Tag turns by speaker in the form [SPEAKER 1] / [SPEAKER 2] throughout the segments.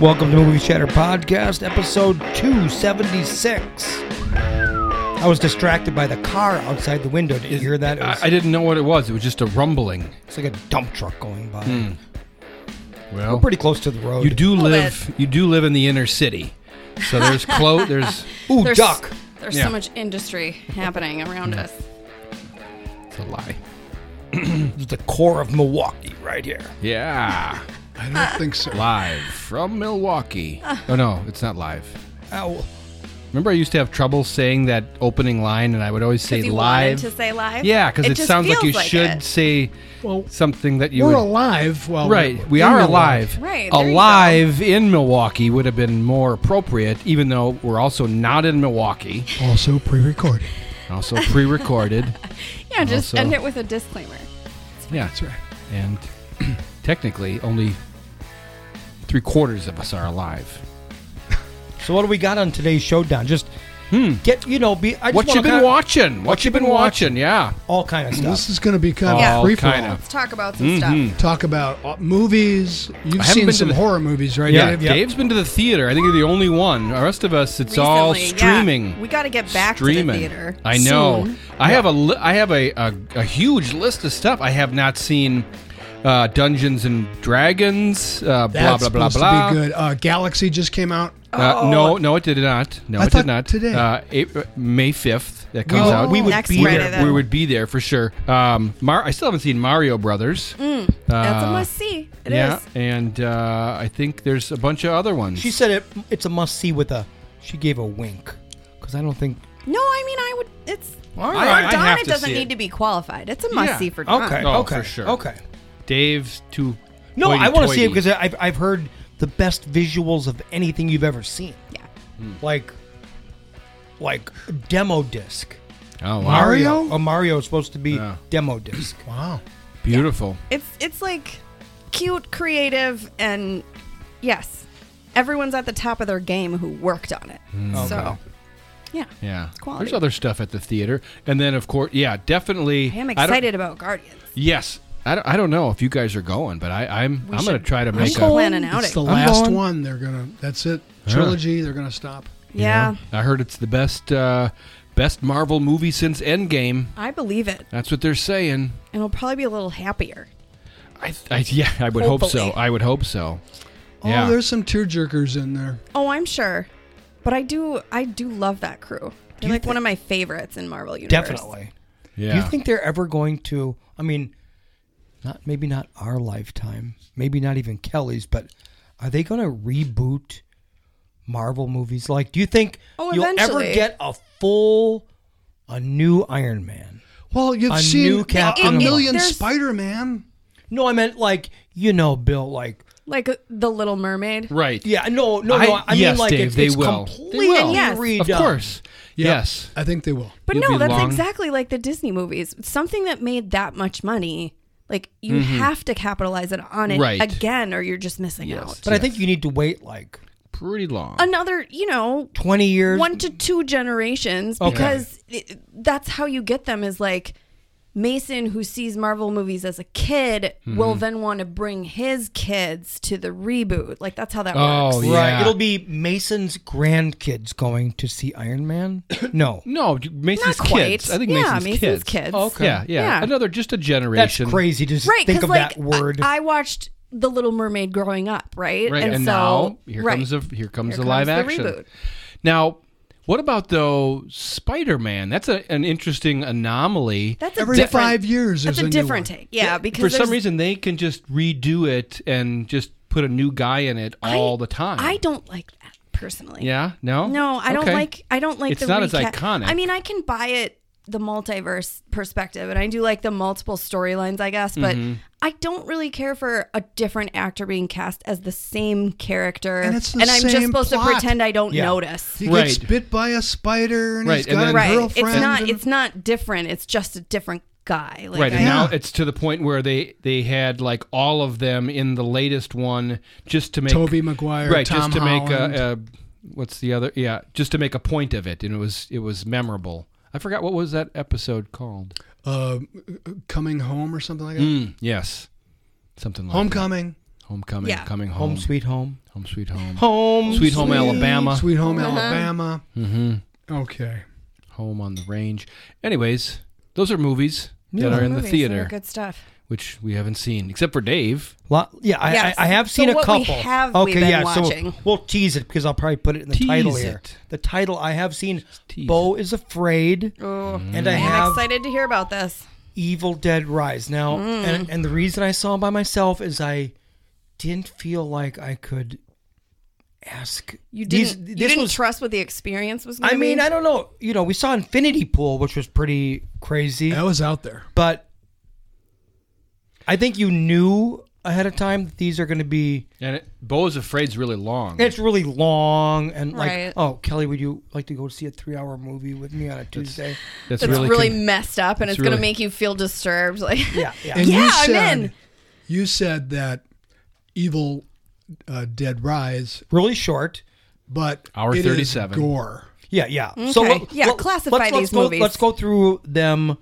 [SPEAKER 1] Welcome to Movie Chatter Podcast, episode 276. I was distracted by the car outside the window. Did you hear that? It
[SPEAKER 2] I,
[SPEAKER 1] was-
[SPEAKER 2] I didn't know what it was. It was just a rumbling.
[SPEAKER 1] it's like a dump truck going by.
[SPEAKER 2] Well,
[SPEAKER 1] We're pretty close to the road.
[SPEAKER 2] Hmm. you do
[SPEAKER 3] little
[SPEAKER 2] live. You do live in the inner city, so there's clo- There's
[SPEAKER 1] Ooh,
[SPEAKER 3] There's,
[SPEAKER 1] duck.
[SPEAKER 3] There's
[SPEAKER 2] Yeah.
[SPEAKER 3] so much industry happening around us.
[SPEAKER 2] it's a lie.
[SPEAKER 1] This is the core of Milwaukee right here.
[SPEAKER 2] Yeah,
[SPEAKER 4] I don't think so.
[SPEAKER 2] live from Milwaukee.
[SPEAKER 3] Ah.
[SPEAKER 2] Oh no, it's not live.
[SPEAKER 1] Ow.
[SPEAKER 2] Remember, I used to have trouble saying that opening line, and I would always say
[SPEAKER 3] Because you
[SPEAKER 2] live.
[SPEAKER 3] wanted to say live.
[SPEAKER 2] yeah, because it,
[SPEAKER 3] just
[SPEAKER 2] sounds like
[SPEAKER 3] feels
[SPEAKER 2] you should
[SPEAKER 3] it.
[SPEAKER 2] say
[SPEAKER 4] Well,
[SPEAKER 2] something that you
[SPEAKER 4] we're
[SPEAKER 2] would-
[SPEAKER 4] alive. Well,
[SPEAKER 2] Right, we are alive.
[SPEAKER 3] Right, there you go.
[SPEAKER 2] alive in Milwaukee would have been more appropriate, even though we're also not in Milwaukee,
[SPEAKER 4] Also pre-recorded.
[SPEAKER 2] also pre-recorded.
[SPEAKER 3] Yeah, just
[SPEAKER 2] Also-
[SPEAKER 3] end it with a disclaimer.
[SPEAKER 2] Yeah,
[SPEAKER 4] That's right.
[SPEAKER 2] And technically, only three quarters of us are alive.
[SPEAKER 1] So what do we got on today's show, Don? Just get, you know, be. I just
[SPEAKER 2] Hmm. What you
[SPEAKER 1] wanna
[SPEAKER 2] been
[SPEAKER 1] kinda-
[SPEAKER 2] watching? What, you been, watching? Yeah.
[SPEAKER 1] All kind of
[SPEAKER 4] This
[SPEAKER 1] stuff.
[SPEAKER 4] is going to be kind
[SPEAKER 3] Yeah.
[SPEAKER 4] of free for
[SPEAKER 2] kinda.
[SPEAKER 4] all.
[SPEAKER 3] Let's talk about some
[SPEAKER 2] Mm-hmm.
[SPEAKER 3] stuff.
[SPEAKER 4] Talk about uh, movies. You've
[SPEAKER 2] haven't been
[SPEAKER 4] seen
[SPEAKER 2] to
[SPEAKER 4] some
[SPEAKER 2] the-
[SPEAKER 4] horror movies, right?
[SPEAKER 2] Yeah,
[SPEAKER 4] Dave?
[SPEAKER 1] yeah.
[SPEAKER 2] Dave's been to the theater. I think you're the only one. The rest of us, it's all
[SPEAKER 3] Recently, yeah.
[SPEAKER 2] streaming.
[SPEAKER 3] We got to get back
[SPEAKER 2] streaming.
[SPEAKER 3] to the theater.
[SPEAKER 2] I know.
[SPEAKER 3] soon.
[SPEAKER 2] I have a li- I have a, a a huge list of stuff. I have not seen uh, Dungeons and Dragons. Uh, blah
[SPEAKER 4] That's
[SPEAKER 2] blah blah
[SPEAKER 4] supposed
[SPEAKER 2] blah.
[SPEAKER 4] to be good. Uh, Galaxy just came out.
[SPEAKER 2] Uh,
[SPEAKER 3] Oh.
[SPEAKER 2] No, no, it did not. No,
[SPEAKER 4] I
[SPEAKER 2] it
[SPEAKER 4] thought
[SPEAKER 2] did not.
[SPEAKER 4] today.
[SPEAKER 2] uh, April, May fifth, that comes
[SPEAKER 1] would-
[SPEAKER 2] out.
[SPEAKER 1] we would
[SPEAKER 3] Next
[SPEAKER 1] be
[SPEAKER 3] Friday,
[SPEAKER 1] there.
[SPEAKER 3] then.
[SPEAKER 2] we would be there for sure. Um, Mar- I still haven't seen Mario Brothers.
[SPEAKER 3] Mm, That's a
[SPEAKER 2] Uh,
[SPEAKER 3] must see. It is.
[SPEAKER 2] yeah, and uh, I think there's a bunch of other ones.
[SPEAKER 1] She said it. It's a must see with a. She gave a wink because I don't think.
[SPEAKER 3] No, I mean, I would. It's.
[SPEAKER 1] All
[SPEAKER 2] right,
[SPEAKER 3] for
[SPEAKER 2] I
[SPEAKER 3] Don,
[SPEAKER 2] have
[SPEAKER 3] it
[SPEAKER 2] to
[SPEAKER 3] doesn't
[SPEAKER 2] see
[SPEAKER 3] need
[SPEAKER 2] it.
[SPEAKER 3] to be qualified. It's a must see for Don.
[SPEAKER 1] Okay.
[SPEAKER 2] Oh,
[SPEAKER 1] okay.
[SPEAKER 2] for sure.
[SPEAKER 1] Okay.
[SPEAKER 2] Dave's too.
[SPEAKER 1] No, I want to see it
[SPEAKER 2] hoity-toity.
[SPEAKER 1] because I've, I've heard the best visuals of anything you've ever seen.
[SPEAKER 3] Yeah.
[SPEAKER 1] Like, like demo disc.
[SPEAKER 2] oh, wow.
[SPEAKER 4] Mario?
[SPEAKER 1] A Mario is supposed to be
[SPEAKER 2] Yeah.
[SPEAKER 1] demo disc.
[SPEAKER 4] Wow.
[SPEAKER 2] beautiful.
[SPEAKER 3] It's it's like cute, creative, and yes, everyone's at the top of their game who worked on it.
[SPEAKER 2] Mm.
[SPEAKER 3] So, yeah.
[SPEAKER 2] Yeah,
[SPEAKER 3] quality.
[SPEAKER 2] there's other stuff at the theater, and then of course, yeah, definitely.
[SPEAKER 3] I am
[SPEAKER 2] don't-
[SPEAKER 3] excited about Guardians.
[SPEAKER 2] yes, I don't, I don't know if you guys are going, but I, I'm I'm going to
[SPEAKER 3] should-
[SPEAKER 2] try to make
[SPEAKER 3] should
[SPEAKER 2] a.
[SPEAKER 3] plan an
[SPEAKER 4] It's the
[SPEAKER 3] outing.
[SPEAKER 4] last
[SPEAKER 2] going-
[SPEAKER 4] one. They're gonna. That's it. Trilogy. They're gonna stop.
[SPEAKER 2] you know?
[SPEAKER 3] Yeah.
[SPEAKER 2] I heard it's the best uh, best Marvel movie since Endgame.
[SPEAKER 3] I believe it.
[SPEAKER 2] That's what they're saying.
[SPEAKER 3] And it'll probably be a little happier.
[SPEAKER 2] I, I yeah, I would hope so.
[SPEAKER 3] Hopefully.
[SPEAKER 2] I would hope so.
[SPEAKER 4] Oh,
[SPEAKER 2] Yeah.
[SPEAKER 4] there's some tearjerkers in there.
[SPEAKER 3] Oh, I'm sure. But I do I do love that crew.
[SPEAKER 1] you
[SPEAKER 3] They're like
[SPEAKER 1] thi-
[SPEAKER 3] one of my favorites in Marvel Universe.
[SPEAKER 1] Definitely.
[SPEAKER 2] Yeah.
[SPEAKER 1] Do you think they're ever going to? I mean, not maybe not our lifetime, maybe not even Kelly's, but are they going to reboot Marvel movies? Like, do you think
[SPEAKER 3] Oh,
[SPEAKER 1] you'll ever
[SPEAKER 3] eventually.
[SPEAKER 1] get a full, a new Iron Man?
[SPEAKER 4] Well, you've
[SPEAKER 1] A
[SPEAKER 4] seen
[SPEAKER 1] new Captain
[SPEAKER 4] a
[SPEAKER 3] America.
[SPEAKER 4] million
[SPEAKER 3] There's-
[SPEAKER 4] Spider-Man.
[SPEAKER 1] No, I meant like you know, Bill. Like,
[SPEAKER 3] Like uh, The Little Mermaid.
[SPEAKER 2] Right.
[SPEAKER 1] yeah, no, no, no. I,
[SPEAKER 2] I-
[SPEAKER 1] mean,
[SPEAKER 2] yes,
[SPEAKER 1] like
[SPEAKER 2] Dave,
[SPEAKER 1] it's,
[SPEAKER 2] they
[SPEAKER 1] it's
[SPEAKER 2] will. They
[SPEAKER 1] completely
[SPEAKER 3] will. And yes.
[SPEAKER 1] redone.
[SPEAKER 2] Of course. Yes.
[SPEAKER 4] I think they will.
[SPEAKER 3] But
[SPEAKER 2] You'll
[SPEAKER 3] no,
[SPEAKER 2] be
[SPEAKER 3] that's
[SPEAKER 2] long-
[SPEAKER 3] exactly like the Disney movies. Something that made that much money, like you have to capitalize it on it
[SPEAKER 2] Right.
[SPEAKER 3] again or you're just missing
[SPEAKER 1] But
[SPEAKER 3] out.
[SPEAKER 1] I think you need to wait like
[SPEAKER 2] Pretty long.
[SPEAKER 3] Another, you know,
[SPEAKER 1] twenty years.
[SPEAKER 3] one to two generations
[SPEAKER 1] Okay.
[SPEAKER 3] because it, that's how you get them is like Mason who sees Marvel movies as a kid will then want to bring his kids to the reboot. Like that's how that
[SPEAKER 2] Oh,
[SPEAKER 3] works.
[SPEAKER 2] yeah.
[SPEAKER 1] Right, it'll be Mason's grandkids going to see Iron Man. No,
[SPEAKER 2] no, d- Mason's
[SPEAKER 3] Not quite.
[SPEAKER 2] kids. I think
[SPEAKER 3] yeah,
[SPEAKER 2] Mason's, kids.
[SPEAKER 3] kids.
[SPEAKER 1] Okay.
[SPEAKER 2] Yeah, yeah,
[SPEAKER 3] Yeah.
[SPEAKER 2] Another just a
[SPEAKER 1] That's
[SPEAKER 2] generation.
[SPEAKER 1] crazy to just
[SPEAKER 3] Right,
[SPEAKER 1] think
[SPEAKER 3] because
[SPEAKER 1] of
[SPEAKER 3] like
[SPEAKER 1] that word.
[SPEAKER 3] I, I watched The Little Mermaid growing up, right?
[SPEAKER 2] Right. And,
[SPEAKER 3] so
[SPEAKER 2] now here
[SPEAKER 3] right.
[SPEAKER 2] comes the here comes
[SPEAKER 3] Here
[SPEAKER 2] the live
[SPEAKER 3] comes the
[SPEAKER 2] action.
[SPEAKER 3] reboot.
[SPEAKER 2] Now, what about though Spider-Man? That's a, an interesting anomaly.
[SPEAKER 3] that's a
[SPEAKER 4] Every
[SPEAKER 3] different,
[SPEAKER 4] five years,
[SPEAKER 3] That's a,
[SPEAKER 4] there's new
[SPEAKER 3] different
[SPEAKER 4] one.
[SPEAKER 3] take. Yeah, because
[SPEAKER 2] for some
[SPEAKER 3] there's-
[SPEAKER 2] reason they can just redo it and just put a new guy in it
[SPEAKER 3] I-
[SPEAKER 2] all the time.
[SPEAKER 3] I don't like that personally.
[SPEAKER 2] Yeah. No.
[SPEAKER 3] No, I
[SPEAKER 2] Okay.
[SPEAKER 3] don't like. I don't like.
[SPEAKER 2] It's
[SPEAKER 3] the
[SPEAKER 2] not as
[SPEAKER 3] recap-
[SPEAKER 2] iconic.
[SPEAKER 3] I mean, I can buy it the multiverse perspective, and I do like the multiple storylines, I guess. But
[SPEAKER 2] Mm-hmm.
[SPEAKER 3] I don't really care for a different actor being cast as the same character,
[SPEAKER 4] And it's the
[SPEAKER 3] I'm just
[SPEAKER 4] same
[SPEAKER 3] supposed
[SPEAKER 4] plot.
[SPEAKER 3] to pretend I don't
[SPEAKER 1] Yeah.
[SPEAKER 3] notice.
[SPEAKER 4] He gets
[SPEAKER 2] Right.
[SPEAKER 4] bit by a spider and
[SPEAKER 2] Right,
[SPEAKER 4] he's
[SPEAKER 2] and
[SPEAKER 4] got
[SPEAKER 2] then-
[SPEAKER 4] a
[SPEAKER 3] Right? It's
[SPEAKER 4] girlfriend.
[SPEAKER 3] not.
[SPEAKER 4] and-
[SPEAKER 3] It's not different. It's just a different guy. Like,
[SPEAKER 2] Right,
[SPEAKER 3] I-
[SPEAKER 2] and now
[SPEAKER 4] Yeah.
[SPEAKER 2] it's to the point where they they had like all of them in the latest one just to make
[SPEAKER 4] Tobey Maguire,
[SPEAKER 2] right,
[SPEAKER 4] Tom
[SPEAKER 2] just to
[SPEAKER 4] Holland.
[SPEAKER 2] make a, a what's the other yeah, just to make a point of it, and it was it was memorable. I forgot what was that episode called.
[SPEAKER 1] Mm.
[SPEAKER 4] uh, coming home or something like that.
[SPEAKER 2] Yes, something like
[SPEAKER 4] Homecoming.
[SPEAKER 2] that. Homecoming,
[SPEAKER 3] Yeah.
[SPEAKER 2] coming home,
[SPEAKER 1] Home Sweet Home.
[SPEAKER 2] Home sweet home,
[SPEAKER 1] Home
[SPEAKER 2] sweet Mm. home Alabama,
[SPEAKER 4] Sweet Home
[SPEAKER 3] Uh-huh.
[SPEAKER 4] Alabama.
[SPEAKER 1] Mm-hmm.
[SPEAKER 2] hmm
[SPEAKER 4] Okay.
[SPEAKER 2] home on the range. Anyways, those are movies
[SPEAKER 1] Yeah.
[SPEAKER 2] that are in the
[SPEAKER 3] Movies, they're
[SPEAKER 2] theater,
[SPEAKER 3] Good stuff.
[SPEAKER 2] which we haven't seen except for Dave.
[SPEAKER 1] Lot, yeah, I,
[SPEAKER 3] Yes.
[SPEAKER 1] I, I have
[SPEAKER 3] So
[SPEAKER 1] seen a
[SPEAKER 3] what we
[SPEAKER 1] couple.
[SPEAKER 3] have we
[SPEAKER 1] okay,
[SPEAKER 3] been
[SPEAKER 1] yeah,
[SPEAKER 3] watching?
[SPEAKER 1] so we'll tease it because I'll probably put it in the title
[SPEAKER 2] Tease
[SPEAKER 1] here.
[SPEAKER 2] it.
[SPEAKER 1] The title I have seen.
[SPEAKER 2] tease
[SPEAKER 1] Bo is afraid,
[SPEAKER 3] Oh,
[SPEAKER 1] and I
[SPEAKER 3] I'm
[SPEAKER 1] have
[SPEAKER 3] excited to hear about this.
[SPEAKER 1] Evil Dead Rise now.
[SPEAKER 3] Hmm.
[SPEAKER 1] And, and the reason I saw it by myself is I didn't feel like I could ask.
[SPEAKER 3] You
[SPEAKER 1] these-
[SPEAKER 3] didn't.
[SPEAKER 1] this
[SPEAKER 3] you didn't
[SPEAKER 1] was
[SPEAKER 3] trust what the experience was. Gonna
[SPEAKER 1] I mean,
[SPEAKER 3] be?
[SPEAKER 1] I don't know. You know, we saw Infinity Pool, which was pretty crazy,
[SPEAKER 4] That was out there.
[SPEAKER 1] but I think you knew ahead of time that these are going to be.
[SPEAKER 2] And it, Bo is afraid's really long.
[SPEAKER 1] It's really long and like,
[SPEAKER 3] Right.
[SPEAKER 1] oh, Kelly, would you like to go see a three-hour movie with me on a Tuesday?
[SPEAKER 2] That's
[SPEAKER 3] that's really,
[SPEAKER 2] really, con-
[SPEAKER 3] messed up, and
[SPEAKER 2] it's
[SPEAKER 3] it's, gonna
[SPEAKER 2] really-
[SPEAKER 3] make you feel disturbed. Like,
[SPEAKER 1] yeah, yeah.
[SPEAKER 4] And
[SPEAKER 3] Yeah,
[SPEAKER 4] you
[SPEAKER 3] I'm
[SPEAKER 4] said,
[SPEAKER 3] in.
[SPEAKER 4] You said that Evil uh, Dead Rise,
[SPEAKER 1] really short.
[SPEAKER 4] but
[SPEAKER 2] Hour
[SPEAKER 4] it is
[SPEAKER 2] 37.
[SPEAKER 4] gore.
[SPEAKER 1] Yeah, yeah. So
[SPEAKER 3] Okay. Yeah, classify these
[SPEAKER 1] go,
[SPEAKER 3] movies.
[SPEAKER 1] Let's go through them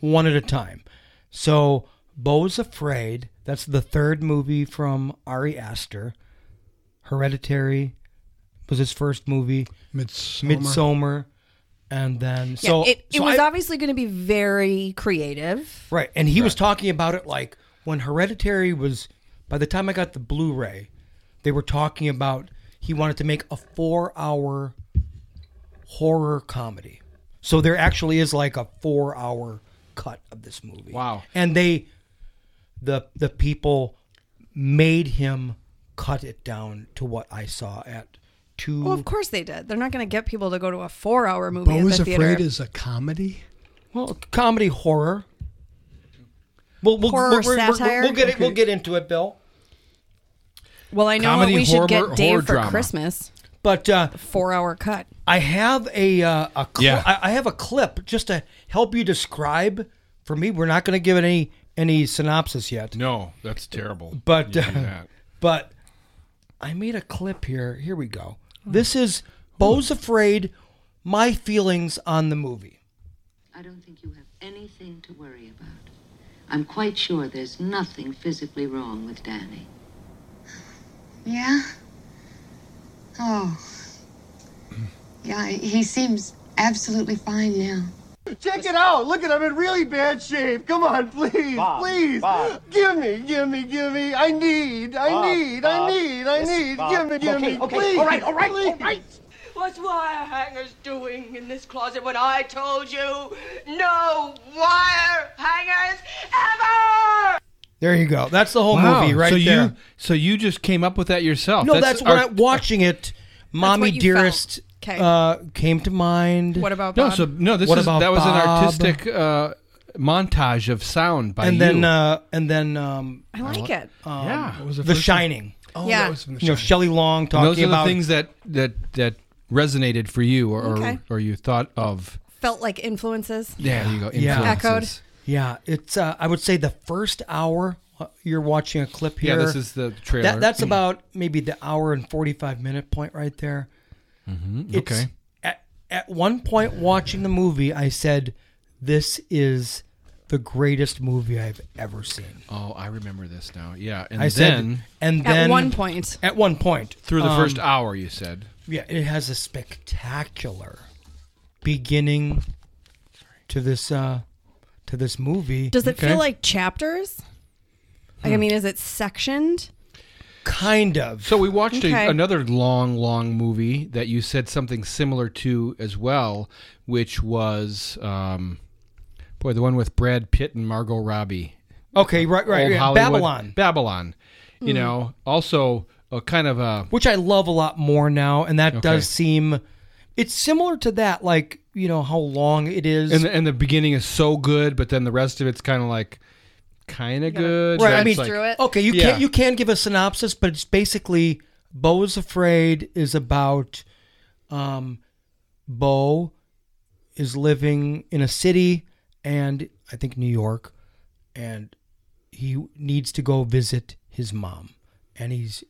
[SPEAKER 1] one at a time. So, Bo's Afraid. That's the third movie from Ari Aster. Hereditary was his first movie.
[SPEAKER 4] Midsummer.
[SPEAKER 1] Midsummer, and then
[SPEAKER 3] Yeah,
[SPEAKER 1] so
[SPEAKER 3] it, it
[SPEAKER 1] so
[SPEAKER 3] was
[SPEAKER 1] I-
[SPEAKER 3] obviously going to be very creative.
[SPEAKER 1] right. And he was talking about it like when Hereditary was. By the time I got the Blu-ray, they were talking about he wanted to make a four-hour horror comedy. So there actually is like a four-hour cut of this movie.
[SPEAKER 2] Wow.
[SPEAKER 1] And they, the the people, made him cut it down to what I saw at two.
[SPEAKER 3] Well, of course they did. They're not going to get people to go to a four-hour movie
[SPEAKER 4] Bo
[SPEAKER 3] at
[SPEAKER 4] is
[SPEAKER 3] the theater.
[SPEAKER 4] Afraid is a comedy.
[SPEAKER 1] Well, comedy horror. We'll, we'll,
[SPEAKER 3] Horror
[SPEAKER 1] we'll, we'll- we'll-
[SPEAKER 3] satire?
[SPEAKER 1] We'll get it. We'll get into it, Bill.
[SPEAKER 3] well, I know
[SPEAKER 2] Comedy,
[SPEAKER 3] what we
[SPEAKER 2] horror-
[SPEAKER 3] should get Dave
[SPEAKER 2] horror
[SPEAKER 3] for
[SPEAKER 2] drama.
[SPEAKER 3] Christmas.
[SPEAKER 1] But uh,
[SPEAKER 3] Four-hour cut.
[SPEAKER 1] I have a uh, a cl-
[SPEAKER 2] Yeah.
[SPEAKER 1] I, I have a clip just to help you describe. For me, we're not going to give it any any synopsis yet.
[SPEAKER 2] No, that's terrible.
[SPEAKER 1] But
[SPEAKER 2] You
[SPEAKER 1] uh,
[SPEAKER 2] do that.
[SPEAKER 1] but I made a clip here. Here we go.
[SPEAKER 2] Hmm.
[SPEAKER 1] This is Bo's afraid. My feelings on the movie.
[SPEAKER 5] I don't think you have anything to worry about. I'm quite sure there's nothing physically wrong with Danny.
[SPEAKER 6] Yeah? Oh. Yeah, he seems absolutely fine now.
[SPEAKER 7] Check it out. Look at I'm in really bad shape. Come on, please, please. Give me, give me, give me. I need, I need, I need, I need. Give me, give me, please. All right, all right, all right.
[SPEAKER 8] What's wire hangers doing in this closet when I told you no wire hangers ever?
[SPEAKER 1] There you go. That's the whole movie right
[SPEAKER 2] so
[SPEAKER 1] there.
[SPEAKER 2] you so you just came up with that yourself?
[SPEAKER 1] No, that's, when
[SPEAKER 2] our-
[SPEAKER 1] I, watching it. Mommy
[SPEAKER 3] you
[SPEAKER 1] Dearest
[SPEAKER 3] felt. 'Kay.
[SPEAKER 1] uh, came to mind.
[SPEAKER 3] What about
[SPEAKER 2] No,
[SPEAKER 3] Bob?
[SPEAKER 2] so no, this
[SPEAKER 1] What
[SPEAKER 2] is
[SPEAKER 1] about
[SPEAKER 2] that was an
[SPEAKER 1] Bob?
[SPEAKER 2] artistic uh, montage of sound by
[SPEAKER 1] and
[SPEAKER 2] you.
[SPEAKER 1] then uh, and then um,
[SPEAKER 3] I like it.
[SPEAKER 2] yeah,
[SPEAKER 4] What was the,
[SPEAKER 1] The
[SPEAKER 4] first one?
[SPEAKER 1] Shining.
[SPEAKER 4] Oh,
[SPEAKER 3] Yeah.
[SPEAKER 4] that was from the
[SPEAKER 1] You know,
[SPEAKER 4] Shining.
[SPEAKER 1] Shelley Long
[SPEAKER 2] And
[SPEAKER 1] talking
[SPEAKER 2] those are
[SPEAKER 1] about
[SPEAKER 2] the things that that that resonated for you, or
[SPEAKER 3] Okay.
[SPEAKER 2] or, or you thought of.
[SPEAKER 3] Felt like influences.
[SPEAKER 2] Yeah, there you go.
[SPEAKER 1] Yeah.
[SPEAKER 2] Influences.
[SPEAKER 1] Yeah, it's. Uh, I would say the first hour uh, you're watching a clip
[SPEAKER 2] Yeah,
[SPEAKER 1] here.
[SPEAKER 2] this is the Mm. trailer.
[SPEAKER 1] that, that's about maybe the hour and forty five minute point right there. Mm-hmm.
[SPEAKER 2] okay.
[SPEAKER 1] At, at one point watching the movie, I said, "This is the greatest movie I've ever seen."
[SPEAKER 2] Oh, I remember this now. Yeah, and
[SPEAKER 1] I
[SPEAKER 2] then
[SPEAKER 1] said, and
[SPEAKER 3] At
[SPEAKER 1] then
[SPEAKER 3] one point,
[SPEAKER 1] At one point,
[SPEAKER 2] through the
[SPEAKER 1] um,
[SPEAKER 2] first hour, you said
[SPEAKER 1] Yeah, it has a spectacular beginning to this uh to this movie.
[SPEAKER 3] does it
[SPEAKER 2] Okay. Hmm.
[SPEAKER 3] feel like chapters? Like, I mean, is it sectioned?
[SPEAKER 1] kind of.
[SPEAKER 2] So we watched
[SPEAKER 3] Okay.
[SPEAKER 2] a, another long, long movie that you said something similar to as well, which was, um, boy, the one with Brad Pitt and Margot Robbie.
[SPEAKER 1] okay, right, right.
[SPEAKER 2] Old
[SPEAKER 1] yeah,
[SPEAKER 2] Hollywood-
[SPEAKER 1] Babylon,
[SPEAKER 2] Babylon.
[SPEAKER 3] Hmm.
[SPEAKER 2] You know, also a kind of a
[SPEAKER 1] which I love a lot more now, and that
[SPEAKER 2] Okay.
[SPEAKER 1] does seem it's similar to that, like you know how long it is.
[SPEAKER 2] and the, and the beginning is so good, but then the rest of it's kind of like kind of good.
[SPEAKER 1] Right, I
[SPEAKER 2] That's
[SPEAKER 1] mean-
[SPEAKER 2] like-
[SPEAKER 3] Through it.
[SPEAKER 1] okay, you
[SPEAKER 2] Yeah.
[SPEAKER 1] can you can give a synopsis, but it's basically Bo is afraid is about um Bo is living in a city and I think New York and he needs to go visit his mom and he's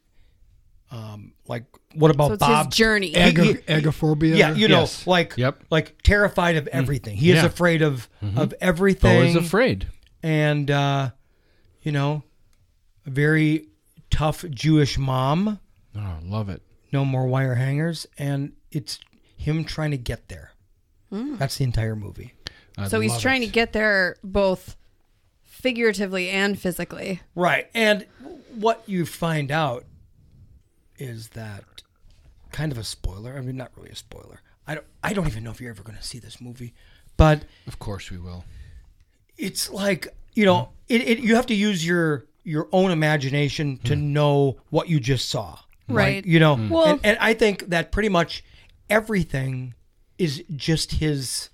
[SPEAKER 1] um like what about
[SPEAKER 3] So it's his
[SPEAKER 1] Bob
[SPEAKER 3] journey.
[SPEAKER 1] He-
[SPEAKER 4] Agor-
[SPEAKER 1] he-
[SPEAKER 4] agoraphobia.
[SPEAKER 1] yeah, you know,
[SPEAKER 2] Yes.
[SPEAKER 1] like
[SPEAKER 2] Yep. Mm.
[SPEAKER 1] like terrified of everything. He is
[SPEAKER 2] Yeah. Mm-hmm.
[SPEAKER 1] afraid of of
[SPEAKER 2] Bo
[SPEAKER 1] everything
[SPEAKER 2] is afraid.
[SPEAKER 1] and uh, you know, very tough Jewish mom.
[SPEAKER 2] Oh, love it.
[SPEAKER 1] No more wire hangers, and it's him trying to get there. That's the entire movie.
[SPEAKER 2] I
[SPEAKER 3] So he's
[SPEAKER 2] love
[SPEAKER 3] trying
[SPEAKER 2] it.
[SPEAKER 3] to get there both figuratively and physically.
[SPEAKER 1] Right. And what you find out is that kind of a spoiler. I mean, not really a spoiler. I don't, I don't even know if you're ever going to see this movie, but
[SPEAKER 2] Of course we will.
[SPEAKER 1] it's like, you know, it, it you have to use your your own imagination to
[SPEAKER 2] Hmm.
[SPEAKER 1] know what you just saw.
[SPEAKER 3] Right.
[SPEAKER 1] You know,
[SPEAKER 3] Well-
[SPEAKER 1] and, and I think that pretty much everything is just his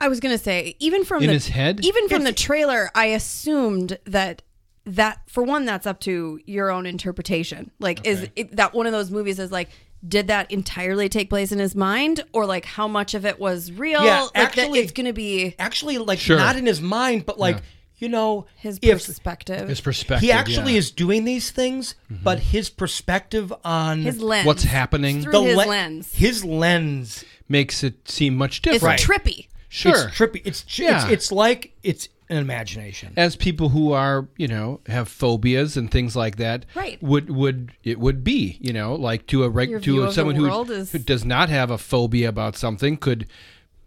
[SPEAKER 3] I was gonna say, even from
[SPEAKER 2] In
[SPEAKER 3] the,
[SPEAKER 2] his head?
[SPEAKER 3] even from the trailer, I assumed that that for one, that's up to your own interpretation. Like, is
[SPEAKER 2] Okay.
[SPEAKER 3] it, that one of those movies? Is like, did that entirely take place in his mind, or like how much of it was real?
[SPEAKER 1] Yeah,
[SPEAKER 3] like
[SPEAKER 1] actually-
[SPEAKER 3] that it's gonna be
[SPEAKER 1] actually like
[SPEAKER 2] Sure.
[SPEAKER 1] not in his mind, but like, you know,
[SPEAKER 3] his
[SPEAKER 1] if
[SPEAKER 3] perspective,
[SPEAKER 2] His
[SPEAKER 3] his,
[SPEAKER 2] perspective.
[SPEAKER 1] he actually
[SPEAKER 2] yeah. Mm-hmm.
[SPEAKER 1] is doing these things, but his perspective on
[SPEAKER 3] lens.
[SPEAKER 2] What's happening
[SPEAKER 3] through
[SPEAKER 1] the
[SPEAKER 3] his
[SPEAKER 1] le-
[SPEAKER 3] lens?
[SPEAKER 1] his lens,
[SPEAKER 2] makes it seem much
[SPEAKER 3] It's
[SPEAKER 2] different.
[SPEAKER 3] trippy.
[SPEAKER 2] Sure.
[SPEAKER 1] it's trippy. It's, ch-
[SPEAKER 2] Yeah.
[SPEAKER 1] it's it's like it's an imagination.
[SPEAKER 2] as people who are you know have phobias and things like that
[SPEAKER 3] Right.
[SPEAKER 2] would would it would be you know like to a reg-
[SPEAKER 3] Your view
[SPEAKER 2] to
[SPEAKER 3] of
[SPEAKER 2] a,
[SPEAKER 3] the
[SPEAKER 2] someone who,
[SPEAKER 3] world is-
[SPEAKER 2] who does not have a phobia about something could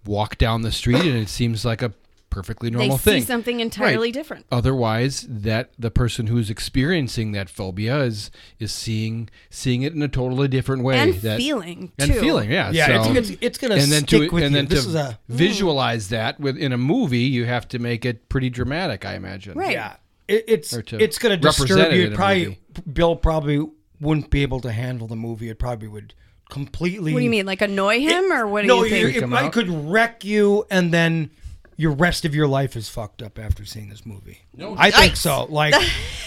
[SPEAKER 2] walk down the street and it seems like a perfectly normal
[SPEAKER 3] see
[SPEAKER 2] thing
[SPEAKER 3] something entirely different.
[SPEAKER 2] otherwise that the person who's experiencing that phobia is is seeing seeing it in a totally different way
[SPEAKER 3] And
[SPEAKER 2] that,
[SPEAKER 3] feeling,
[SPEAKER 2] and
[SPEAKER 3] too.
[SPEAKER 2] feeling yeah
[SPEAKER 1] Yeah,
[SPEAKER 2] so-
[SPEAKER 1] it's, it's, it's gonna
[SPEAKER 2] and then
[SPEAKER 1] stick
[SPEAKER 2] to
[SPEAKER 1] with
[SPEAKER 2] and
[SPEAKER 1] you.
[SPEAKER 2] then
[SPEAKER 1] this
[SPEAKER 2] to
[SPEAKER 1] is a mm.
[SPEAKER 2] visualize that with in a movie you have to make it pretty dramatic i imagine
[SPEAKER 3] Right.
[SPEAKER 1] yeah. It, it's
[SPEAKER 2] Or to
[SPEAKER 1] it's gonna
[SPEAKER 2] represent
[SPEAKER 1] disturb
[SPEAKER 2] it
[SPEAKER 1] you.
[SPEAKER 2] in a
[SPEAKER 1] Probably
[SPEAKER 2] movie.
[SPEAKER 1] Bill probably wouldn't be able to handle the movie. It probably would completely.
[SPEAKER 3] What do you mean, like annoy him, or what do
[SPEAKER 1] Hmm. no,
[SPEAKER 3] you think?
[SPEAKER 2] Freak
[SPEAKER 1] it
[SPEAKER 2] him
[SPEAKER 1] probably
[SPEAKER 2] out?
[SPEAKER 1] could wreck you, and then your rest of your life is fucked up after seeing this movie. No, I think so. Like,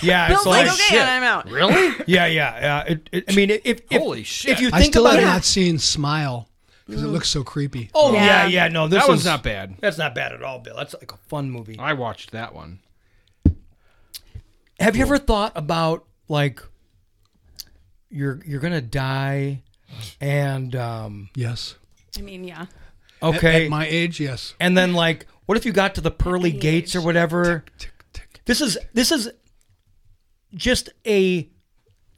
[SPEAKER 1] yeah,
[SPEAKER 3] Bill's
[SPEAKER 1] it's like,
[SPEAKER 3] like, okay,
[SPEAKER 1] shit.
[SPEAKER 3] I'm out.
[SPEAKER 2] really
[SPEAKER 1] Yeah, yeah, yeah. It, it, I mean, if, if
[SPEAKER 2] Holy shit.
[SPEAKER 1] if you
[SPEAKER 4] I
[SPEAKER 1] think
[SPEAKER 4] still
[SPEAKER 1] about
[SPEAKER 4] have
[SPEAKER 1] it,
[SPEAKER 4] not seen Smile because it looks so creepy.
[SPEAKER 1] oh
[SPEAKER 3] Yeah.
[SPEAKER 1] yeah, yeah, no, this
[SPEAKER 2] that one's
[SPEAKER 1] is-
[SPEAKER 2] not bad
[SPEAKER 1] That's not bad at all, Bill. That's like a fun movie.
[SPEAKER 2] i watched that one
[SPEAKER 1] Have you ever thought about like you're you're gonna die, and um,
[SPEAKER 4] Yes.
[SPEAKER 3] I mean, yeah,
[SPEAKER 4] At-
[SPEAKER 1] okay,
[SPEAKER 4] At, my age, yes.
[SPEAKER 1] and then like, what if you got to the pearly gates or whatever?
[SPEAKER 4] Tick, tick.
[SPEAKER 1] This is this is just a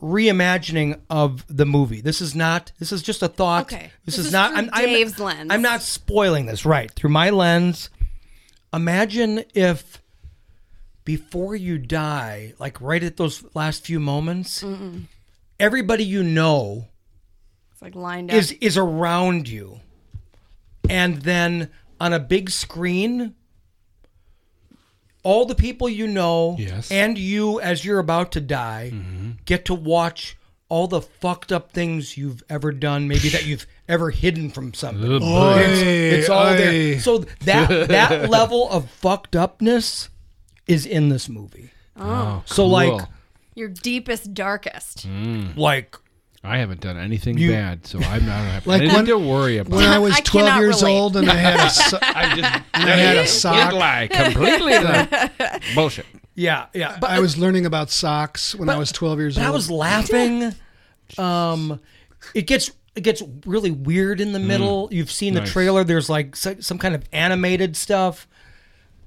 [SPEAKER 1] reimagining of the movie. This is not. This is just a thought.
[SPEAKER 3] Okay.
[SPEAKER 1] This,
[SPEAKER 3] This
[SPEAKER 1] is,
[SPEAKER 3] is
[SPEAKER 1] not.
[SPEAKER 3] through
[SPEAKER 1] I'm,
[SPEAKER 3] Dave's
[SPEAKER 1] I'm,
[SPEAKER 3] lens.
[SPEAKER 1] I'm not spoiling this. Right through my lens. Imagine if before you die, like right at those last few moments, everybody you know
[SPEAKER 3] it's like lined up.
[SPEAKER 1] is is around you and then on a big screen all the people you know
[SPEAKER 2] Yes.
[SPEAKER 1] and you as you're about to die get to watch all the fucked up things you've ever done maybe that you've ever hidden from somebody it's, it's all there so that that level of fucked upness is in this movie
[SPEAKER 2] oh,
[SPEAKER 1] so like
[SPEAKER 2] cool.
[SPEAKER 3] Your deepest, darkest.
[SPEAKER 2] Hmm.
[SPEAKER 1] like
[SPEAKER 2] i haven't done anything bad so i'm not I have
[SPEAKER 4] Like
[SPEAKER 2] anything
[SPEAKER 4] when-
[SPEAKER 2] to worry about
[SPEAKER 4] When I was
[SPEAKER 3] I
[SPEAKER 4] 12
[SPEAKER 3] cannot
[SPEAKER 4] years
[SPEAKER 3] relate.
[SPEAKER 4] old and I had a, so- and
[SPEAKER 2] i just
[SPEAKER 4] I had a sock.
[SPEAKER 2] lie completely the- bullshit
[SPEAKER 1] yeah yeah but
[SPEAKER 4] I was learning about socks when I was 12 years
[SPEAKER 1] But
[SPEAKER 4] old.
[SPEAKER 1] I was laughing. um, it gets it gets really weird in the middle. You've seen the
[SPEAKER 2] Mm. Nice.
[SPEAKER 1] trailer. There's like so, some kind of animated stuff.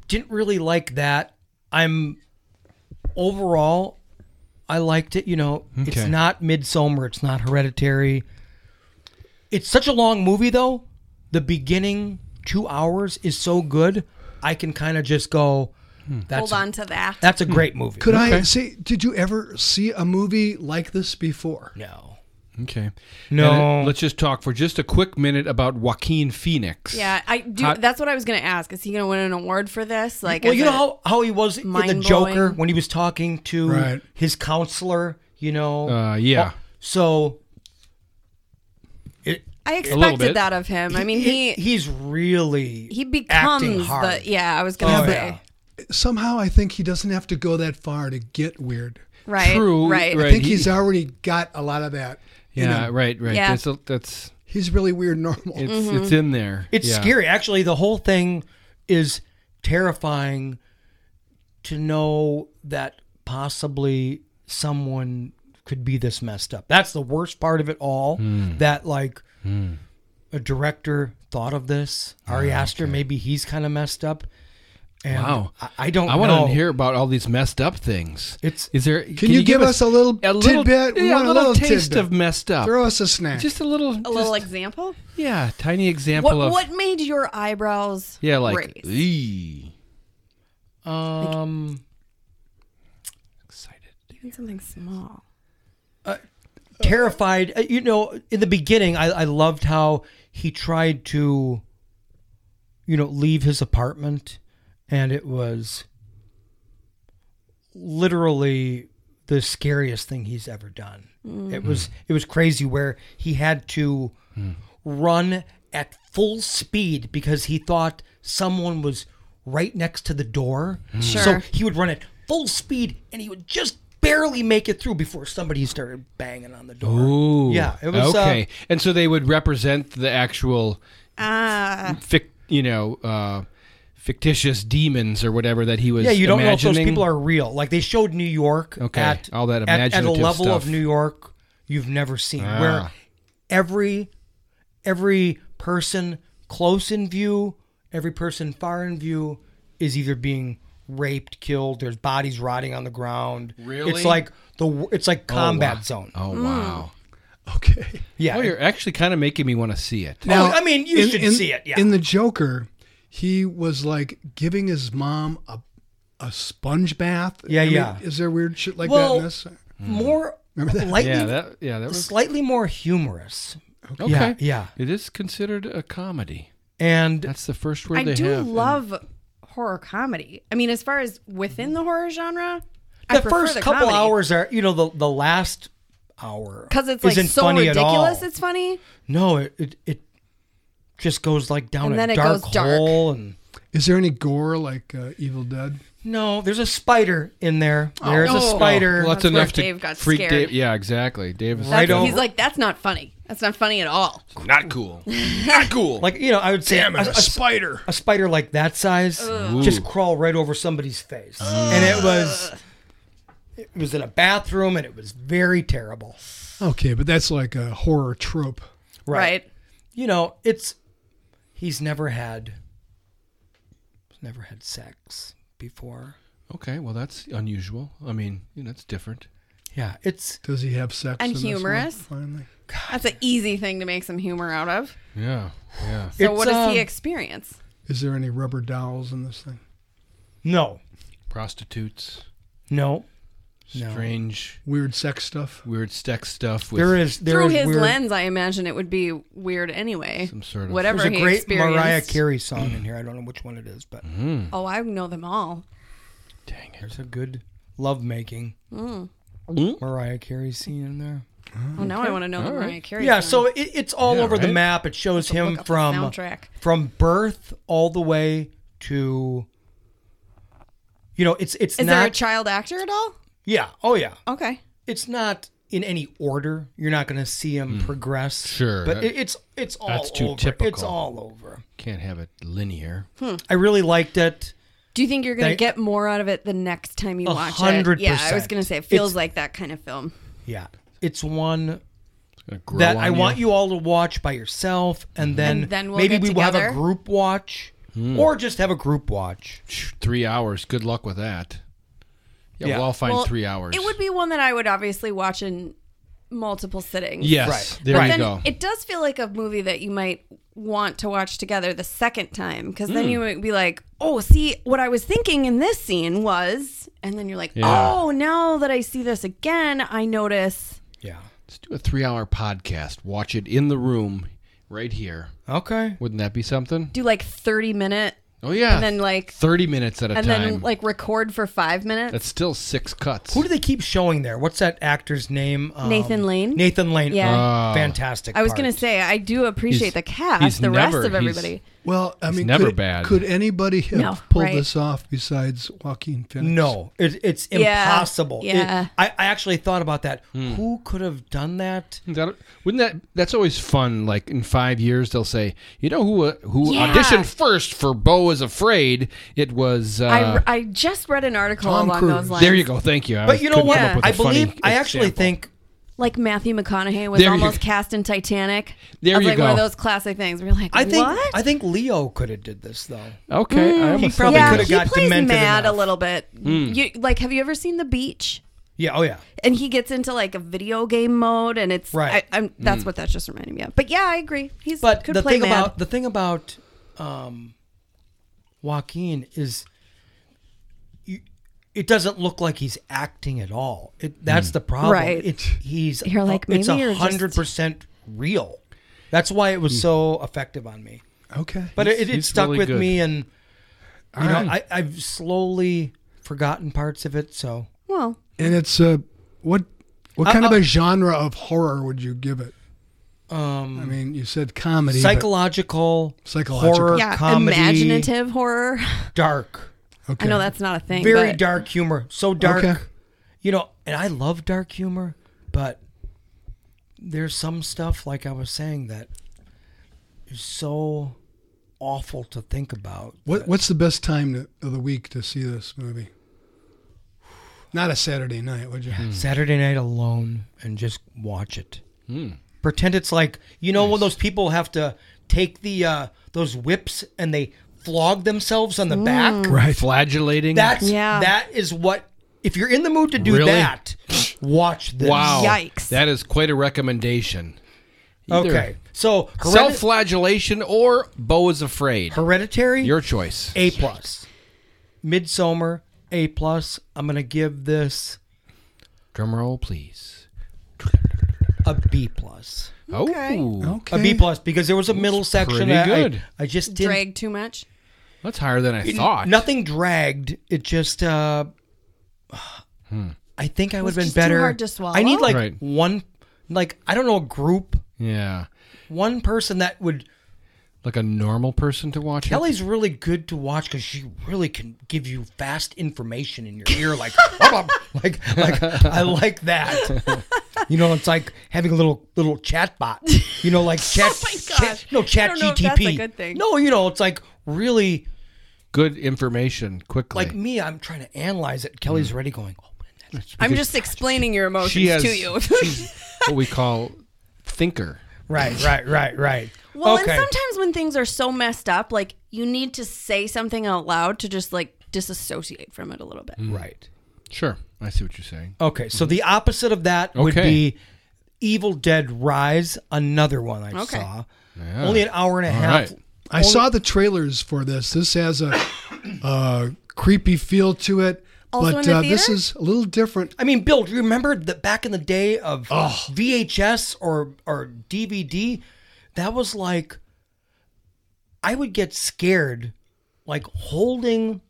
[SPEAKER 1] Didn't really like that. I'm overall, I liked it. You know, it's
[SPEAKER 2] Okay.
[SPEAKER 1] not Midsummer. It's not Hereditary. It's such a long movie though. The beginning two hours is so good. I can kind of just go.
[SPEAKER 2] Hmm.
[SPEAKER 1] That's
[SPEAKER 3] Hold on to that.
[SPEAKER 1] that's a great movie.
[SPEAKER 4] Could I see? Did you ever see a movie like this before?
[SPEAKER 1] no.
[SPEAKER 2] okay
[SPEAKER 1] No.
[SPEAKER 2] And let's just talk for just a quick minute about joaquin phoenix
[SPEAKER 3] Yeah, I do.
[SPEAKER 2] How-
[SPEAKER 3] that's what I was gonna ask. Is he gonna win an award for this? Like,
[SPEAKER 1] Well,
[SPEAKER 3] is
[SPEAKER 1] you
[SPEAKER 3] it-
[SPEAKER 1] know how, how he was in the
[SPEAKER 3] mind-blowing?
[SPEAKER 1] Joker when he was talking to
[SPEAKER 4] Right.
[SPEAKER 1] his counselor, you know.
[SPEAKER 2] uh, yeah
[SPEAKER 4] Oh,
[SPEAKER 1] so it,
[SPEAKER 3] I
[SPEAKER 2] little bit.
[SPEAKER 3] expected that of him. I mean, he he,
[SPEAKER 1] he's really acting
[SPEAKER 3] becomes
[SPEAKER 1] hard.
[SPEAKER 3] the. Yeah, I was gonna
[SPEAKER 1] Oh,
[SPEAKER 3] say.
[SPEAKER 1] yeah.
[SPEAKER 4] Somehow, I think he doesn't have to go that far to get weird.
[SPEAKER 3] Right.
[SPEAKER 2] True,
[SPEAKER 3] Right.
[SPEAKER 4] I
[SPEAKER 2] right.
[SPEAKER 4] think
[SPEAKER 2] he-
[SPEAKER 4] he's already got a lot of that.
[SPEAKER 2] yeah right right
[SPEAKER 3] Yeah. Mm-hmm.
[SPEAKER 2] that's a, that's
[SPEAKER 4] He's really weird normal.
[SPEAKER 2] it's it's in there
[SPEAKER 1] It's
[SPEAKER 2] Yeah.
[SPEAKER 1] scary. Actually, the whole thing is terrifying to know that possibly someone could be this messed up. That's the worst part of it all.
[SPEAKER 2] Hmm.
[SPEAKER 1] That like a director thought of this. Ari Aster, maybe he's kind of messed up. And
[SPEAKER 2] Ah, Wow.
[SPEAKER 1] I, I don't.
[SPEAKER 2] I want
[SPEAKER 1] know.
[SPEAKER 2] to hear about all these messed up things.
[SPEAKER 1] It's-
[SPEAKER 2] is there?
[SPEAKER 4] Can, you, give us a little tidbit? We
[SPEAKER 2] yeah,
[SPEAKER 4] want
[SPEAKER 2] a little, taste
[SPEAKER 4] tidbit.
[SPEAKER 2] of messed up.
[SPEAKER 4] Throw us a snack.
[SPEAKER 2] just a little,
[SPEAKER 3] A little
[SPEAKER 2] just-
[SPEAKER 3] example.
[SPEAKER 2] yeah, tiny example
[SPEAKER 3] What
[SPEAKER 2] of
[SPEAKER 3] what made your eyebrows?
[SPEAKER 2] yeah, like
[SPEAKER 3] raise?
[SPEAKER 2] "Ee."
[SPEAKER 1] Um,
[SPEAKER 2] excited.
[SPEAKER 3] Even something small.
[SPEAKER 1] terrified. Uh, You know, in the beginning, I, I loved how he tried to, you know, leave his apartment, and it was literally the scariest thing he's ever done. It was it was crazy where he had to run at full speed because he thought someone was right next to the door. So
[SPEAKER 3] Sure.
[SPEAKER 1] he would run at full speed and he would just barely make it through before somebody started banging on the door.
[SPEAKER 2] Ooh,
[SPEAKER 1] Yeah, it was, uh,
[SPEAKER 2] okay. and so they would represent the actual,
[SPEAKER 3] Ah,
[SPEAKER 2] fic, you know, uh, fictitious demons or whatever that he was.
[SPEAKER 1] Yeah, you don't know if those
[SPEAKER 2] imagining.
[SPEAKER 1] people are real. Like they showed New York
[SPEAKER 2] Okay,
[SPEAKER 1] at
[SPEAKER 2] all that
[SPEAKER 1] at- at, a
[SPEAKER 2] imaginative
[SPEAKER 1] level
[SPEAKER 2] stuff.
[SPEAKER 1] of New York you've never seen,
[SPEAKER 2] Ah.
[SPEAKER 1] where every every person close in view, every person far in view is either being raped, killed. There's bodies rotting on the ground.
[SPEAKER 2] Really?
[SPEAKER 1] It's like the w- it's like combat
[SPEAKER 2] wow.
[SPEAKER 1] zone.
[SPEAKER 2] Oh
[SPEAKER 3] Hmm.
[SPEAKER 2] wow!
[SPEAKER 4] okay.
[SPEAKER 1] Yeah.
[SPEAKER 2] Oh, you're actually kind of making me want to see it.
[SPEAKER 1] Oh, I mean, you should see it, yeah.
[SPEAKER 4] In the Joker, he was like giving his mom a a sponge bath.
[SPEAKER 1] Yeah,
[SPEAKER 4] I mean,
[SPEAKER 1] yeah.
[SPEAKER 4] is there weird shit like that
[SPEAKER 1] Well-
[SPEAKER 4] in this?
[SPEAKER 1] more lightly
[SPEAKER 2] Yeah, that yeah that was
[SPEAKER 1] slightly more humorous.
[SPEAKER 2] okay.
[SPEAKER 1] Yeah, yeah.
[SPEAKER 2] it is considered a comedy.
[SPEAKER 1] And
[SPEAKER 2] That's the first word
[SPEAKER 3] I
[SPEAKER 2] they
[SPEAKER 3] do
[SPEAKER 2] have.
[SPEAKER 3] love horror comedy. I mean, as far as within the horror genre, I
[SPEAKER 1] the
[SPEAKER 3] prefer
[SPEAKER 1] first
[SPEAKER 3] the
[SPEAKER 1] couple
[SPEAKER 3] comedy.
[SPEAKER 1] hours are you know the the last hour
[SPEAKER 3] because it's like
[SPEAKER 1] isn't
[SPEAKER 3] so
[SPEAKER 1] funny at all.
[SPEAKER 3] ridiculous. It's funny.
[SPEAKER 1] no it, it it just goes like down
[SPEAKER 3] And
[SPEAKER 1] a
[SPEAKER 3] then it
[SPEAKER 1] dark
[SPEAKER 3] goes dark.
[SPEAKER 1] hole and
[SPEAKER 4] Is there any gore like uh, Evil Dead?
[SPEAKER 1] no there's a spider in there there's a
[SPEAKER 3] Oh.
[SPEAKER 1] spider
[SPEAKER 2] Well, that's,
[SPEAKER 3] That's where
[SPEAKER 2] enough to
[SPEAKER 3] Dave got
[SPEAKER 2] freak
[SPEAKER 3] scared.
[SPEAKER 2] Dave. Yeah, exactly. Dave is
[SPEAKER 1] Right. I don't-
[SPEAKER 3] He's like, that's not funny. That's not funny at all.
[SPEAKER 2] not cool. not cool.
[SPEAKER 1] like you know i would say a, a-
[SPEAKER 4] spider.
[SPEAKER 1] a spider like that size just
[SPEAKER 2] Ooh.
[SPEAKER 1] crawl right over somebody's face and it was it was in a bathroom and it was very terrible
[SPEAKER 4] Okay, but that's like a horror trope.
[SPEAKER 3] Right.
[SPEAKER 1] you know it's he's never had he's never had sex before
[SPEAKER 2] okay, well that's unusual. I mean, you know, that's different.
[SPEAKER 1] yeah it's
[SPEAKER 4] Does he have sex?
[SPEAKER 3] And
[SPEAKER 4] in this one,
[SPEAKER 3] humorous.
[SPEAKER 4] finally,
[SPEAKER 3] That's an easy thing to make some humor out of.
[SPEAKER 2] Yeah, yeah.
[SPEAKER 3] So
[SPEAKER 1] It's,
[SPEAKER 3] what does he
[SPEAKER 1] um,
[SPEAKER 3] experience?
[SPEAKER 4] is there any rubber dowels in this thing?
[SPEAKER 1] no
[SPEAKER 2] Prostitutes,
[SPEAKER 1] No,
[SPEAKER 2] strange,
[SPEAKER 4] Weird sex stuff.
[SPEAKER 2] weird sex stuff. With
[SPEAKER 1] there is there
[SPEAKER 3] Through
[SPEAKER 1] is
[SPEAKER 3] his
[SPEAKER 1] weird-
[SPEAKER 3] lens, I imagine it would be weird anyway.
[SPEAKER 2] Some sort of-
[SPEAKER 3] whatever
[SPEAKER 1] There's a
[SPEAKER 3] he
[SPEAKER 1] great
[SPEAKER 3] experienced.
[SPEAKER 1] Mariah Carey song in here. I don't know which one it is, but
[SPEAKER 3] Oh, I know them all.
[SPEAKER 2] Dang it.
[SPEAKER 1] there's a good love making
[SPEAKER 3] Mm.
[SPEAKER 1] Mariah Carey scene in there.
[SPEAKER 3] Oh, now I want to know the Mariah Carey.
[SPEAKER 1] Yeah, so
[SPEAKER 3] song.
[SPEAKER 1] it, it's all
[SPEAKER 2] Yeah,
[SPEAKER 1] over the
[SPEAKER 2] right?
[SPEAKER 1] map. It shows him
[SPEAKER 3] look up the
[SPEAKER 1] from
[SPEAKER 3] soundtrack.
[SPEAKER 1] from birth all the way to. You know, it's it's
[SPEAKER 3] is
[SPEAKER 1] not
[SPEAKER 3] there a child actor at all?
[SPEAKER 1] yeah oh yeah
[SPEAKER 3] Okay.
[SPEAKER 1] it's not in any order. You're not going to see him progress.
[SPEAKER 2] Hmm. Sure,
[SPEAKER 1] but
[SPEAKER 2] that-
[SPEAKER 1] it, it's it's all
[SPEAKER 2] that's too
[SPEAKER 1] over. It's
[SPEAKER 2] typical.
[SPEAKER 1] all over.
[SPEAKER 2] Can't have it linear.
[SPEAKER 1] I really liked it.
[SPEAKER 3] Do you think you're going
[SPEAKER 1] They-
[SPEAKER 3] to get more out of it the next time you
[SPEAKER 1] A
[SPEAKER 3] watch
[SPEAKER 1] hundred
[SPEAKER 3] it? Yeah, I was
[SPEAKER 1] percent.
[SPEAKER 3] going to say it feels
[SPEAKER 1] It's-
[SPEAKER 3] like that kind of film.
[SPEAKER 1] Yeah, it's one
[SPEAKER 2] It's gonna grow
[SPEAKER 1] that
[SPEAKER 2] on Mm-hmm.
[SPEAKER 1] I want you all to watch by yourself, and then,
[SPEAKER 3] And then we'll
[SPEAKER 1] maybe
[SPEAKER 3] get
[SPEAKER 1] we will have a
[SPEAKER 3] together.
[SPEAKER 1] group watch,
[SPEAKER 2] Hmm.
[SPEAKER 1] or just have a group watch.
[SPEAKER 2] Shh, Three hours. Good luck with that. Yeah,
[SPEAKER 1] Yeah.
[SPEAKER 2] we'll all find
[SPEAKER 3] Well,
[SPEAKER 2] three hours.
[SPEAKER 3] It would be one that I would obviously watch in multiple sittings.
[SPEAKER 2] Yes.
[SPEAKER 1] Right.
[SPEAKER 2] There
[SPEAKER 3] but
[SPEAKER 2] you
[SPEAKER 3] then
[SPEAKER 2] go.
[SPEAKER 3] it does feel like a movie that you might want to watch together the second time because
[SPEAKER 2] Hmm.
[SPEAKER 3] then you might be like, oh, see, what I was thinking in this scene was, and then you're like,
[SPEAKER 2] Yeah.
[SPEAKER 3] oh, now that I see this again, I notice.
[SPEAKER 1] Yeah.
[SPEAKER 2] Let's do a three-hour podcast. Watch it in the room, right here.
[SPEAKER 1] Okay.
[SPEAKER 2] Wouldn't that be something?
[SPEAKER 3] Do like 30 minute
[SPEAKER 2] Oh yeah.
[SPEAKER 3] And then, like-
[SPEAKER 2] thirty minutes at a
[SPEAKER 3] and
[SPEAKER 2] time.
[SPEAKER 3] then like record for five minutes.
[SPEAKER 2] that's still six cuts.
[SPEAKER 1] Who do they keep showing there? What's that actor's name? Um,
[SPEAKER 3] Nathan Lane?
[SPEAKER 1] Nathan Lane.
[SPEAKER 3] Yeah.
[SPEAKER 2] Ah.
[SPEAKER 1] Oh, fantastic.
[SPEAKER 3] I was
[SPEAKER 1] part.
[SPEAKER 3] going to say, I do appreciate
[SPEAKER 2] He's-
[SPEAKER 3] the
[SPEAKER 2] he's
[SPEAKER 3] cast, the
[SPEAKER 2] never-
[SPEAKER 3] rest of
[SPEAKER 2] he's-
[SPEAKER 3] everybody.
[SPEAKER 4] Well, I mean,
[SPEAKER 2] never
[SPEAKER 4] could,
[SPEAKER 2] bad.
[SPEAKER 4] Could anybody have
[SPEAKER 3] No,
[SPEAKER 4] pulled
[SPEAKER 3] right.
[SPEAKER 4] this off besides Joaquin Phoenix?
[SPEAKER 1] No, it, it's
[SPEAKER 3] Yeah.
[SPEAKER 1] impossible. It-
[SPEAKER 3] Yeah.
[SPEAKER 1] I, I actually thought about that.
[SPEAKER 2] Hmm.
[SPEAKER 1] Who could have done that?
[SPEAKER 2] That, wouldn't that? That's always fun. Like in five years, they'll say, "You know who uh, who
[SPEAKER 3] Yeah.
[SPEAKER 2] auditioned first for Bo is Afraid? It was." Uh,
[SPEAKER 3] I, I just read an article
[SPEAKER 4] Tom
[SPEAKER 3] along
[SPEAKER 4] Cruise.
[SPEAKER 3] those lines.
[SPEAKER 2] there you go. Thank you. I
[SPEAKER 1] But you know
[SPEAKER 2] couldn't
[SPEAKER 1] what?
[SPEAKER 2] come up with
[SPEAKER 1] I
[SPEAKER 2] a funny
[SPEAKER 1] believe I actually
[SPEAKER 2] example.
[SPEAKER 1] think
[SPEAKER 3] like Matthew McConaughey was
[SPEAKER 2] There you
[SPEAKER 3] almost
[SPEAKER 2] go.
[SPEAKER 3] cast in Titanic.
[SPEAKER 2] There
[SPEAKER 3] That's
[SPEAKER 2] you
[SPEAKER 3] like one of
[SPEAKER 2] go.
[SPEAKER 3] those classic things. We're like,
[SPEAKER 1] I think
[SPEAKER 3] what?
[SPEAKER 1] I think Leo could have did this though.
[SPEAKER 2] Okay, I almost
[SPEAKER 1] Mm, He probably
[SPEAKER 2] thought
[SPEAKER 3] yeah,
[SPEAKER 1] coulda
[SPEAKER 2] that.
[SPEAKER 3] he
[SPEAKER 1] got
[SPEAKER 3] plays
[SPEAKER 1] demented
[SPEAKER 3] mad
[SPEAKER 1] enough.
[SPEAKER 3] a little bit. You like, have you ever seen The Beach?
[SPEAKER 1] Yeah. Oh yeah.
[SPEAKER 3] And he gets into like a video game mode, and it's
[SPEAKER 1] Right.
[SPEAKER 3] I, I'm, that's what that's just reminding me of. But yeah, I agree. He's
[SPEAKER 1] But
[SPEAKER 3] could
[SPEAKER 1] the
[SPEAKER 3] play
[SPEAKER 1] thing
[SPEAKER 3] mad.
[SPEAKER 1] about the thing about um, Joaquin is you, it doesn't look like he's acting at all. It,
[SPEAKER 2] Hmm.
[SPEAKER 1] that's the problem.
[SPEAKER 3] Right.
[SPEAKER 1] It's he's uh,
[SPEAKER 3] You're like,
[SPEAKER 1] it's
[SPEAKER 3] maybe you're
[SPEAKER 1] a
[SPEAKER 3] just-
[SPEAKER 1] hundred percent real. That's why it was so effective on me.
[SPEAKER 4] Okay.
[SPEAKER 1] But it, it
[SPEAKER 2] Hmm. he's
[SPEAKER 1] stuck
[SPEAKER 2] really
[SPEAKER 1] with
[SPEAKER 2] good.
[SPEAKER 1] me, and you know,
[SPEAKER 4] right.
[SPEAKER 1] I, I've slowly forgotten parts of it. So
[SPEAKER 3] well,
[SPEAKER 4] and it's a what what
[SPEAKER 1] Uh,
[SPEAKER 4] kind of
[SPEAKER 1] uh,
[SPEAKER 4] a genre of horror would you give it?
[SPEAKER 1] um,
[SPEAKER 4] I mean, you said comedy. but-
[SPEAKER 1] psychological,
[SPEAKER 4] Psychological.
[SPEAKER 1] horror,
[SPEAKER 3] yeah,
[SPEAKER 1] comedy,
[SPEAKER 3] imaginative horror.
[SPEAKER 1] dark,
[SPEAKER 4] okay.
[SPEAKER 3] I know that's not a thing.
[SPEAKER 1] very
[SPEAKER 3] but-
[SPEAKER 1] dark humor. So dark,
[SPEAKER 4] Okay.
[SPEAKER 1] you know. And I love dark humor, but there's some stuff like I was saying that is so awful to think about.
[SPEAKER 4] What what's the best time to, of the week to see this movie? Not a Saturday night, would you?
[SPEAKER 1] Hmm. Saturday night alone and just watch it. Pretend it's like you know when those people have to take the uh, those whips and they flog themselves on the
[SPEAKER 3] Hmm.
[SPEAKER 1] back.
[SPEAKER 4] Right.
[SPEAKER 2] Flagellating.
[SPEAKER 1] That's
[SPEAKER 3] Yeah.
[SPEAKER 1] that is what. If you're in the mood to do
[SPEAKER 2] Really?
[SPEAKER 1] that, watch this.
[SPEAKER 2] wow.
[SPEAKER 3] Yikes.
[SPEAKER 2] That is quite a recommendation. Either
[SPEAKER 1] Okay. So heredi-
[SPEAKER 2] Self-flagellation or Bo is afraid.
[SPEAKER 1] hereditary.
[SPEAKER 2] Your choice.
[SPEAKER 1] A plus. Midsummer, A plus. I'm gonna give this
[SPEAKER 2] Drum roll, please.
[SPEAKER 1] a B plus.
[SPEAKER 2] Oh,
[SPEAKER 4] Okay.
[SPEAKER 1] A B plus because there was a middle section.
[SPEAKER 2] pretty
[SPEAKER 1] I- I-
[SPEAKER 2] good.
[SPEAKER 1] I, just didn't.
[SPEAKER 3] drag too much.
[SPEAKER 2] that's higher than I thought.
[SPEAKER 1] Nothing dragged. It just. uh I think I would have been
[SPEAKER 3] just too
[SPEAKER 1] better.
[SPEAKER 3] hard to swallow?
[SPEAKER 1] I need like
[SPEAKER 2] Hmm. Right.
[SPEAKER 1] one, like I don't know, a group,
[SPEAKER 2] Yeah,
[SPEAKER 1] one person that would.
[SPEAKER 2] like a normal person to watch. it.
[SPEAKER 1] Kelly's really good to watch because she really can give you fast information in your ear, like "Bum, bum," like like I like that. You know, it's like having a little little chat bot. You know, like chat.
[SPEAKER 3] Oh my
[SPEAKER 1] chat-
[SPEAKER 3] gosh.
[SPEAKER 1] no,
[SPEAKER 3] I
[SPEAKER 1] chat
[SPEAKER 3] don't know if
[SPEAKER 1] GTP.
[SPEAKER 3] that's a good thing.
[SPEAKER 1] No, you know, it's like really
[SPEAKER 2] Good information quickly.
[SPEAKER 1] like me. I'm trying to analyze it.
[SPEAKER 3] Mm.
[SPEAKER 1] Kelly's already going. Oh, man, that's
[SPEAKER 3] I'm just explaining your emotions
[SPEAKER 2] she has
[SPEAKER 3] to you.
[SPEAKER 2] she's what we call thinker.
[SPEAKER 1] right, right, right, right.
[SPEAKER 3] Well,
[SPEAKER 1] okay.
[SPEAKER 3] and sometimes when things are so messed up, like you need to say something out loud to just like disassociate from it a little bit.
[SPEAKER 1] right.
[SPEAKER 2] Sure, I see what you're saying.
[SPEAKER 1] Okay, so the opposite of that would
[SPEAKER 2] Okay.
[SPEAKER 1] be Evil Dead Rise, another one I
[SPEAKER 3] Okay.
[SPEAKER 1] saw. Only an hour and a half.
[SPEAKER 2] right.
[SPEAKER 4] I saw the trailers for this. This has a, a creepy feel to it,
[SPEAKER 3] Also
[SPEAKER 4] but
[SPEAKER 3] in the
[SPEAKER 4] uh, this
[SPEAKER 3] theater?
[SPEAKER 4] is a little different.
[SPEAKER 1] I mean, Bill, do you remember that back in the day of VHS or or DVD? That was like I would get scared like holding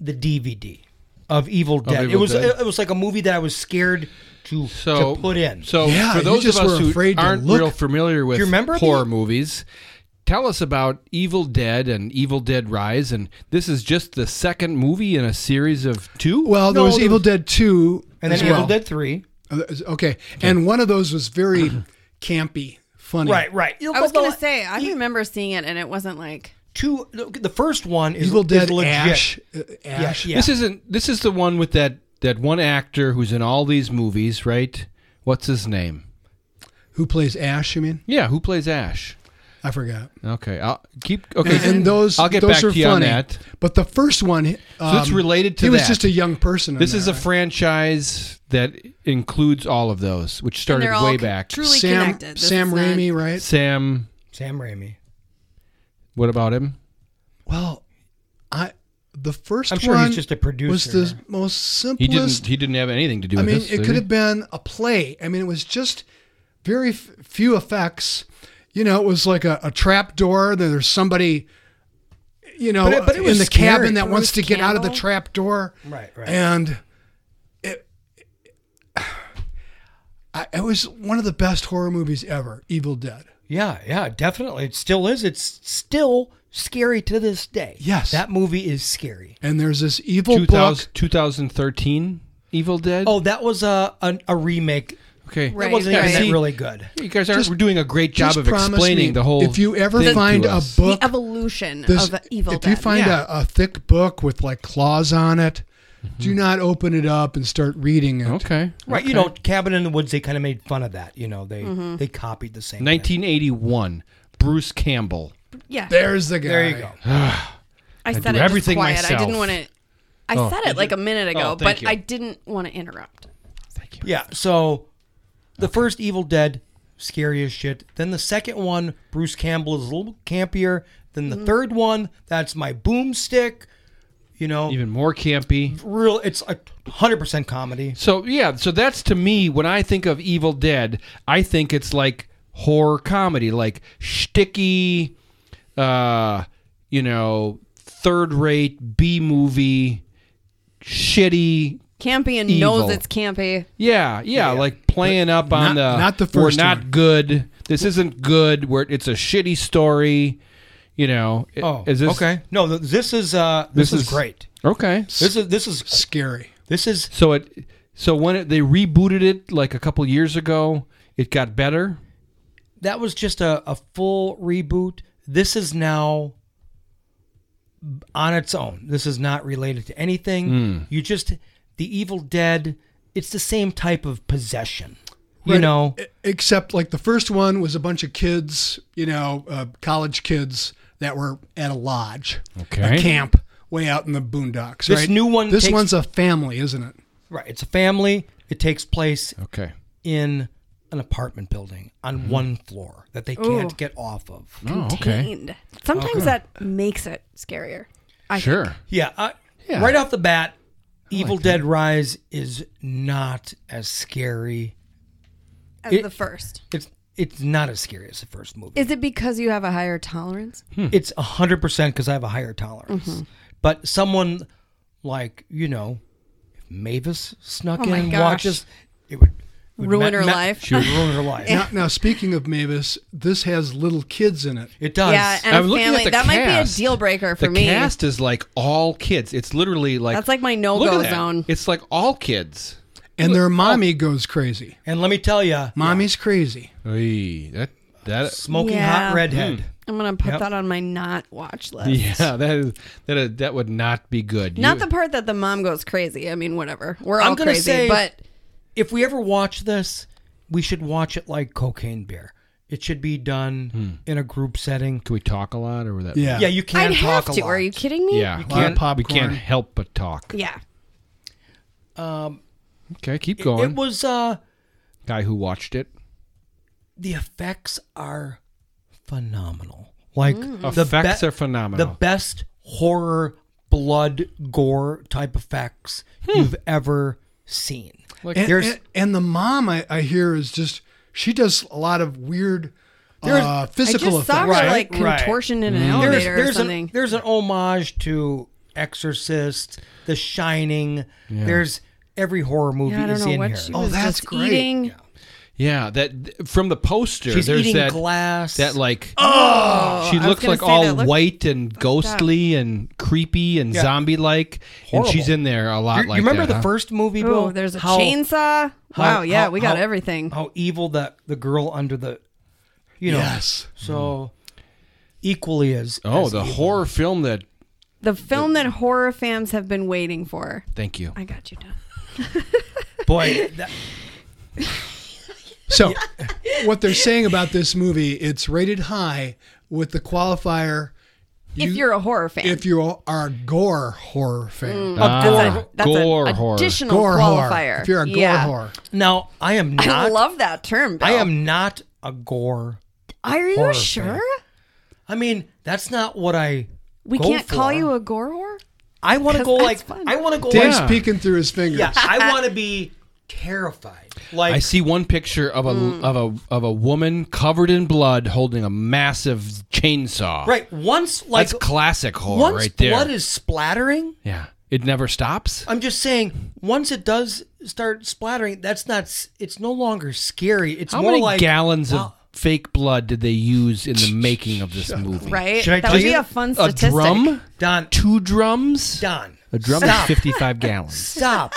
[SPEAKER 1] the DVD of Evil Dead. it
[SPEAKER 2] Evil
[SPEAKER 1] was
[SPEAKER 2] Dead.
[SPEAKER 1] It, was like a movie that I was scared to
[SPEAKER 2] So
[SPEAKER 1] to put in.
[SPEAKER 2] So
[SPEAKER 4] Yeah,
[SPEAKER 2] for
[SPEAKER 4] you
[SPEAKER 2] those
[SPEAKER 4] just
[SPEAKER 2] of us
[SPEAKER 4] were
[SPEAKER 2] who
[SPEAKER 4] afraid to
[SPEAKER 2] aren't
[SPEAKER 4] look.
[SPEAKER 2] real familiar with
[SPEAKER 1] You remember
[SPEAKER 2] horror
[SPEAKER 1] the-
[SPEAKER 2] movies, tell us about Evil Dead and Evil Dead Rise. And this is just the second movie in a series of two.
[SPEAKER 4] Well, there
[SPEAKER 1] No,
[SPEAKER 4] was
[SPEAKER 1] there
[SPEAKER 4] Evil
[SPEAKER 1] was-
[SPEAKER 4] Dead Two,
[SPEAKER 1] and then
[SPEAKER 4] as
[SPEAKER 1] Evil
[SPEAKER 4] well.
[SPEAKER 1] Dead Three.
[SPEAKER 4] Uh, is- Okay, and one of those was very campy, funny.
[SPEAKER 1] Right, right.
[SPEAKER 3] I was gonna say I remember seeing it and it wasn't like
[SPEAKER 1] two. The first one is
[SPEAKER 4] Evil Dead
[SPEAKER 1] is legit.
[SPEAKER 4] Ash. uh,
[SPEAKER 1] Yeah,
[SPEAKER 4] Ash.
[SPEAKER 1] yeah.
[SPEAKER 2] This isn't. This is the one with that that one actor who's in all these movies, right? What's his name?
[SPEAKER 4] Who plays Ash? You mean?
[SPEAKER 2] Yeah, who plays Ash?
[SPEAKER 4] I forgot.
[SPEAKER 2] Okay, I'll keep. Okay,
[SPEAKER 4] And, and those
[SPEAKER 2] I'll get
[SPEAKER 4] those
[SPEAKER 2] back
[SPEAKER 4] are
[SPEAKER 2] to you
[SPEAKER 4] funny.
[SPEAKER 2] on that.
[SPEAKER 4] But the first one, um,
[SPEAKER 2] it's related to
[SPEAKER 4] He was
[SPEAKER 2] that.
[SPEAKER 4] just a young person. in
[SPEAKER 2] This
[SPEAKER 4] there,
[SPEAKER 2] is a
[SPEAKER 4] right?
[SPEAKER 2] franchise that includes all of those, which started
[SPEAKER 3] they're all
[SPEAKER 2] way
[SPEAKER 3] con-
[SPEAKER 2] back.
[SPEAKER 3] truly
[SPEAKER 4] Sam
[SPEAKER 3] connected. This
[SPEAKER 4] Sam
[SPEAKER 3] is not-
[SPEAKER 4] Raimi, right?
[SPEAKER 2] Sam,
[SPEAKER 1] Sam Raimi.
[SPEAKER 2] what about him?
[SPEAKER 4] Well, I the 1st
[SPEAKER 1] I'm sure
[SPEAKER 4] one
[SPEAKER 1] he's just a producer.
[SPEAKER 4] was the most simplest.
[SPEAKER 2] He didn't. He didn't have anything to do
[SPEAKER 4] I
[SPEAKER 2] with
[SPEAKER 4] mean,
[SPEAKER 2] this.
[SPEAKER 4] it
[SPEAKER 2] did
[SPEAKER 4] could
[SPEAKER 2] he?
[SPEAKER 4] have been a play. I mean, it was just very f- few effects. You know, it was like a, a trap door. There- There's somebody, you know,
[SPEAKER 1] But it- but it was
[SPEAKER 4] in the
[SPEAKER 1] scary.
[SPEAKER 4] cabin that wants
[SPEAKER 3] Bruce
[SPEAKER 4] to get out of the
[SPEAKER 3] Campbell?
[SPEAKER 4] trap door.
[SPEAKER 1] Right, right.
[SPEAKER 4] And it, I, it was one of the best horror movies ever. Evil Dead.
[SPEAKER 1] Yeah, yeah, definitely. It still is. It's still scary to this day.
[SPEAKER 4] Yes.
[SPEAKER 1] That movie is scary.
[SPEAKER 4] And there's this evil
[SPEAKER 2] 2000,
[SPEAKER 4] book.
[SPEAKER 2] 2013 Evil Dead.
[SPEAKER 1] Oh, that was a a, a remake.
[SPEAKER 2] okay.
[SPEAKER 1] That
[SPEAKER 3] Right.
[SPEAKER 1] wasn't
[SPEAKER 2] Yeah,
[SPEAKER 1] even
[SPEAKER 2] see-
[SPEAKER 1] that really good.
[SPEAKER 2] You guys aren't.
[SPEAKER 4] Just-
[SPEAKER 2] we're doing a great job
[SPEAKER 4] Just
[SPEAKER 2] of
[SPEAKER 4] promise
[SPEAKER 2] explaining
[SPEAKER 4] me,
[SPEAKER 2] the whole.
[SPEAKER 4] If you ever
[SPEAKER 2] thing to
[SPEAKER 4] find a
[SPEAKER 2] us.
[SPEAKER 4] book
[SPEAKER 3] the evolution
[SPEAKER 4] There's-
[SPEAKER 3] of Evil
[SPEAKER 4] if
[SPEAKER 3] Dead.
[SPEAKER 4] you find
[SPEAKER 2] Yeah.
[SPEAKER 4] a, a thick book with like claws on it Do not open it up and start reading it.
[SPEAKER 2] Mm-hmm. Okay.
[SPEAKER 1] Right, you know, Cabin in the Woods. They kind of made fun of that. You know, they
[SPEAKER 3] Mm-hmm.
[SPEAKER 1] they copied the same.
[SPEAKER 2] 1981. Bruce Campbell.
[SPEAKER 3] Yeah.
[SPEAKER 4] There's the guy.
[SPEAKER 1] There you go.
[SPEAKER 3] I said
[SPEAKER 2] do
[SPEAKER 3] it just
[SPEAKER 2] everything
[SPEAKER 3] quiet. I
[SPEAKER 2] myself.
[SPEAKER 3] didn't want to. I
[SPEAKER 2] Oh,
[SPEAKER 3] said
[SPEAKER 2] did
[SPEAKER 3] it like
[SPEAKER 2] you?
[SPEAKER 3] a minute ago,
[SPEAKER 2] Oh, thank
[SPEAKER 3] but
[SPEAKER 2] you.
[SPEAKER 3] I didn't want to interrupt.
[SPEAKER 2] Thank you.
[SPEAKER 1] Yeah. So, the first Evil Dead, scary as shit. Then the second one, Bruce Campbell is a little campier. Then
[SPEAKER 3] Mm-hmm.
[SPEAKER 1] the third one, that's my boomstick. You know,
[SPEAKER 2] Even more campy.
[SPEAKER 1] real. It's a hundred percent comedy.
[SPEAKER 2] So yeah, so that's to me when I think of Evil Dead, I think it's like horror comedy, like shticky, uh, you know, third-rate B movie, shitty.
[SPEAKER 3] Campy and
[SPEAKER 2] Evil.
[SPEAKER 3] knows it's campy.
[SPEAKER 2] Yeah, yeah, like playing up on
[SPEAKER 4] not-
[SPEAKER 2] the
[SPEAKER 4] not the
[SPEAKER 2] we're
[SPEAKER 4] first
[SPEAKER 2] not
[SPEAKER 4] one.
[SPEAKER 2] good. This isn't good. Where it's a shitty story, you know. i-
[SPEAKER 1] Oh,
[SPEAKER 2] is this
[SPEAKER 1] okay? No, th- this is uh, this,
[SPEAKER 2] This
[SPEAKER 1] is,
[SPEAKER 2] is-
[SPEAKER 1] great.
[SPEAKER 2] Okay,
[SPEAKER 1] This is this is
[SPEAKER 4] Scary.
[SPEAKER 1] this is
[SPEAKER 2] so it so when it, they rebooted it like a couple years ago, it got better.
[SPEAKER 1] that was just a, a full reboot. This is now on its own. This is not related to anything.
[SPEAKER 2] Hmm.
[SPEAKER 1] You just the Evil Dead. It's the same type of possession. You know,
[SPEAKER 4] E- Except like the first one was a bunch of kids, you know, uh, college kids that were at a lodge,
[SPEAKER 2] Okay.
[SPEAKER 4] a camp way out in the boondocks.
[SPEAKER 1] This
[SPEAKER 4] right?
[SPEAKER 1] new one
[SPEAKER 4] This
[SPEAKER 1] takes-
[SPEAKER 4] one's a family, isn't it?
[SPEAKER 1] right? It's a family. It takes place
[SPEAKER 2] Okay.
[SPEAKER 1] in an apartment building on
[SPEAKER 2] Mm-hmm.
[SPEAKER 1] one floor that they can't
[SPEAKER 3] Ooh.
[SPEAKER 1] get off of.
[SPEAKER 2] Oh,
[SPEAKER 3] Contained. Sometimes that makes it scarier. I think.
[SPEAKER 2] Sure.
[SPEAKER 1] Yeah, I,
[SPEAKER 2] Yeah.
[SPEAKER 1] right off the bat, Evil Dead Rise is not as scary.
[SPEAKER 3] As
[SPEAKER 1] It-
[SPEAKER 3] the first.
[SPEAKER 1] It's it's not as scary as the first movie.
[SPEAKER 3] Is it because you have a higher tolerance?
[SPEAKER 1] it's a hundred percent because I have a higher tolerance.
[SPEAKER 3] Mm-hmm.
[SPEAKER 1] But someone like you know, if Mavis snuck
[SPEAKER 3] Oh
[SPEAKER 1] in
[SPEAKER 3] my
[SPEAKER 1] and
[SPEAKER 3] gosh.
[SPEAKER 1] watched us, it would, would
[SPEAKER 3] Ruin her life.
[SPEAKER 1] She would ruin her life.
[SPEAKER 4] Now, now, speaking of Mavis, this has little kids in it.
[SPEAKER 1] It does.
[SPEAKER 3] Yeah, and
[SPEAKER 2] I'm looking
[SPEAKER 3] family.
[SPEAKER 2] at the
[SPEAKER 3] that might be a
[SPEAKER 2] cast.
[SPEAKER 3] deal breaker for
[SPEAKER 2] the
[SPEAKER 3] me.
[SPEAKER 2] cast is like all kids. It's literally like
[SPEAKER 3] That's like my no-go
[SPEAKER 2] Look at that.
[SPEAKER 3] zone.
[SPEAKER 2] It's like all kids.
[SPEAKER 4] And
[SPEAKER 1] oh.
[SPEAKER 4] their mommy goes crazy.
[SPEAKER 1] and let me tell you,
[SPEAKER 4] Mommy's crazy.
[SPEAKER 2] Oy, that that
[SPEAKER 1] smoking
[SPEAKER 3] Yeah.
[SPEAKER 1] hot redhead.
[SPEAKER 3] I'm gonna put
[SPEAKER 1] Yep.
[SPEAKER 3] that on my not watch list.
[SPEAKER 2] yeah that is that is, that would not be good.
[SPEAKER 3] Not
[SPEAKER 2] You-
[SPEAKER 3] the part that the mom goes crazy. I mean, whatever. We're
[SPEAKER 1] I'm
[SPEAKER 3] all
[SPEAKER 1] gonna
[SPEAKER 3] crazy,
[SPEAKER 1] say-
[SPEAKER 3] but
[SPEAKER 1] If we ever watch this, we should watch it like Cocaine Bear. It should be done in a group setting.
[SPEAKER 2] Can we talk a lot or that?
[SPEAKER 4] Yeah.
[SPEAKER 1] Yeah, you can
[SPEAKER 3] I'd
[SPEAKER 1] talk
[SPEAKER 3] have
[SPEAKER 1] a
[SPEAKER 3] to.
[SPEAKER 1] lot.
[SPEAKER 3] Are you kidding me?
[SPEAKER 2] Yeah.
[SPEAKER 4] lot of
[SPEAKER 2] we
[SPEAKER 4] popcorn.
[SPEAKER 2] can't help but talk.
[SPEAKER 3] Yeah.
[SPEAKER 2] Okay, keep
[SPEAKER 1] it
[SPEAKER 2] going.
[SPEAKER 1] was uh
[SPEAKER 2] Guy who watched it.
[SPEAKER 1] the effects are phenomenal. Like
[SPEAKER 3] Mm.
[SPEAKER 1] the
[SPEAKER 2] Effects
[SPEAKER 1] be-
[SPEAKER 2] are phenomenal.
[SPEAKER 1] The best horror blood gore type effects
[SPEAKER 2] Hmm.
[SPEAKER 1] you've ever seen. Like
[SPEAKER 4] And,
[SPEAKER 1] there's
[SPEAKER 4] and, and the mom, I, I hear, is just, she does a lot of weird
[SPEAKER 3] I
[SPEAKER 4] uh, physical
[SPEAKER 3] just saw
[SPEAKER 4] effects.
[SPEAKER 3] her
[SPEAKER 1] Right,
[SPEAKER 3] like
[SPEAKER 1] right. Mm-hmm.
[SPEAKER 3] contortion in an elevator
[SPEAKER 1] there's
[SPEAKER 3] or
[SPEAKER 1] there's
[SPEAKER 3] something.
[SPEAKER 1] an there's an homage to Exorcist, The Shining. There's every horror movie
[SPEAKER 3] yeah, I
[SPEAKER 1] is
[SPEAKER 3] don't know
[SPEAKER 1] in
[SPEAKER 3] what
[SPEAKER 1] here.
[SPEAKER 3] she
[SPEAKER 4] Oh,
[SPEAKER 3] was
[SPEAKER 4] that's
[SPEAKER 3] just
[SPEAKER 4] great.
[SPEAKER 3] eating.
[SPEAKER 2] Yeah, that from the poster.
[SPEAKER 1] She's
[SPEAKER 2] there's
[SPEAKER 1] eating
[SPEAKER 2] that
[SPEAKER 1] glass.
[SPEAKER 2] that like
[SPEAKER 3] Oh,
[SPEAKER 2] she
[SPEAKER 3] I was
[SPEAKER 2] looks
[SPEAKER 3] gonna
[SPEAKER 2] like
[SPEAKER 3] say
[SPEAKER 2] all
[SPEAKER 3] that looked
[SPEAKER 2] white and ghostly and creepy and
[SPEAKER 1] Yeah.
[SPEAKER 2] zombie like, and
[SPEAKER 1] Horrible.
[SPEAKER 2] she's in there a lot
[SPEAKER 1] you,
[SPEAKER 2] like
[SPEAKER 1] you remember
[SPEAKER 2] that,
[SPEAKER 1] the
[SPEAKER 2] huh?
[SPEAKER 1] first movie? Bill?
[SPEAKER 3] Oh, there's a
[SPEAKER 1] How-
[SPEAKER 3] chainsaw.
[SPEAKER 1] how-
[SPEAKER 3] wow, yeah,
[SPEAKER 1] how-
[SPEAKER 3] we got
[SPEAKER 1] how-
[SPEAKER 3] everything.
[SPEAKER 1] How evil that the girl under the, you know.
[SPEAKER 4] Yes.
[SPEAKER 1] So, equally as
[SPEAKER 2] Mm. Oh,
[SPEAKER 1] as
[SPEAKER 2] the
[SPEAKER 1] evil.
[SPEAKER 2] horror film that.
[SPEAKER 3] the film that horror fans have been waiting for.
[SPEAKER 2] Thank you.
[SPEAKER 3] I got you done.
[SPEAKER 1] boy. That,
[SPEAKER 4] So, what they're saying about this movie, it's rated high with the qualifier
[SPEAKER 3] if
[SPEAKER 4] You-
[SPEAKER 3] you're a horror fan,
[SPEAKER 4] if you are a gore horror fan.
[SPEAKER 3] that's, a,
[SPEAKER 2] Ah,
[SPEAKER 3] that's
[SPEAKER 2] gore
[SPEAKER 3] an
[SPEAKER 2] horror.
[SPEAKER 3] additional
[SPEAKER 4] Gore horror.
[SPEAKER 3] qualifier.
[SPEAKER 4] If you're a gore
[SPEAKER 3] Yeah.
[SPEAKER 4] horror.
[SPEAKER 1] now I am not.
[SPEAKER 3] I love that term. Bill.
[SPEAKER 1] I am not a gore.
[SPEAKER 3] Are you
[SPEAKER 1] horror
[SPEAKER 3] sure?
[SPEAKER 1] fan. I mean, that's not what I.
[SPEAKER 3] We
[SPEAKER 1] go
[SPEAKER 3] can't call
[SPEAKER 1] for.
[SPEAKER 3] you a gore whore.
[SPEAKER 1] I want to go
[SPEAKER 3] 'cause
[SPEAKER 1] like.
[SPEAKER 3] that's fun.
[SPEAKER 1] I want to go
[SPEAKER 4] Dave's
[SPEAKER 1] like.
[SPEAKER 4] peeking through his fingers.
[SPEAKER 1] Yeah, I want to be terrified. Like
[SPEAKER 2] I see one picture of a
[SPEAKER 3] Hmm.
[SPEAKER 2] of a of a woman covered in blood holding a massive chainsaw.
[SPEAKER 1] right once like
[SPEAKER 2] That's classic horror
[SPEAKER 1] once
[SPEAKER 2] right there.
[SPEAKER 1] blood is splattering.
[SPEAKER 2] yeah. It never stops.
[SPEAKER 1] I'm just saying, once it does start splattering, that's not. s- It's no longer scary. It's
[SPEAKER 2] How
[SPEAKER 1] more
[SPEAKER 2] many
[SPEAKER 1] like
[SPEAKER 2] gallons
[SPEAKER 1] wow.
[SPEAKER 2] of fake blood did they use in the making of this movie?
[SPEAKER 3] Right?
[SPEAKER 1] Should I
[SPEAKER 3] that
[SPEAKER 1] tell
[SPEAKER 3] would be
[SPEAKER 1] you?
[SPEAKER 3] a fun
[SPEAKER 2] A
[SPEAKER 3] statistic.
[SPEAKER 2] drum?
[SPEAKER 1] Don.
[SPEAKER 2] Two drums?
[SPEAKER 1] Don.
[SPEAKER 2] A drum
[SPEAKER 1] Stop.
[SPEAKER 2] is 55 gallons.
[SPEAKER 1] Stop.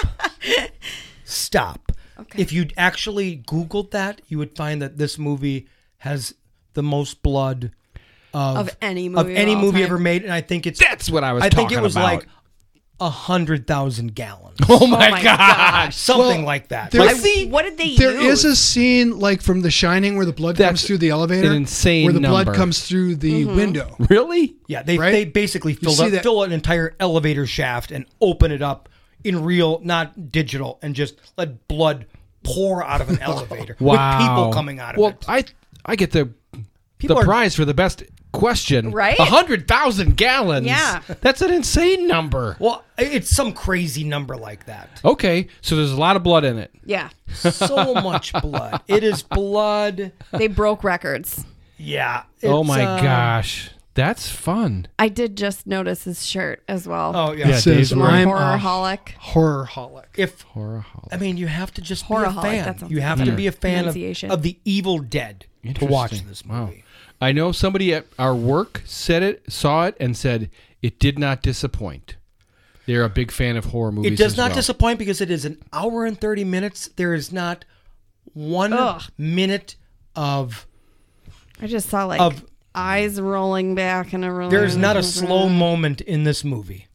[SPEAKER 1] Stop. If you actually Googled that, you would find that this movie has the most blood of,
[SPEAKER 3] Of any
[SPEAKER 1] of
[SPEAKER 3] movie of
[SPEAKER 1] any
[SPEAKER 3] all
[SPEAKER 1] movie
[SPEAKER 3] time.
[SPEAKER 1] ever made, and I think it's
[SPEAKER 2] That's what I was
[SPEAKER 1] I think
[SPEAKER 2] talking
[SPEAKER 1] it was
[SPEAKER 2] about.
[SPEAKER 1] like a hundred thousand gallons,
[SPEAKER 2] Oh my,
[SPEAKER 3] my
[SPEAKER 2] god.
[SPEAKER 3] gosh.
[SPEAKER 1] something
[SPEAKER 4] Well,
[SPEAKER 1] like that.
[SPEAKER 4] there-
[SPEAKER 1] Like,
[SPEAKER 4] But
[SPEAKER 3] I-
[SPEAKER 2] see,
[SPEAKER 3] what did they
[SPEAKER 4] There
[SPEAKER 3] use?
[SPEAKER 4] is a scene like from The Shining where the blood
[SPEAKER 2] That's
[SPEAKER 4] comes through the elevator.
[SPEAKER 2] an insane
[SPEAKER 4] Where the
[SPEAKER 2] number.
[SPEAKER 4] blood comes through the
[SPEAKER 3] Mm-hmm.
[SPEAKER 4] window.
[SPEAKER 2] Really?
[SPEAKER 1] yeah, they
[SPEAKER 4] right?
[SPEAKER 1] they basically fill
[SPEAKER 4] see
[SPEAKER 1] up,
[SPEAKER 4] that-
[SPEAKER 1] fill an entire elevator shaft and open it up in real, not digital, and just let blood pour out of an elevator
[SPEAKER 2] Wow.
[SPEAKER 1] with people coming out of
[SPEAKER 2] well,
[SPEAKER 1] it.
[SPEAKER 2] Well, I I get the
[SPEAKER 1] People
[SPEAKER 2] the
[SPEAKER 1] are-
[SPEAKER 2] prize for the best question.
[SPEAKER 3] Right?
[SPEAKER 2] A hundred thousand gallons.
[SPEAKER 3] Yeah.
[SPEAKER 2] That's an insane number.
[SPEAKER 1] Well, it's some crazy number like that.
[SPEAKER 2] Okay, so there's a lot of blood in it.
[SPEAKER 3] yeah,
[SPEAKER 1] So much blood. It is blood.
[SPEAKER 3] they broke records.
[SPEAKER 1] Yeah.
[SPEAKER 2] oh
[SPEAKER 1] it's,
[SPEAKER 2] my
[SPEAKER 1] uh,
[SPEAKER 2] gosh, that's fun.
[SPEAKER 3] I did just notice his shirt as well.
[SPEAKER 1] Oh yeah.
[SPEAKER 2] Yeah.
[SPEAKER 4] Says,
[SPEAKER 2] Dave's
[SPEAKER 4] I'm a
[SPEAKER 3] Horrorholic.
[SPEAKER 4] horrorholic.
[SPEAKER 1] If
[SPEAKER 2] Horrorholic.
[SPEAKER 1] I mean, you have to just be a
[SPEAKER 3] Horrorholic,
[SPEAKER 1] fan.
[SPEAKER 3] that sounds
[SPEAKER 1] You have to be a fan of,
[SPEAKER 3] Pronunciation.
[SPEAKER 1] of the Evil Dead to watch
[SPEAKER 2] Interesting.
[SPEAKER 1] this movie.
[SPEAKER 2] Wow. I know somebody at our work said it, saw it, and said it did not disappoint. They're a big fan of horror movies.
[SPEAKER 1] It does
[SPEAKER 2] as
[SPEAKER 1] not
[SPEAKER 2] well.
[SPEAKER 1] disappoint because it is an hour and thirty minutes. There is not one
[SPEAKER 3] Ugh.
[SPEAKER 1] minute of
[SPEAKER 3] I just saw like
[SPEAKER 1] Of-
[SPEAKER 3] eyes rolling back and a rolling.
[SPEAKER 1] there is not a slow moment in this movie.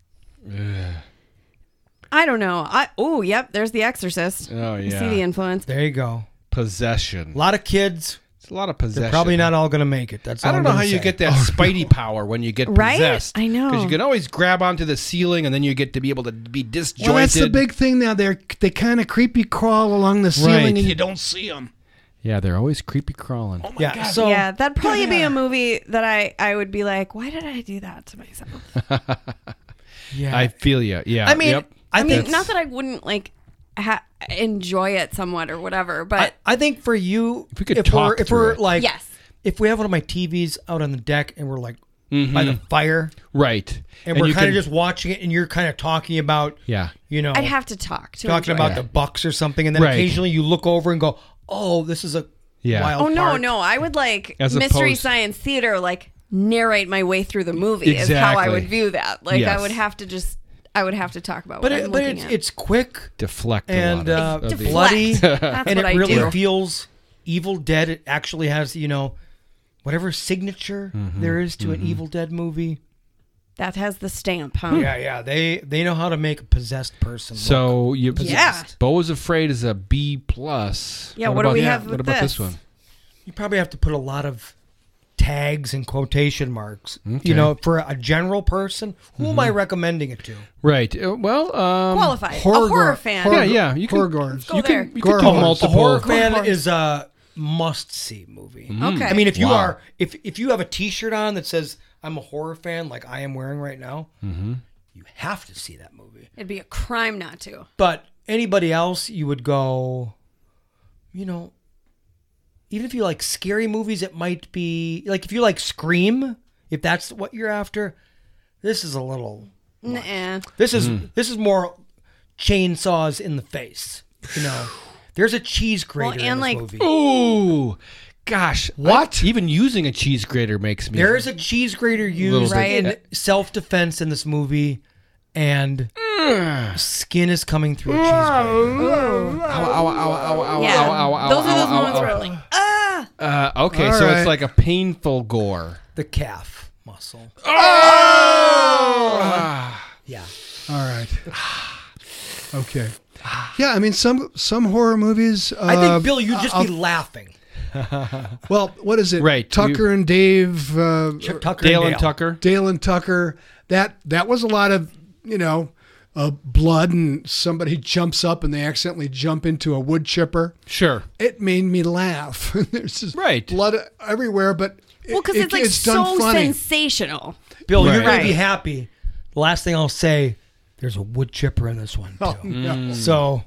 [SPEAKER 3] I don't know. I oh yep. There's The Exorcist.
[SPEAKER 2] Oh,
[SPEAKER 3] You
[SPEAKER 2] yeah.
[SPEAKER 3] see the influence.
[SPEAKER 1] There you go.
[SPEAKER 2] Possession.
[SPEAKER 1] A lot of kids.
[SPEAKER 2] It's a lot of possession.
[SPEAKER 1] They're probably not all going to make it. That's all
[SPEAKER 2] I don't
[SPEAKER 1] I'm
[SPEAKER 2] know how
[SPEAKER 1] gonna
[SPEAKER 2] you
[SPEAKER 1] say.
[SPEAKER 2] get that spidey power when you get
[SPEAKER 3] Right?
[SPEAKER 2] possessed.
[SPEAKER 3] I know.
[SPEAKER 2] because you can always grab onto the ceiling and then you get to be able to be disjointed.
[SPEAKER 4] Well, that's the big thing now. They're, they kind of creepy crawl along the ceiling
[SPEAKER 2] Right.
[SPEAKER 4] and you don't see them.
[SPEAKER 2] Yeah, they're always creepy crawling.
[SPEAKER 1] Yeah. So
[SPEAKER 3] yeah, that'd probably be a movie that I I would be like, why did I do that to myself?
[SPEAKER 1] yeah.
[SPEAKER 2] I feel you. Yeah.
[SPEAKER 1] I mean,
[SPEAKER 2] yep.
[SPEAKER 1] I
[SPEAKER 3] I mean,
[SPEAKER 1] think
[SPEAKER 3] not that I wouldn't like ha- enjoy it somewhat or whatever, but
[SPEAKER 1] I, I think for you, if
[SPEAKER 2] we could
[SPEAKER 1] we're,
[SPEAKER 2] talk
[SPEAKER 1] if
[SPEAKER 2] through
[SPEAKER 1] we're
[SPEAKER 2] it.
[SPEAKER 1] like,
[SPEAKER 3] Yes.
[SPEAKER 1] if we have one of my TVs out on the deck and we're like by the fire
[SPEAKER 2] right.
[SPEAKER 1] and, we're
[SPEAKER 2] Mm-hmm. you
[SPEAKER 1] kind of
[SPEAKER 2] can-
[SPEAKER 1] just watching it and you're kind of talking about,
[SPEAKER 2] Yeah.
[SPEAKER 1] you know,
[SPEAKER 3] I'd have to talk to
[SPEAKER 1] talking
[SPEAKER 3] enjoy
[SPEAKER 1] about
[SPEAKER 3] it.
[SPEAKER 1] the bucks or something, and then
[SPEAKER 2] Right.
[SPEAKER 1] occasionally you look over and go, oh, this is a
[SPEAKER 2] Yeah.
[SPEAKER 1] wild.
[SPEAKER 3] Oh no,
[SPEAKER 1] part."
[SPEAKER 3] no, I would like
[SPEAKER 2] As
[SPEAKER 3] mystery
[SPEAKER 2] opposed-
[SPEAKER 3] science theater like narrate my way through the movie is how I
[SPEAKER 2] Exactly.
[SPEAKER 3] would view that. Like
[SPEAKER 2] Yes.
[SPEAKER 3] I would have to just I would have to talk about
[SPEAKER 1] But
[SPEAKER 3] what
[SPEAKER 1] it,
[SPEAKER 3] I'm
[SPEAKER 1] but
[SPEAKER 3] looking
[SPEAKER 1] it's,
[SPEAKER 3] at.
[SPEAKER 1] it's quick
[SPEAKER 2] deflect a
[SPEAKER 1] and
[SPEAKER 2] lot
[SPEAKER 1] uh,
[SPEAKER 2] of- of the-
[SPEAKER 3] deflect.
[SPEAKER 1] bloody,
[SPEAKER 3] That's
[SPEAKER 1] and it
[SPEAKER 3] what I
[SPEAKER 1] really
[SPEAKER 3] do.
[SPEAKER 1] feels Evil Dead. It actually has you know whatever signature
[SPEAKER 2] Mm-hmm.
[SPEAKER 1] there is to an Evil Dead movie.
[SPEAKER 3] that has the stamp, huh?
[SPEAKER 1] Yeah, yeah, they they know how to make a possessed person. look
[SPEAKER 2] So you,
[SPEAKER 3] Yeah.
[SPEAKER 2] Bo is afraid is a B plus.
[SPEAKER 3] Yeah, what do
[SPEAKER 2] about-
[SPEAKER 3] we have
[SPEAKER 2] What
[SPEAKER 3] with
[SPEAKER 2] about this
[SPEAKER 3] this?
[SPEAKER 2] one?
[SPEAKER 1] you probably have to put a lot of tags and quotation marks.
[SPEAKER 2] Okay. Mm-hmm.
[SPEAKER 1] You know, for a general person, who am I recommending it to?
[SPEAKER 2] Right. uh, well, um,
[SPEAKER 3] Qualified. a
[SPEAKER 4] Horror-
[SPEAKER 3] horror fan.
[SPEAKER 4] horror-
[SPEAKER 2] Yeah, yeah. You can
[SPEAKER 4] Horror guards.
[SPEAKER 3] Go
[SPEAKER 2] you
[SPEAKER 3] there.
[SPEAKER 2] can, you can do
[SPEAKER 4] Gore.
[SPEAKER 2] multiple.
[SPEAKER 1] A horror fan
[SPEAKER 3] Horror.
[SPEAKER 1] is a must-see movie.
[SPEAKER 3] Okay.
[SPEAKER 1] I mean, if you
[SPEAKER 2] Mm. Wow.
[SPEAKER 1] are if if you have a T-shirt on that says "I'm a horror fan," like I am wearing right now,
[SPEAKER 2] Mm-hmm.
[SPEAKER 1] you have to see that movie.
[SPEAKER 3] it'd be a crime not to.
[SPEAKER 1] But anybody else, you would go, you know, even if you like scary movies, it might be like if you like Scream, if that's what you're after, this is a little.
[SPEAKER 3] Nuh-uh.
[SPEAKER 1] This is this is more chainsaws in the face. You know, there's a cheese grater
[SPEAKER 3] and
[SPEAKER 1] in this
[SPEAKER 3] like-
[SPEAKER 1] movie.
[SPEAKER 2] Ooh, gosh! What? even using a cheese grater makes me.
[SPEAKER 1] There is a cheese grater used
[SPEAKER 2] bit.
[SPEAKER 1] in
[SPEAKER 2] Right.
[SPEAKER 1] self defense in this movie, and skin is coming through a cheese grater.
[SPEAKER 2] Ow, ow, ow, ow, ow,
[SPEAKER 3] Yeah.
[SPEAKER 2] ow, ow, ow,
[SPEAKER 3] those are those
[SPEAKER 2] ow,
[SPEAKER 3] moments
[SPEAKER 2] ow,
[SPEAKER 3] where
[SPEAKER 2] ow.
[SPEAKER 3] I'm like, ah
[SPEAKER 2] Uh, okay, so it's
[SPEAKER 4] right.
[SPEAKER 2] like a painful gore.
[SPEAKER 1] The calf muscle.
[SPEAKER 2] Ah.
[SPEAKER 1] Yeah.
[SPEAKER 4] All right. Okay. Yeah, I mean some some horror movies. Uh,
[SPEAKER 1] I think Bill, you'd just be laughing.
[SPEAKER 4] well, what is it?
[SPEAKER 2] Right,
[SPEAKER 4] Tucker and Dave, uh,
[SPEAKER 1] Tucker
[SPEAKER 2] Dale
[SPEAKER 1] and
[SPEAKER 2] and Tucker.
[SPEAKER 4] Dale and Tucker. That that was a lot of you know, uh, blood and somebody jumps up and they accidentally jump into a wood chipper.
[SPEAKER 2] Sure.
[SPEAKER 4] It made me laugh. There's just
[SPEAKER 2] Right.
[SPEAKER 4] blood everywhere, but it-
[SPEAKER 3] well, because
[SPEAKER 4] it-
[SPEAKER 3] it's like so sensational.
[SPEAKER 1] Bill, you're
[SPEAKER 2] Right.
[SPEAKER 1] gonna be happy. Last thing I'll say, there's a wood chipper in this one too.
[SPEAKER 4] Oh, no.
[SPEAKER 1] So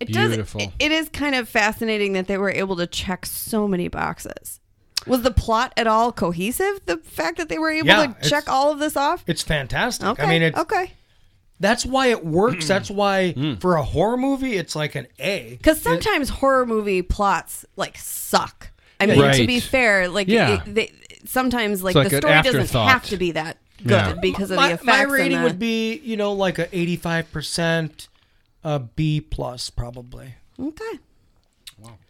[SPEAKER 3] It
[SPEAKER 2] Beautiful.
[SPEAKER 3] does. it- it is kind of fascinating that they were able to check so many boxes. Was the plot at all cohesive? The fact that they were able
[SPEAKER 1] Yeah,
[SPEAKER 3] to
[SPEAKER 1] it's-
[SPEAKER 3] check all of this off.
[SPEAKER 1] it's fantastic.
[SPEAKER 3] Okay.
[SPEAKER 1] I mean, it's,
[SPEAKER 3] okay.
[SPEAKER 1] that's why it works. That's why for a horror movie, it's like an A.
[SPEAKER 3] Because sometimes horror movie plots like suck. I mean, to
[SPEAKER 2] Right.
[SPEAKER 3] be fair, like
[SPEAKER 2] Yeah.
[SPEAKER 3] it, they, sometimes like,
[SPEAKER 2] like
[SPEAKER 3] the
[SPEAKER 2] an
[SPEAKER 3] story doesn't
[SPEAKER 2] afterthought.
[SPEAKER 3] have to be that good
[SPEAKER 2] Yeah.
[SPEAKER 3] because of the
[SPEAKER 1] My,
[SPEAKER 3] effects.
[SPEAKER 1] my
[SPEAKER 3] and
[SPEAKER 1] rating
[SPEAKER 3] the-
[SPEAKER 1] would be, you know, like a 85 percent, a B plus probably.
[SPEAKER 3] okay.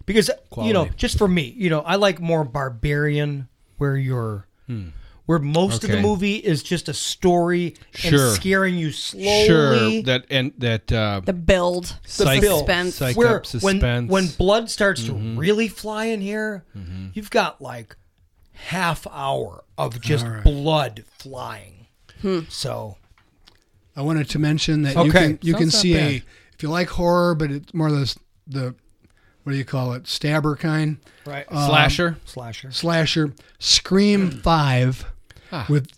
[SPEAKER 1] because you know
[SPEAKER 2] Quality.
[SPEAKER 1] just for me you know i like more barbarian where you're where most of
[SPEAKER 2] Hmm. Okay.
[SPEAKER 1] the movie is just a story
[SPEAKER 2] Sure.
[SPEAKER 1] and scaring you slowly.
[SPEAKER 2] sure that and that uh,
[SPEAKER 3] The build.
[SPEAKER 2] psych-
[SPEAKER 1] build.
[SPEAKER 3] Suspense.
[SPEAKER 2] psych
[SPEAKER 1] where
[SPEAKER 2] up
[SPEAKER 1] when
[SPEAKER 2] suspense. Mm-hmm.
[SPEAKER 1] when blood starts to really fly in here, you've got like half hour of just blood flying. So
[SPEAKER 4] I wanted to mention that you
[SPEAKER 2] Okay.
[SPEAKER 4] can you can
[SPEAKER 2] Sounds not
[SPEAKER 4] see a
[SPEAKER 2] bad.
[SPEAKER 4] if you like horror, but it's more of the the what do you call it stabber kind
[SPEAKER 1] right
[SPEAKER 2] slasher.
[SPEAKER 1] um, slasher.
[SPEAKER 4] slasher. Scream Five
[SPEAKER 2] Ah.
[SPEAKER 4] with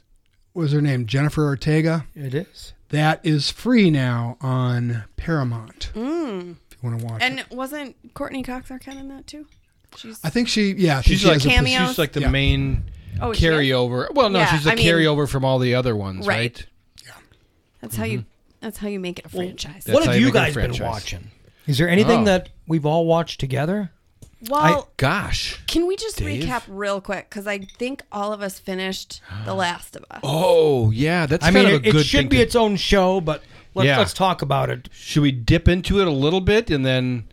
[SPEAKER 4] what was her name Jennifer Ortega.
[SPEAKER 1] It is.
[SPEAKER 4] That is free now on Paramount. If you want to watch it,
[SPEAKER 3] Mm. And wasn't Courtney Cox Arquette in that too? She's
[SPEAKER 4] I think she yeah I think
[SPEAKER 2] She's
[SPEAKER 4] she
[SPEAKER 2] like
[SPEAKER 4] has a-
[SPEAKER 3] Cameo.
[SPEAKER 2] she's like the
[SPEAKER 4] Yeah.
[SPEAKER 2] main
[SPEAKER 3] oh, is she?
[SPEAKER 2] carryover. Well, no,
[SPEAKER 3] Yeah,
[SPEAKER 2] she's the
[SPEAKER 3] I mean-
[SPEAKER 2] carryover from all the other ones,
[SPEAKER 3] Right.
[SPEAKER 2] right?
[SPEAKER 3] That's how you.
[SPEAKER 2] Mm-hmm.
[SPEAKER 3] That's how you make it a franchise.
[SPEAKER 2] That's
[SPEAKER 1] what
[SPEAKER 2] how
[SPEAKER 1] have
[SPEAKER 2] you
[SPEAKER 1] you
[SPEAKER 2] make it a
[SPEAKER 1] guys been
[SPEAKER 2] franchise.
[SPEAKER 1] watching? Is there anything
[SPEAKER 2] Oh.
[SPEAKER 1] that we've all watched together?
[SPEAKER 3] well,
[SPEAKER 2] Gosh.
[SPEAKER 3] can we just
[SPEAKER 2] Dave?
[SPEAKER 3] recap real quick? Because I think all of us finished The Last of Us.
[SPEAKER 2] Oh yeah, that's
[SPEAKER 1] I mean,
[SPEAKER 2] kind of a
[SPEAKER 1] it, it
[SPEAKER 2] good
[SPEAKER 1] should
[SPEAKER 2] thing
[SPEAKER 1] be
[SPEAKER 2] to-
[SPEAKER 1] its own show, but let's,
[SPEAKER 2] Yeah.
[SPEAKER 1] let's talk about it.
[SPEAKER 2] should we dip into it a little bit and then?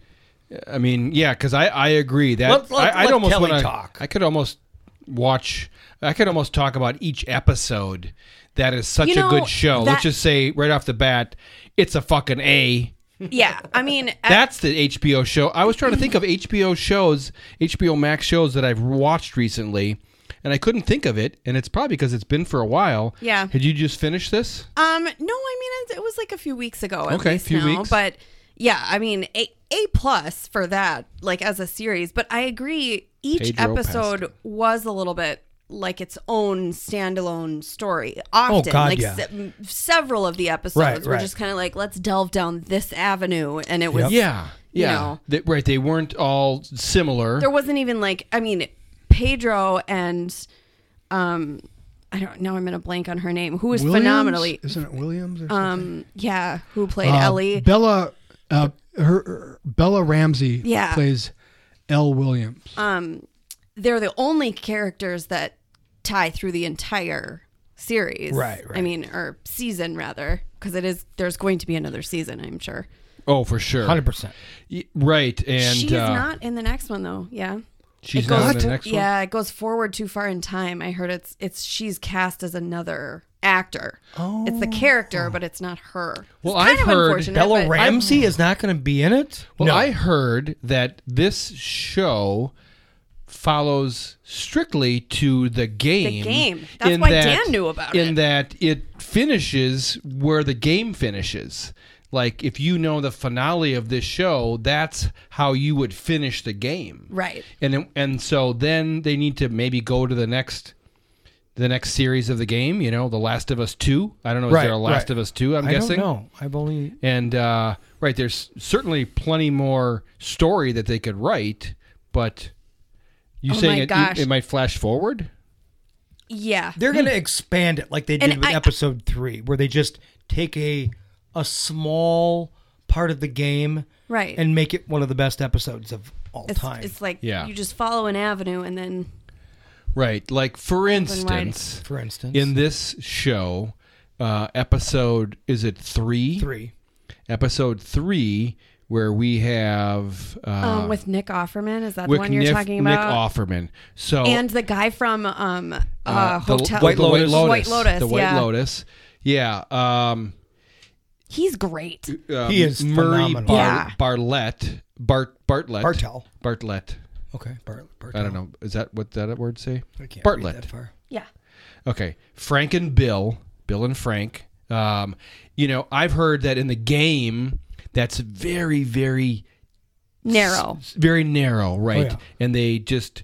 [SPEAKER 2] I mean, yeah, because I I agree that
[SPEAKER 1] Let- let-
[SPEAKER 2] I, I'd
[SPEAKER 1] let
[SPEAKER 2] almost
[SPEAKER 1] Kelly
[SPEAKER 2] wanna-
[SPEAKER 1] talk.
[SPEAKER 2] I could almost watch. I could almost talk about each episode. That is such
[SPEAKER 3] You know,
[SPEAKER 2] a good show.
[SPEAKER 3] that-
[SPEAKER 2] Let's just say right off the bat, it's a fucking a.
[SPEAKER 3] Yeah, I mean,
[SPEAKER 2] That's the HBO show. I was trying to think of HBO shows, HBO Max shows that I've watched recently, and I couldn't think of it. And it's probably because it's been for a while.
[SPEAKER 3] Yeah.
[SPEAKER 2] Had you just finished this?
[SPEAKER 3] Um, no, I mean it, it was like a few weeks ago. At
[SPEAKER 2] Okay,
[SPEAKER 3] least
[SPEAKER 2] few
[SPEAKER 3] now,
[SPEAKER 2] weeks.
[SPEAKER 3] But yeah, I mean a a plus for that, like as a series. But I agree, each
[SPEAKER 2] Pedro
[SPEAKER 3] episode
[SPEAKER 2] Pascal.
[SPEAKER 3] was a little bit like its own standalone story. Often,
[SPEAKER 1] God,
[SPEAKER 3] like
[SPEAKER 1] yeah.
[SPEAKER 3] se- several of the episodes
[SPEAKER 1] Right,
[SPEAKER 3] were
[SPEAKER 1] right.
[SPEAKER 3] just kind of like, let's delve down this avenue, and it was
[SPEAKER 2] Yeah.
[SPEAKER 3] Uh, You
[SPEAKER 2] Yeah.
[SPEAKER 3] know.
[SPEAKER 2] That- right. They weren't all similar.
[SPEAKER 3] there wasn't even like I mean Pedro and um I don't know I'm gonna blank on her name who was
[SPEAKER 4] Williams?
[SPEAKER 3] phenomenally
[SPEAKER 4] isn't it Williams or something?
[SPEAKER 3] um yeah who played
[SPEAKER 4] Uh,
[SPEAKER 3] Ellie
[SPEAKER 4] Bella uh, her, her- Bella Ramsey
[SPEAKER 3] Yeah.
[SPEAKER 4] plays Elle Williams.
[SPEAKER 3] they're the only characters that tie through the entire series.
[SPEAKER 1] Right, right.
[SPEAKER 3] I mean, or season rather, because it is there's going to be another season, I'm sure.
[SPEAKER 2] oh, for sure.
[SPEAKER 1] Hundred percent.
[SPEAKER 2] Y- Right. And
[SPEAKER 3] she is
[SPEAKER 2] uh,
[SPEAKER 3] not in the next one though. Yeah.
[SPEAKER 2] She's
[SPEAKER 3] It
[SPEAKER 2] not
[SPEAKER 3] goes-
[SPEAKER 2] in the next one.
[SPEAKER 3] Yeah, it goes forward too far in time. I heard it's it's she's cast as another actor. Oh. It's the character, but it's not her.
[SPEAKER 2] Well,
[SPEAKER 3] it's kind
[SPEAKER 2] I've
[SPEAKER 3] of
[SPEAKER 2] heard
[SPEAKER 3] unfortunate,
[SPEAKER 1] Bella
[SPEAKER 3] but-
[SPEAKER 1] Ramsey is not going to be in it.
[SPEAKER 2] Well,
[SPEAKER 1] no.
[SPEAKER 2] I heard that this show follows strictly to the game.
[SPEAKER 3] game. That's
[SPEAKER 2] in
[SPEAKER 3] why Dan knew about
[SPEAKER 2] In
[SPEAKER 3] it.
[SPEAKER 2] that it finishes where the game finishes. Like if you know the finale of this show, that's how you would finish the game.
[SPEAKER 3] Right.
[SPEAKER 2] And and so then they need to maybe go to the next the next series of the game, you know, The Last of Us 2. I don't know, is
[SPEAKER 1] Right,
[SPEAKER 2] there a Last
[SPEAKER 1] right.
[SPEAKER 2] of Us 2, I'm
[SPEAKER 1] I
[SPEAKER 2] guessing?
[SPEAKER 1] don't know. I've only
[SPEAKER 2] And uh, right, there's certainly plenty more story that they could write, but you
[SPEAKER 3] Oh
[SPEAKER 2] saying
[SPEAKER 3] my
[SPEAKER 2] it,
[SPEAKER 3] gosh.
[SPEAKER 2] it, might flash forward?
[SPEAKER 3] Yeah.
[SPEAKER 1] they're going to expand it like they did
[SPEAKER 3] Hmm. And
[SPEAKER 1] with
[SPEAKER 3] I-
[SPEAKER 1] episode three, where they just take a a small part of the game
[SPEAKER 3] Right.
[SPEAKER 1] and make it one of the best episodes of all
[SPEAKER 3] It's,
[SPEAKER 1] time.
[SPEAKER 3] it's like
[SPEAKER 2] Yeah.
[SPEAKER 3] you just follow an avenue and then
[SPEAKER 2] Right, like for
[SPEAKER 3] wide.
[SPEAKER 2] instance,
[SPEAKER 1] for instance,
[SPEAKER 2] in this show, uh, episode is it three?
[SPEAKER 1] three,
[SPEAKER 2] Episode three, where we have uh,
[SPEAKER 3] um, with Nick Offerman, is that the
[SPEAKER 2] Wick
[SPEAKER 3] one you're
[SPEAKER 2] Niff-
[SPEAKER 3] talking about?
[SPEAKER 2] Nick Offerman. So
[SPEAKER 3] and the guy from um uh,
[SPEAKER 2] Oh. uh, the-
[SPEAKER 3] hotel
[SPEAKER 2] the
[SPEAKER 1] White Lotus.
[SPEAKER 3] White Lotus,
[SPEAKER 2] the White
[SPEAKER 3] yeah.
[SPEAKER 2] Lotus, yeah. Um,
[SPEAKER 3] He's great.
[SPEAKER 2] um,
[SPEAKER 1] He is
[SPEAKER 2] Murray
[SPEAKER 1] phenomenal.
[SPEAKER 3] Yeah.
[SPEAKER 2] Bartlett. Bart Bartlett.
[SPEAKER 1] Bartel.
[SPEAKER 2] Bartlett.
[SPEAKER 1] Okay, Bart, Bart,
[SPEAKER 2] I don't know. Is that what that word say?
[SPEAKER 1] I can't read
[SPEAKER 2] Bartlett.
[SPEAKER 1] that far.
[SPEAKER 3] Yeah.
[SPEAKER 2] Okay. Frank and Bill. Bill and Frank. Um, you know, I've heard that in the game, that's very, very,
[SPEAKER 3] Narrow.
[SPEAKER 2] very narrow, right?
[SPEAKER 1] Oh, yeah.
[SPEAKER 2] And they just,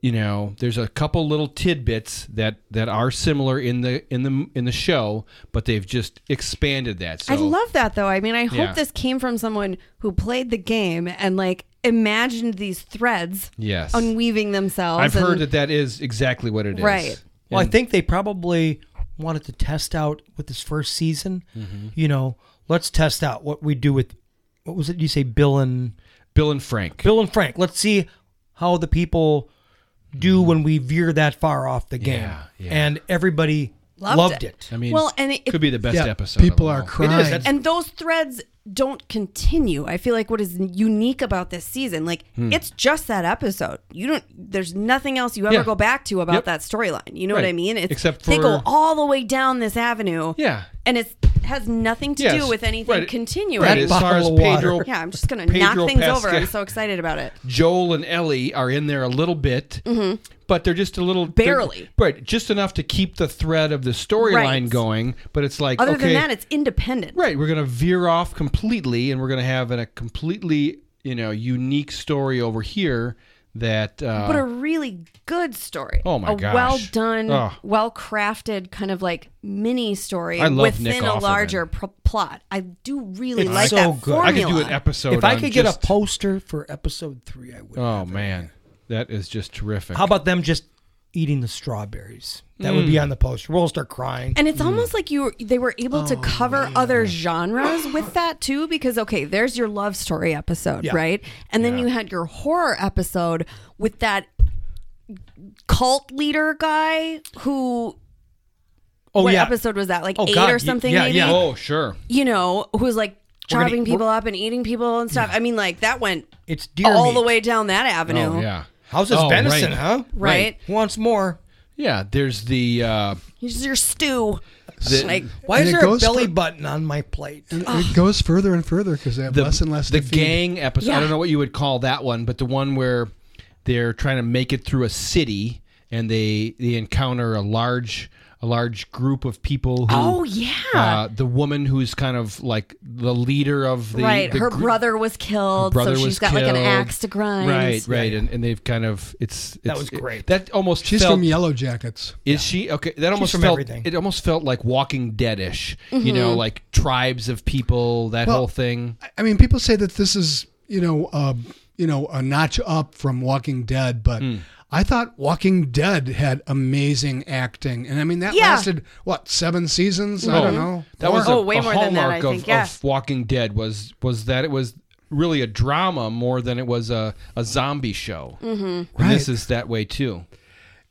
[SPEAKER 2] you know, there's a couple little tidbits that that are similar in the in the in the show, but they've just expanded that. So
[SPEAKER 3] I love that though. I mean, I hope
[SPEAKER 2] Yeah.
[SPEAKER 3] this came from someone who played the game and like imagined these threads
[SPEAKER 2] yes.
[SPEAKER 3] unweaving themselves.
[SPEAKER 2] I've
[SPEAKER 3] and-
[SPEAKER 2] heard that that is exactly what it is.
[SPEAKER 3] Right.
[SPEAKER 1] Well, I think they probably wanted to test out with this first season.
[SPEAKER 2] Mm-hmm.
[SPEAKER 1] You know, let's test out what we do with what was it? You say Bill and
[SPEAKER 2] Bill and Frank.
[SPEAKER 1] Bill and Frank. Let's see how the people do when we veer that far off the game.
[SPEAKER 2] Mm-hmm. Yeah, yeah.
[SPEAKER 1] And everybody
[SPEAKER 3] Loved,
[SPEAKER 1] Loved it.
[SPEAKER 2] I mean,
[SPEAKER 3] well, and it,
[SPEAKER 2] could be the best
[SPEAKER 4] Yeah,
[SPEAKER 2] episode.
[SPEAKER 4] People
[SPEAKER 2] of
[SPEAKER 4] are
[SPEAKER 2] all.
[SPEAKER 4] crying.
[SPEAKER 1] that's-
[SPEAKER 3] and those threads don't continue. I feel like what is unique about this season, like
[SPEAKER 2] Hmm.
[SPEAKER 3] it's just that episode. You don't. There's nothing else you ever
[SPEAKER 2] Yeah.
[SPEAKER 3] go back to about
[SPEAKER 2] Yep.
[SPEAKER 3] that storyline. You know what
[SPEAKER 2] Right.
[SPEAKER 3] I mean? It's,
[SPEAKER 2] Except
[SPEAKER 3] they go
[SPEAKER 2] for-
[SPEAKER 3] all the way down this avenue.
[SPEAKER 2] Yeah.
[SPEAKER 3] and it has nothing to
[SPEAKER 2] Yes.
[SPEAKER 3] do with anything
[SPEAKER 2] Right.
[SPEAKER 3] continuing.
[SPEAKER 2] Right. As
[SPEAKER 1] That
[SPEAKER 2] far as
[SPEAKER 1] bottle of water.
[SPEAKER 2] Pedro,
[SPEAKER 3] Yeah, I'm just gonna
[SPEAKER 2] Pedro
[SPEAKER 3] knock things over.
[SPEAKER 2] Pascal.
[SPEAKER 3] I'm so excited about it.
[SPEAKER 2] Joel and Ellie are in there a little bit, but they're just a little they're-
[SPEAKER 3] Mm-hmm. Barely.
[SPEAKER 2] right, just enough to keep the thread of the storyline
[SPEAKER 3] Right.
[SPEAKER 2] going. But it's like
[SPEAKER 3] Other
[SPEAKER 2] okay,
[SPEAKER 3] than that, it's independent.
[SPEAKER 2] right, we're gonna veer off completely, and we're gonna have an, a completely you know unique story over here that uh,
[SPEAKER 3] But a really good story.
[SPEAKER 2] Oh my
[SPEAKER 3] a
[SPEAKER 2] gosh.
[SPEAKER 3] Well done,
[SPEAKER 2] Oh.
[SPEAKER 3] well crafted kind of like mini story
[SPEAKER 2] I love Nick
[SPEAKER 3] within a
[SPEAKER 2] Offerman.
[SPEAKER 3] larger pro plot. I do really
[SPEAKER 1] It's
[SPEAKER 3] like
[SPEAKER 1] so
[SPEAKER 3] that
[SPEAKER 1] good.
[SPEAKER 2] I
[SPEAKER 3] formula.
[SPEAKER 2] could do an episode.
[SPEAKER 1] If I
[SPEAKER 2] on
[SPEAKER 1] could get
[SPEAKER 2] just-
[SPEAKER 1] a poster for episode three, I would.
[SPEAKER 2] oh man, that is just terrific.
[SPEAKER 1] How about them just eating the strawberries? That would be on the poster. We'll all start crying.
[SPEAKER 3] Mm. And it's almost like you they were able
[SPEAKER 1] Oh,
[SPEAKER 3] to cover other genres with that too because okay, there's your love story episode,
[SPEAKER 1] Yeah.
[SPEAKER 3] right? And then you had your horror episode with that cult leader guy who
[SPEAKER 1] oh
[SPEAKER 3] what
[SPEAKER 1] yeah.
[SPEAKER 3] episode was that? Like
[SPEAKER 1] Oh,
[SPEAKER 3] eight
[SPEAKER 1] God,
[SPEAKER 3] or
[SPEAKER 1] y-
[SPEAKER 3] something
[SPEAKER 1] yeah,
[SPEAKER 3] maybe?
[SPEAKER 1] yeah.
[SPEAKER 2] oh sure,
[SPEAKER 3] You know, who's like
[SPEAKER 1] We're Mm. gonna
[SPEAKER 3] chopping
[SPEAKER 1] eat-
[SPEAKER 3] people up and eating people and stuff. I mean, like that went
[SPEAKER 1] It's deer
[SPEAKER 3] all the
[SPEAKER 1] meat.
[SPEAKER 3] way down that avenue.
[SPEAKER 2] oh yeah,
[SPEAKER 1] How's this
[SPEAKER 2] Oh,
[SPEAKER 1] venison,
[SPEAKER 2] right.
[SPEAKER 1] huh?
[SPEAKER 3] Right?
[SPEAKER 1] Who wants more?
[SPEAKER 2] Yeah, there's the uh,
[SPEAKER 3] Here's your stew.
[SPEAKER 2] the,
[SPEAKER 3] Like
[SPEAKER 1] Why
[SPEAKER 4] And
[SPEAKER 1] is
[SPEAKER 4] it
[SPEAKER 1] there a
[SPEAKER 4] goes
[SPEAKER 1] belly
[SPEAKER 4] for-
[SPEAKER 1] button on my plate?
[SPEAKER 4] And it goes further and further because they have
[SPEAKER 2] the
[SPEAKER 4] less and less.
[SPEAKER 2] the
[SPEAKER 4] to feed.
[SPEAKER 2] gang episode. I
[SPEAKER 3] Yeah.
[SPEAKER 2] don't know what you would call that one, but the one where they're trying to make it through a city and they they encounter a large a large group of people. Who,
[SPEAKER 3] Oh, yeah.
[SPEAKER 2] uh, the woman who's kind of like the leader of the
[SPEAKER 3] right,
[SPEAKER 2] the
[SPEAKER 3] her
[SPEAKER 2] gr-
[SPEAKER 3] brother was killed,
[SPEAKER 2] brother
[SPEAKER 3] so
[SPEAKER 2] was
[SPEAKER 3] she's got like an
[SPEAKER 2] killed.
[SPEAKER 3] axe to grind.
[SPEAKER 2] Right, right, and, and they've kind of it's, it's
[SPEAKER 1] was
[SPEAKER 2] it-
[SPEAKER 1] great.
[SPEAKER 2] that almost
[SPEAKER 4] She's
[SPEAKER 2] felt,
[SPEAKER 4] from Yellow Jackets.
[SPEAKER 2] Is she okay? That almost
[SPEAKER 1] from
[SPEAKER 2] felt
[SPEAKER 1] everything.
[SPEAKER 2] it almost felt like Walking Deadish. You
[SPEAKER 3] Mm-hmm.
[SPEAKER 2] know, like tribes of people, that
[SPEAKER 4] Well,
[SPEAKER 2] whole thing.
[SPEAKER 4] I mean, people say that this is you know uh, you know a notch up from Walking Dead, but
[SPEAKER 2] Hmm.
[SPEAKER 4] I thought Walking Dead had amazing acting, and I mean that
[SPEAKER 3] Yeah.
[SPEAKER 4] lasted what seven seasons? I don't know.
[SPEAKER 2] That was a,
[SPEAKER 3] Oh, way
[SPEAKER 2] a
[SPEAKER 3] more than that, I
[SPEAKER 2] hallmark of,
[SPEAKER 3] think, yeah.
[SPEAKER 2] of Walking Dead was was that it was really a drama more than it was a, a zombie show. Mm-hmm. And This
[SPEAKER 4] Right.
[SPEAKER 2] is that way too.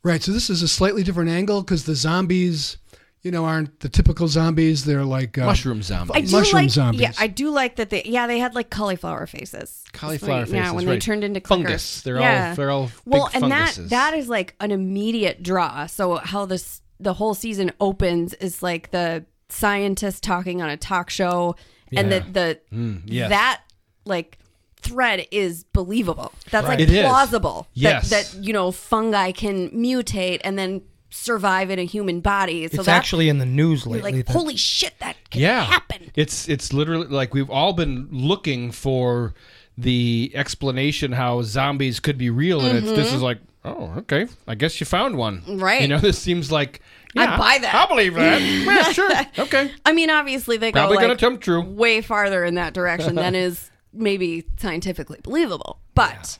[SPEAKER 4] Right. So this is a slightly different angle because the zombies, you know, aren't the typical zombies. They're like uh,
[SPEAKER 2] Mushroom zombie.
[SPEAKER 3] I do
[SPEAKER 4] Mushroom
[SPEAKER 3] like,
[SPEAKER 4] zombies.
[SPEAKER 3] Yeah, I do like that they yeah, they had like cauliflower faces.
[SPEAKER 2] Cauliflower
[SPEAKER 3] That's what- Yeah,
[SPEAKER 2] faces,
[SPEAKER 3] when they
[SPEAKER 2] right.
[SPEAKER 3] turned into clickers.
[SPEAKER 2] Fungus. They're all-
[SPEAKER 3] yeah.
[SPEAKER 2] they're all big
[SPEAKER 3] Well, and
[SPEAKER 2] funguses.
[SPEAKER 3] that that is like an immediate draw. So how this the whole season opens is like the scientist talking on a talk show and
[SPEAKER 2] Yeah. Mm,
[SPEAKER 3] that the,
[SPEAKER 2] yes.
[SPEAKER 3] that like thread is believable. That's
[SPEAKER 2] It
[SPEAKER 3] like
[SPEAKER 2] is.
[SPEAKER 3] plausible.
[SPEAKER 2] Yes.
[SPEAKER 3] That, that you know fungi can mutate and then survive in a human body. So
[SPEAKER 1] it's
[SPEAKER 3] that's
[SPEAKER 1] actually in the news
[SPEAKER 3] you're
[SPEAKER 1] lately.
[SPEAKER 3] like
[SPEAKER 1] that-
[SPEAKER 3] holy shit that can
[SPEAKER 2] yeah.
[SPEAKER 3] happen.
[SPEAKER 2] It's it's literally like we've all been looking for the explanation how zombies could be real and it's this is like oh okay I guess you found one
[SPEAKER 3] Mm-hmm. Right.
[SPEAKER 2] you know this seems like
[SPEAKER 3] I
[SPEAKER 2] yeah,
[SPEAKER 3] buy that.
[SPEAKER 2] I believe that yeah sure okay
[SPEAKER 3] I mean, obviously they
[SPEAKER 2] Probably
[SPEAKER 3] go
[SPEAKER 2] gonna
[SPEAKER 3] like,
[SPEAKER 2] come true.
[SPEAKER 3] way farther in that direction than is maybe scientifically believable. But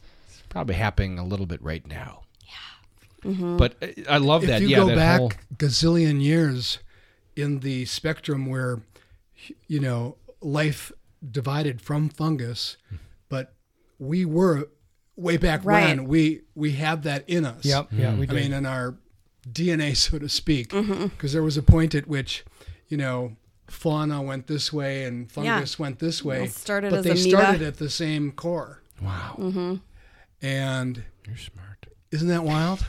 [SPEAKER 2] probably happening a little bit right now. Yeah.
[SPEAKER 3] Mm-hmm.
[SPEAKER 2] But uh, I love
[SPEAKER 4] if
[SPEAKER 2] that.
[SPEAKER 4] you
[SPEAKER 2] yeah,
[SPEAKER 4] go
[SPEAKER 2] that
[SPEAKER 4] back
[SPEAKER 2] whole-
[SPEAKER 4] gazillion years in the spectrum where you know life divided from fungus but we were way back
[SPEAKER 3] Right.
[SPEAKER 4] when we we have that in us
[SPEAKER 1] Yep, yeah, we
[SPEAKER 4] i
[SPEAKER 1] do.
[SPEAKER 4] mean in our dna so to speak because
[SPEAKER 3] Mm-hmm.
[SPEAKER 4] there was a point at which you know fauna went this way and fungus went this way
[SPEAKER 3] Well, started as
[SPEAKER 4] but they
[SPEAKER 3] amoeba. Mm-hmm.
[SPEAKER 4] started at the same core
[SPEAKER 2] wow,
[SPEAKER 4] and
[SPEAKER 2] you're smart.
[SPEAKER 4] isn't that wild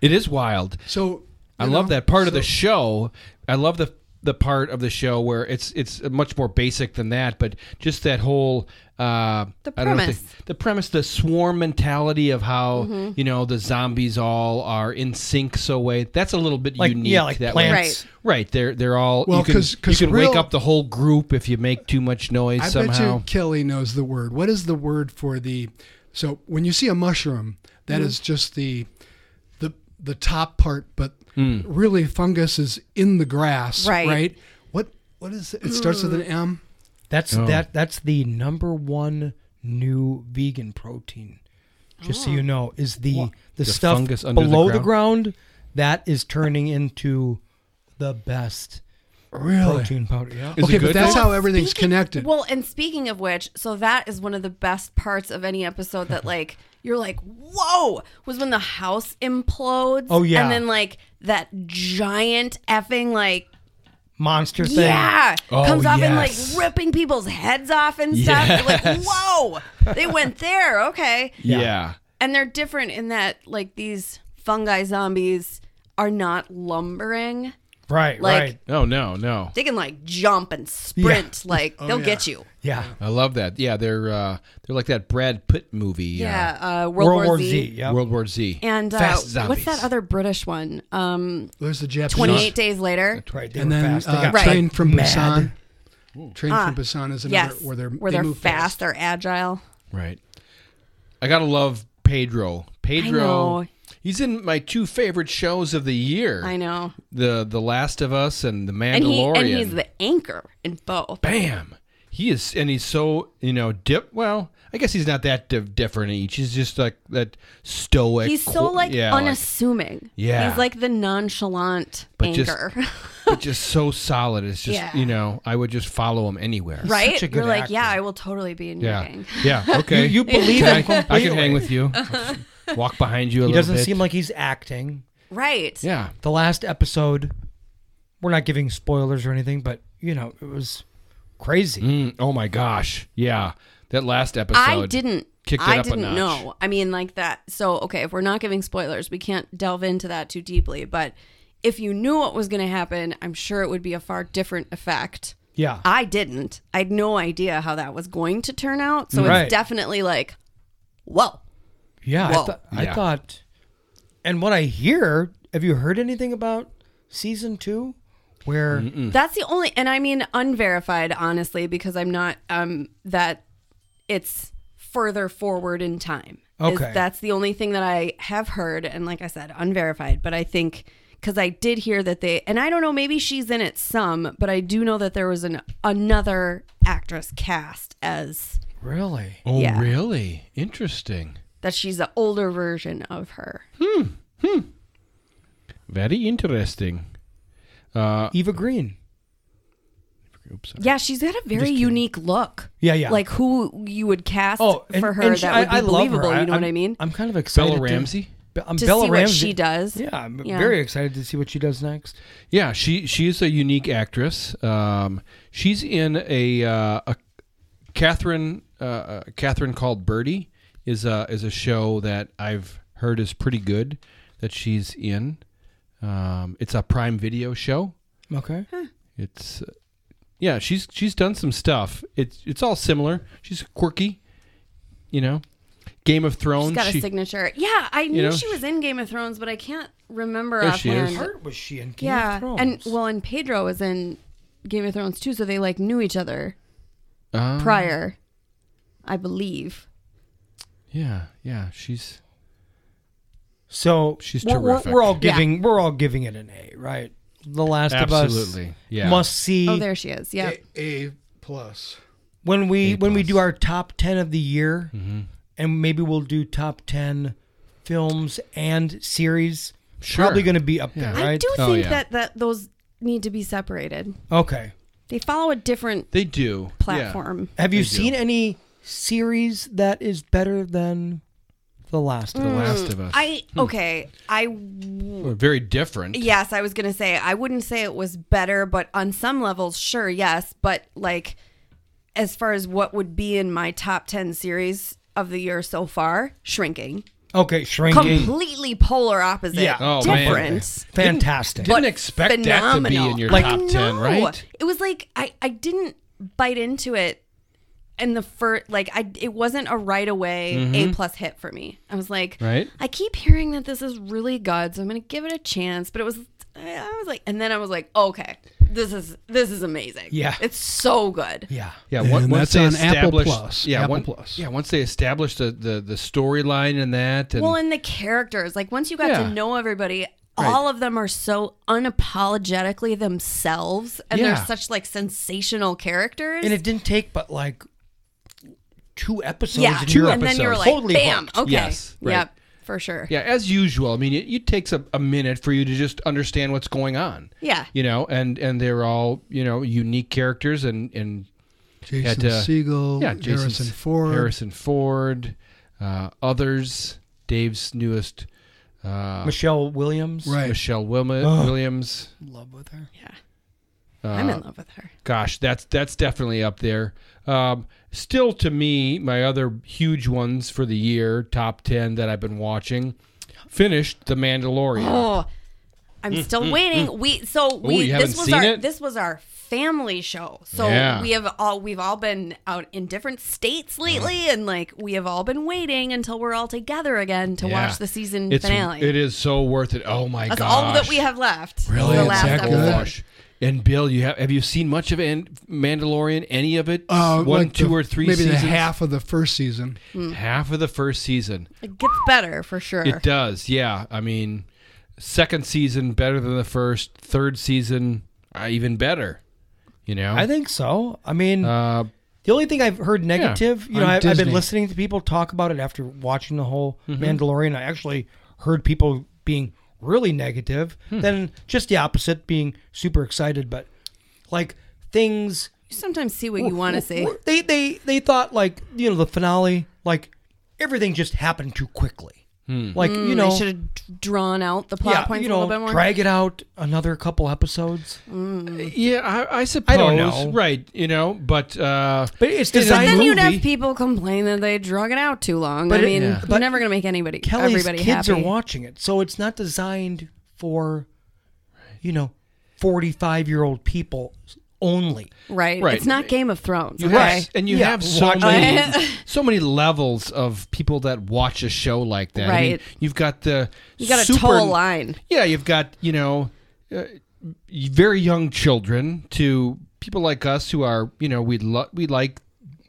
[SPEAKER 2] It is wild.
[SPEAKER 4] so
[SPEAKER 2] I
[SPEAKER 4] you
[SPEAKER 2] love
[SPEAKER 4] know,
[SPEAKER 2] that part of
[SPEAKER 4] so-
[SPEAKER 2] the show. I love the the part of the show where it's it's much more basic than that, but just that whole uh,
[SPEAKER 3] The
[SPEAKER 2] I don't know if
[SPEAKER 3] premise.
[SPEAKER 2] the, the premise, the swarm mentality of how you know the zombies all are in sync so way. That's a little bit
[SPEAKER 1] Like,
[SPEAKER 2] unique.
[SPEAKER 1] yeah, like
[SPEAKER 2] that way.
[SPEAKER 1] plants.
[SPEAKER 2] Right, they're they're all
[SPEAKER 4] Well,
[SPEAKER 2] you can
[SPEAKER 4] 'cause- 'cause
[SPEAKER 2] you can wake
[SPEAKER 4] real-
[SPEAKER 2] up the whole group if you make too much noise
[SPEAKER 4] I
[SPEAKER 2] somehow.
[SPEAKER 4] bet you Kelly knows the word. What is the word for the? So when you see a mushroom, that
[SPEAKER 2] Mm-hmm.
[SPEAKER 4] is just the, the the top part, but
[SPEAKER 2] Mm.
[SPEAKER 4] really fungus is in the grass,
[SPEAKER 3] Right.
[SPEAKER 4] What what is it? It starts with an
[SPEAKER 2] Mm.
[SPEAKER 4] M.
[SPEAKER 1] That's that. That's the number one new vegan protein. Just
[SPEAKER 3] Oh.
[SPEAKER 1] so you know, is the the, stuff
[SPEAKER 2] fungus under the
[SPEAKER 1] below the ground. that is turning into the best
[SPEAKER 4] Really?
[SPEAKER 1] protein powder. Yeah.
[SPEAKER 2] Is
[SPEAKER 4] okay,
[SPEAKER 2] it
[SPEAKER 4] but
[SPEAKER 2] good?
[SPEAKER 4] that's
[SPEAKER 2] though?
[SPEAKER 4] how everything's
[SPEAKER 3] Speaking-
[SPEAKER 4] connected.
[SPEAKER 3] Well, and speaking of which, so that is one of the best parts of any episode that like you're like, whoa, was when the house implodes.
[SPEAKER 1] Oh, yeah.
[SPEAKER 3] and then like that giant effing like
[SPEAKER 1] Monster thing.
[SPEAKER 3] yeah
[SPEAKER 2] Oh,
[SPEAKER 3] comes off and like
[SPEAKER 2] yes.
[SPEAKER 3] ripping people's heads off and stuff. You're like, whoa, they went there. Okay,
[SPEAKER 2] Yeah.
[SPEAKER 3] and they're different in that like these fungi zombies are not lumbering.
[SPEAKER 1] Right.
[SPEAKER 3] Like-
[SPEAKER 1] right.
[SPEAKER 2] No, no, no.
[SPEAKER 3] They can like jump and sprint. Like they'll get you.
[SPEAKER 1] Yeah.
[SPEAKER 2] I love that. Yeah, they're uh, they're like that Brad Pitt movie.
[SPEAKER 3] Yeah. Uh, World,
[SPEAKER 1] World,
[SPEAKER 3] War,
[SPEAKER 1] War
[SPEAKER 3] Z.
[SPEAKER 1] Z. yeah.
[SPEAKER 2] World War Z.
[SPEAKER 3] And uh,
[SPEAKER 2] Fast zombies.
[SPEAKER 3] what's that other British one? Um,
[SPEAKER 4] There's the Japanese.
[SPEAKER 3] 28 Days Later.
[SPEAKER 1] Right. They
[SPEAKER 4] And
[SPEAKER 1] were
[SPEAKER 4] then
[SPEAKER 1] fast. They
[SPEAKER 4] uh,
[SPEAKER 1] got-
[SPEAKER 3] Right. Uh,
[SPEAKER 4] Train from
[SPEAKER 1] mad.
[SPEAKER 4] Busan. Train from Busan is another
[SPEAKER 3] Yes.
[SPEAKER 4] where they're
[SPEAKER 3] they
[SPEAKER 4] they
[SPEAKER 3] are
[SPEAKER 4] move
[SPEAKER 3] fast, they're agile.
[SPEAKER 2] Right. I gotta love Pedro. Pedro.
[SPEAKER 3] know.
[SPEAKER 2] He's in my two favorite shows of the year.
[SPEAKER 3] I know.
[SPEAKER 2] The The Last of Us and The
[SPEAKER 3] And he
[SPEAKER 2] Mandalorian.
[SPEAKER 3] and he's the anchor in both.
[SPEAKER 2] Bam. He is, and he's so you know dip. Well, I guess he's not that div- different in each. He's just like that stoic.
[SPEAKER 3] He's so
[SPEAKER 2] qu-
[SPEAKER 3] like
[SPEAKER 2] yeah,
[SPEAKER 3] unassuming.
[SPEAKER 2] Yeah.
[SPEAKER 3] He's like the nonchalant
[SPEAKER 2] But just-
[SPEAKER 3] anchor.
[SPEAKER 2] but just so solid. It's just
[SPEAKER 3] Yeah.
[SPEAKER 2] you know I would just follow him anywhere.
[SPEAKER 3] right?
[SPEAKER 1] such a good
[SPEAKER 3] You're like,
[SPEAKER 1] actor.
[SPEAKER 3] yeah, I will totally be in your
[SPEAKER 2] Yeah.
[SPEAKER 3] gang.
[SPEAKER 2] Yeah. Okay.
[SPEAKER 1] You believe him
[SPEAKER 2] Can I, I can
[SPEAKER 1] completely.
[SPEAKER 2] hang with you. I'll just Walk behind you a
[SPEAKER 1] He
[SPEAKER 2] little bit.
[SPEAKER 1] doesn't seem like he's acting.
[SPEAKER 3] Right.
[SPEAKER 2] Yeah.
[SPEAKER 1] The last episode, we're not giving spoilers or anything, but you know it was crazy.
[SPEAKER 2] Mm, oh my gosh. Yeah. That last episode.
[SPEAKER 3] I didn't.
[SPEAKER 2] kicked it
[SPEAKER 3] I
[SPEAKER 2] up a notch.
[SPEAKER 3] didn't know. I mean, like that. So okay, if we're not giving spoilers, we can't delve into that too deeply. But if you knew what was going to happen, I'm sure it would be a far different effect.
[SPEAKER 1] Yeah.
[SPEAKER 2] Uh,
[SPEAKER 3] I didn't. I had no idea how that was going to turn out. So
[SPEAKER 1] Right.
[SPEAKER 3] it's definitely like, whoa.
[SPEAKER 1] Yeah, I,
[SPEAKER 3] Whoa.
[SPEAKER 1] thought I
[SPEAKER 2] Yeah.
[SPEAKER 1] thought, and what I hear, have you heard anything about season two? Where
[SPEAKER 3] That's the only, and I mean unverified, honestly, because I'm not um that it's further forward in time. Is-
[SPEAKER 1] Okay.
[SPEAKER 3] that's the only thing that I have heard, and like I said, unverified. But I think because I did hear that they, and I don't know, maybe she's in it some, but I do know that there was an another actress cast as
[SPEAKER 1] really?
[SPEAKER 2] Oh,
[SPEAKER 3] Yeah.
[SPEAKER 2] really? Interesting.
[SPEAKER 3] that she's the older version of her.
[SPEAKER 2] Very interesting.
[SPEAKER 1] Eva Green.
[SPEAKER 2] Oops.
[SPEAKER 3] Yeah, she's got a very unique look.
[SPEAKER 1] Yeah, yeah.
[SPEAKER 3] Like who you would cast
[SPEAKER 1] Oh, and,
[SPEAKER 3] for her
[SPEAKER 1] and she-
[SPEAKER 3] that
[SPEAKER 1] I,
[SPEAKER 3] would be
[SPEAKER 1] I love her.
[SPEAKER 3] believable.
[SPEAKER 1] I-
[SPEAKER 3] You know
[SPEAKER 1] I'm-
[SPEAKER 3] what I mean?
[SPEAKER 1] I'm kind of excited.
[SPEAKER 2] Bella
[SPEAKER 1] to-
[SPEAKER 2] Ramsey?
[SPEAKER 1] Be- I'm
[SPEAKER 3] to
[SPEAKER 1] Bella
[SPEAKER 3] see what
[SPEAKER 1] Ramsey.
[SPEAKER 3] she does.
[SPEAKER 1] Yeah, I'm
[SPEAKER 3] Yeah.
[SPEAKER 1] very excited to see what she does next.
[SPEAKER 2] Yeah, she she is a unique actress. Um, she's in a, uh, a Catherine uh, Catherine called Birdie is a is a show that I've heard is pretty good that she's in. Um, it's a Prime Video show.
[SPEAKER 1] Okay.
[SPEAKER 2] It's uh, yeah, she's she's done some stuff. It's it's all similar. She's quirky, you know. Game of Thrones.
[SPEAKER 3] She's got
[SPEAKER 2] she-
[SPEAKER 3] a signature. Yeah, I knew
[SPEAKER 2] know,
[SPEAKER 3] she was in Game of Thrones, but I can't remember
[SPEAKER 2] There she
[SPEAKER 3] offhand.
[SPEAKER 2] is.
[SPEAKER 1] Part was she in Game
[SPEAKER 3] yeah,
[SPEAKER 1] of Thrones?
[SPEAKER 3] and well, and Pedro was in Game of Thrones too, so they like knew each other
[SPEAKER 2] Uh,
[SPEAKER 3] prior, I believe.
[SPEAKER 2] yeah, yeah. She's
[SPEAKER 1] so
[SPEAKER 2] She's
[SPEAKER 1] we're, we're-
[SPEAKER 2] terrific.
[SPEAKER 1] We're all giving we're all giving it an A, right? The Last of
[SPEAKER 2] absolutely
[SPEAKER 1] Us
[SPEAKER 2] yeah.
[SPEAKER 1] must see
[SPEAKER 3] Oh, there she is. Yeah,
[SPEAKER 2] eh,
[SPEAKER 4] fast. A, a plus.
[SPEAKER 1] when we
[SPEAKER 2] A
[SPEAKER 1] when we
[SPEAKER 2] plus. Mm-hmm.
[SPEAKER 1] do our top 10 of the year and maybe we'll do top 10 films and series
[SPEAKER 2] Sure.
[SPEAKER 1] probably going to be up there
[SPEAKER 2] Yeah.
[SPEAKER 3] I
[SPEAKER 1] right
[SPEAKER 3] do
[SPEAKER 2] Oh,
[SPEAKER 3] think
[SPEAKER 2] yeah.
[SPEAKER 3] that that those need to be separated.
[SPEAKER 1] okay
[SPEAKER 3] They follow a different
[SPEAKER 2] They do Yeah.
[SPEAKER 3] platform.
[SPEAKER 1] have you
[SPEAKER 2] They do.
[SPEAKER 1] seen any series that is better than the last of
[SPEAKER 2] The
[SPEAKER 1] us
[SPEAKER 2] Last of Us.
[SPEAKER 3] Mm. I okay. I
[SPEAKER 2] We're very different.
[SPEAKER 3] Yes, I was going to say, I wouldn't say it was better, but on some levels, sure, yes. But like, as far as what would be in my top 10 series of the year so far, shrinking.
[SPEAKER 1] okay shrinking
[SPEAKER 3] Completely polar opposite.
[SPEAKER 1] Yeah.
[SPEAKER 2] Oh, man.
[SPEAKER 3] different.
[SPEAKER 1] fantastic
[SPEAKER 2] Didn't expect that to be
[SPEAKER 3] Phenomenal.
[SPEAKER 2] in your
[SPEAKER 1] Like-
[SPEAKER 2] top ten,
[SPEAKER 3] No.
[SPEAKER 2] right?
[SPEAKER 3] It was like I, I didn't bite into it in the first like I it wasn't a right away A plus hit for me. I was like
[SPEAKER 2] Mm-hmm. Right.
[SPEAKER 3] I keep hearing that this is really good, so I'm gonna give it a chance. But it was I was like and then I was like, okay, this is this is amazing.
[SPEAKER 1] Yeah.
[SPEAKER 3] It's so good.
[SPEAKER 1] yeah
[SPEAKER 2] Yeah,
[SPEAKER 4] And
[SPEAKER 2] on- once
[SPEAKER 4] that's
[SPEAKER 2] they
[SPEAKER 4] on Apple
[SPEAKER 2] established-
[SPEAKER 4] Plus.
[SPEAKER 2] Yeah,
[SPEAKER 4] Apple
[SPEAKER 2] one-
[SPEAKER 4] Plus.
[SPEAKER 2] Yeah, once they established the the, the storyline and that, and
[SPEAKER 3] Well, and the characters, like once you got
[SPEAKER 2] Yeah.
[SPEAKER 3] to know everybody, all of them are so unapologetically themselves, and
[SPEAKER 2] Yeah.
[SPEAKER 3] they're such like sensational characters.
[SPEAKER 1] and it didn't take but like two episodes
[SPEAKER 3] yeah,
[SPEAKER 1] and you're
[SPEAKER 3] and then you're
[SPEAKER 2] episodes.
[SPEAKER 3] like,
[SPEAKER 1] Totally
[SPEAKER 3] bam,
[SPEAKER 1] hooked.
[SPEAKER 3] okay,
[SPEAKER 2] Yes, right.
[SPEAKER 3] yep, for sure.
[SPEAKER 2] Yeah, as usual. I mean, it, it takes a, a minute for you to just understand what's going on.
[SPEAKER 3] Yeah.
[SPEAKER 2] You know, and and they're all you know unique characters, and and
[SPEAKER 4] Jason
[SPEAKER 2] Had, uh,
[SPEAKER 4] Siegel,
[SPEAKER 2] yeah, Jason
[SPEAKER 4] Harrison Ford.
[SPEAKER 2] Harrison Ford, uh, others, Dave's newest, uh,
[SPEAKER 1] Michelle Williams.
[SPEAKER 4] Right.
[SPEAKER 2] Michelle Wilma- Williams.
[SPEAKER 1] In love with her.
[SPEAKER 3] I'm
[SPEAKER 2] Uh,
[SPEAKER 3] in love with her.
[SPEAKER 2] Gosh, that's that's definitely up there. Um, still, to me, my other huge ones for the year, top ten that I've been watching, finished The Mandalorian.
[SPEAKER 3] Oh, I'm
[SPEAKER 2] Mm,
[SPEAKER 3] still waiting. We so we
[SPEAKER 2] you haven't
[SPEAKER 3] this was
[SPEAKER 2] seen
[SPEAKER 3] our
[SPEAKER 2] it?
[SPEAKER 3] this was our family show. So
[SPEAKER 2] Yeah. Uh-huh.
[SPEAKER 3] we have all we've all been out in different states lately, and like we have all been waiting until we're all together again to
[SPEAKER 2] Yeah.
[SPEAKER 3] watch the season
[SPEAKER 2] It's-
[SPEAKER 3] finale.
[SPEAKER 2] It is so worth it. Oh my
[SPEAKER 3] That's
[SPEAKER 2] gosh.
[SPEAKER 3] all that we have left.
[SPEAKER 4] Really?
[SPEAKER 3] the
[SPEAKER 4] It's
[SPEAKER 3] last
[SPEAKER 4] that good?
[SPEAKER 3] episode.
[SPEAKER 2] Gosh. And Bill, you have have you seen much of An- Mandalorian? Any of it?
[SPEAKER 4] Uh,
[SPEAKER 2] One,
[SPEAKER 4] like
[SPEAKER 2] two,
[SPEAKER 4] the-
[SPEAKER 2] or three
[SPEAKER 4] Maybe
[SPEAKER 2] seasons?
[SPEAKER 4] the half of the first season.
[SPEAKER 2] half of the first season.
[SPEAKER 3] It gets better for Mm. sure.
[SPEAKER 2] It does, yeah. I mean, second season better than the first. Third season uh, even better. You know,
[SPEAKER 4] Oh.
[SPEAKER 1] I think so. I mean,
[SPEAKER 2] uh,
[SPEAKER 1] the only thing I've heard negative, you know,
[SPEAKER 4] on
[SPEAKER 1] I, I've been
[SPEAKER 4] Disney. Mm-hmm.
[SPEAKER 1] listening to people talk about it after watching the whole Mandalorian. I actually heard people being really negative,
[SPEAKER 4] Hmm.
[SPEAKER 1] then just the opposite, being super excited. But like things
[SPEAKER 3] You sometimes see what you want to see.
[SPEAKER 1] They they they thought like you know the finale like everything just happened too quickly.
[SPEAKER 4] Hmm.
[SPEAKER 1] Like you know
[SPEAKER 3] Hmm, they should have drawn out the plot
[SPEAKER 1] yeah
[SPEAKER 3] points
[SPEAKER 1] you know
[SPEAKER 3] a little bit more.
[SPEAKER 1] drag it out another couple episodes.
[SPEAKER 3] Mm.
[SPEAKER 2] yeah, I, I suppose.
[SPEAKER 1] know.
[SPEAKER 2] right? You know, but uh,
[SPEAKER 1] But it's
[SPEAKER 2] But
[SPEAKER 1] designed.
[SPEAKER 3] then
[SPEAKER 2] movie.
[SPEAKER 3] you'd have people complain that they drug it out too long.
[SPEAKER 1] But
[SPEAKER 3] I
[SPEAKER 1] it-
[SPEAKER 3] mean,
[SPEAKER 1] Yeah.
[SPEAKER 3] you're
[SPEAKER 1] but
[SPEAKER 3] never going to make anybody
[SPEAKER 1] Kelly's
[SPEAKER 3] everybody
[SPEAKER 1] kids
[SPEAKER 3] happy.
[SPEAKER 1] are watching it, so it's not designed for you know forty five year old people only.
[SPEAKER 3] Right.
[SPEAKER 2] Right.
[SPEAKER 3] It's not Game of Thrones.
[SPEAKER 2] you
[SPEAKER 3] okay?
[SPEAKER 2] have, and you
[SPEAKER 1] Yeah,
[SPEAKER 2] have so
[SPEAKER 1] watch
[SPEAKER 2] many, so many levels of people that watch a show like that. I mean,
[SPEAKER 3] Right.
[SPEAKER 2] you've got the
[SPEAKER 3] You got a
[SPEAKER 2] super-
[SPEAKER 3] tall line.
[SPEAKER 2] Yeah, you've got you know uh, very young children to people like us who are you know we lo- we like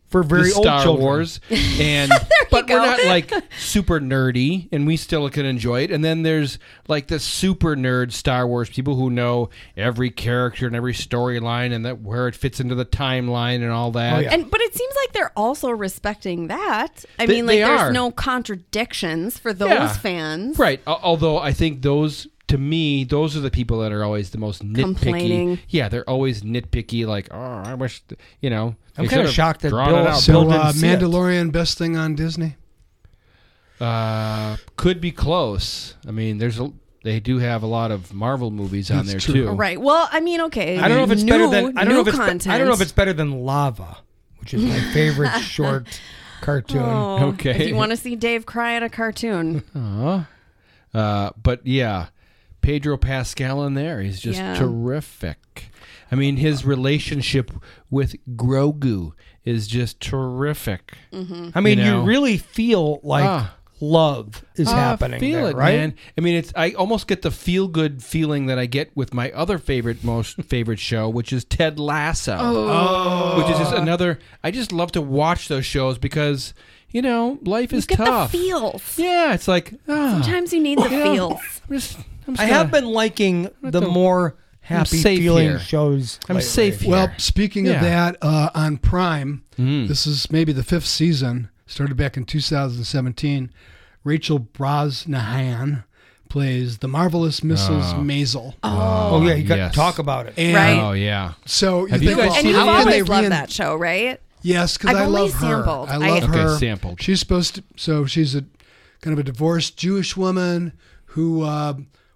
[SPEAKER 1] For very
[SPEAKER 2] the
[SPEAKER 1] old
[SPEAKER 2] Star
[SPEAKER 1] children.
[SPEAKER 2] Wars, and but we're not like super nerdy, and we still can enjoy it. And then there's like the super nerd Star Wars people who know every character and every storyline and that where it fits into the timeline and all that.
[SPEAKER 1] Oh, yeah.
[SPEAKER 3] And but it seems like they're also respecting that. I
[SPEAKER 2] They-
[SPEAKER 3] mean, like
[SPEAKER 2] they
[SPEAKER 3] there's
[SPEAKER 2] are.
[SPEAKER 3] no contradictions for those
[SPEAKER 2] Yeah.
[SPEAKER 3] fans.
[SPEAKER 2] Right. Al- Although I think those, to me, those are the people that are always the most nitpicky.
[SPEAKER 3] Complaining.
[SPEAKER 2] Yeah, they're always nitpicky. Like, oh, I wish, th- you know.
[SPEAKER 1] I'm
[SPEAKER 2] they
[SPEAKER 1] kinda
[SPEAKER 2] should've
[SPEAKER 1] shocked that
[SPEAKER 2] drawn
[SPEAKER 1] Bill-
[SPEAKER 2] it out.
[SPEAKER 1] Bill
[SPEAKER 4] So
[SPEAKER 1] didn't
[SPEAKER 4] uh,
[SPEAKER 1] see it.
[SPEAKER 4] Mandalorian, best thing on Disney.
[SPEAKER 2] Uh, could be close. I mean, there's a. They do have a lot of Marvel movies on
[SPEAKER 4] That's
[SPEAKER 2] there
[SPEAKER 4] true.
[SPEAKER 2] too.
[SPEAKER 3] Right. Well, I mean, okay.
[SPEAKER 1] I don't know if it's
[SPEAKER 3] new,
[SPEAKER 1] better than I don't know if
[SPEAKER 3] new
[SPEAKER 1] it's
[SPEAKER 3] content.
[SPEAKER 1] I don't know if it's better than Lava, which is my favorite short cartoon.
[SPEAKER 3] Oh,
[SPEAKER 2] Okay.
[SPEAKER 3] If you want to see Dave cry at a cartoon,
[SPEAKER 2] Uh, but yeah, Pedro Pascal in there. He's just
[SPEAKER 3] Yeah.
[SPEAKER 2] terrific. I mean, his relationship with Grogu is just terrific.
[SPEAKER 1] I mean, you,
[SPEAKER 2] know.
[SPEAKER 1] really feel like
[SPEAKER 2] Ah.
[SPEAKER 1] love is
[SPEAKER 2] Ah,
[SPEAKER 1] happening
[SPEAKER 2] Feel
[SPEAKER 1] there,
[SPEAKER 2] it,
[SPEAKER 1] right?
[SPEAKER 2] man. I mean, it's I almost get the feel good feeling that I get with my other favorite, most favorite show, which is Ted Lasso. Oh. which is just another. I just love to watch those shows because you know life
[SPEAKER 3] you
[SPEAKER 2] is
[SPEAKER 3] get
[SPEAKER 2] tough.
[SPEAKER 3] the feels.
[SPEAKER 2] Yeah, it's like ah,
[SPEAKER 3] Sometimes you need the feels.
[SPEAKER 2] I'm just, I'm just uh,
[SPEAKER 1] I
[SPEAKER 2] gonna-
[SPEAKER 1] have been liking the more happy
[SPEAKER 2] safe
[SPEAKER 1] feeling
[SPEAKER 2] here.
[SPEAKER 1] shows.
[SPEAKER 2] I'm
[SPEAKER 1] lately.
[SPEAKER 2] safe here.
[SPEAKER 4] Well, speaking
[SPEAKER 2] Yeah. Mm.
[SPEAKER 4] of that, uh, on Prime, this is maybe the fifth season, started back in 2017. Rachel Brosnahan plays the marvelous Mrs. Maisel.
[SPEAKER 1] Oh yeah, you got
[SPEAKER 2] Ah, yes.
[SPEAKER 1] to talk about it.
[SPEAKER 4] And
[SPEAKER 3] Right.
[SPEAKER 2] oh yeah.
[SPEAKER 4] so you
[SPEAKER 2] Have you
[SPEAKER 4] think,
[SPEAKER 2] guys
[SPEAKER 4] well,
[SPEAKER 3] And
[SPEAKER 2] seen
[SPEAKER 3] you've
[SPEAKER 4] how
[SPEAKER 2] it yet?
[SPEAKER 4] can they
[SPEAKER 3] always loved
[SPEAKER 4] rein-
[SPEAKER 3] that show, right?
[SPEAKER 4] Yes, because
[SPEAKER 3] I've
[SPEAKER 4] I
[SPEAKER 3] only
[SPEAKER 4] love her.
[SPEAKER 3] sampled.
[SPEAKER 4] I
[SPEAKER 3] I-
[SPEAKER 4] love
[SPEAKER 2] Okay,
[SPEAKER 4] her.
[SPEAKER 2] sampled.
[SPEAKER 4] She's supposed to. So she's a kind of a divorced Jewish woman who uh,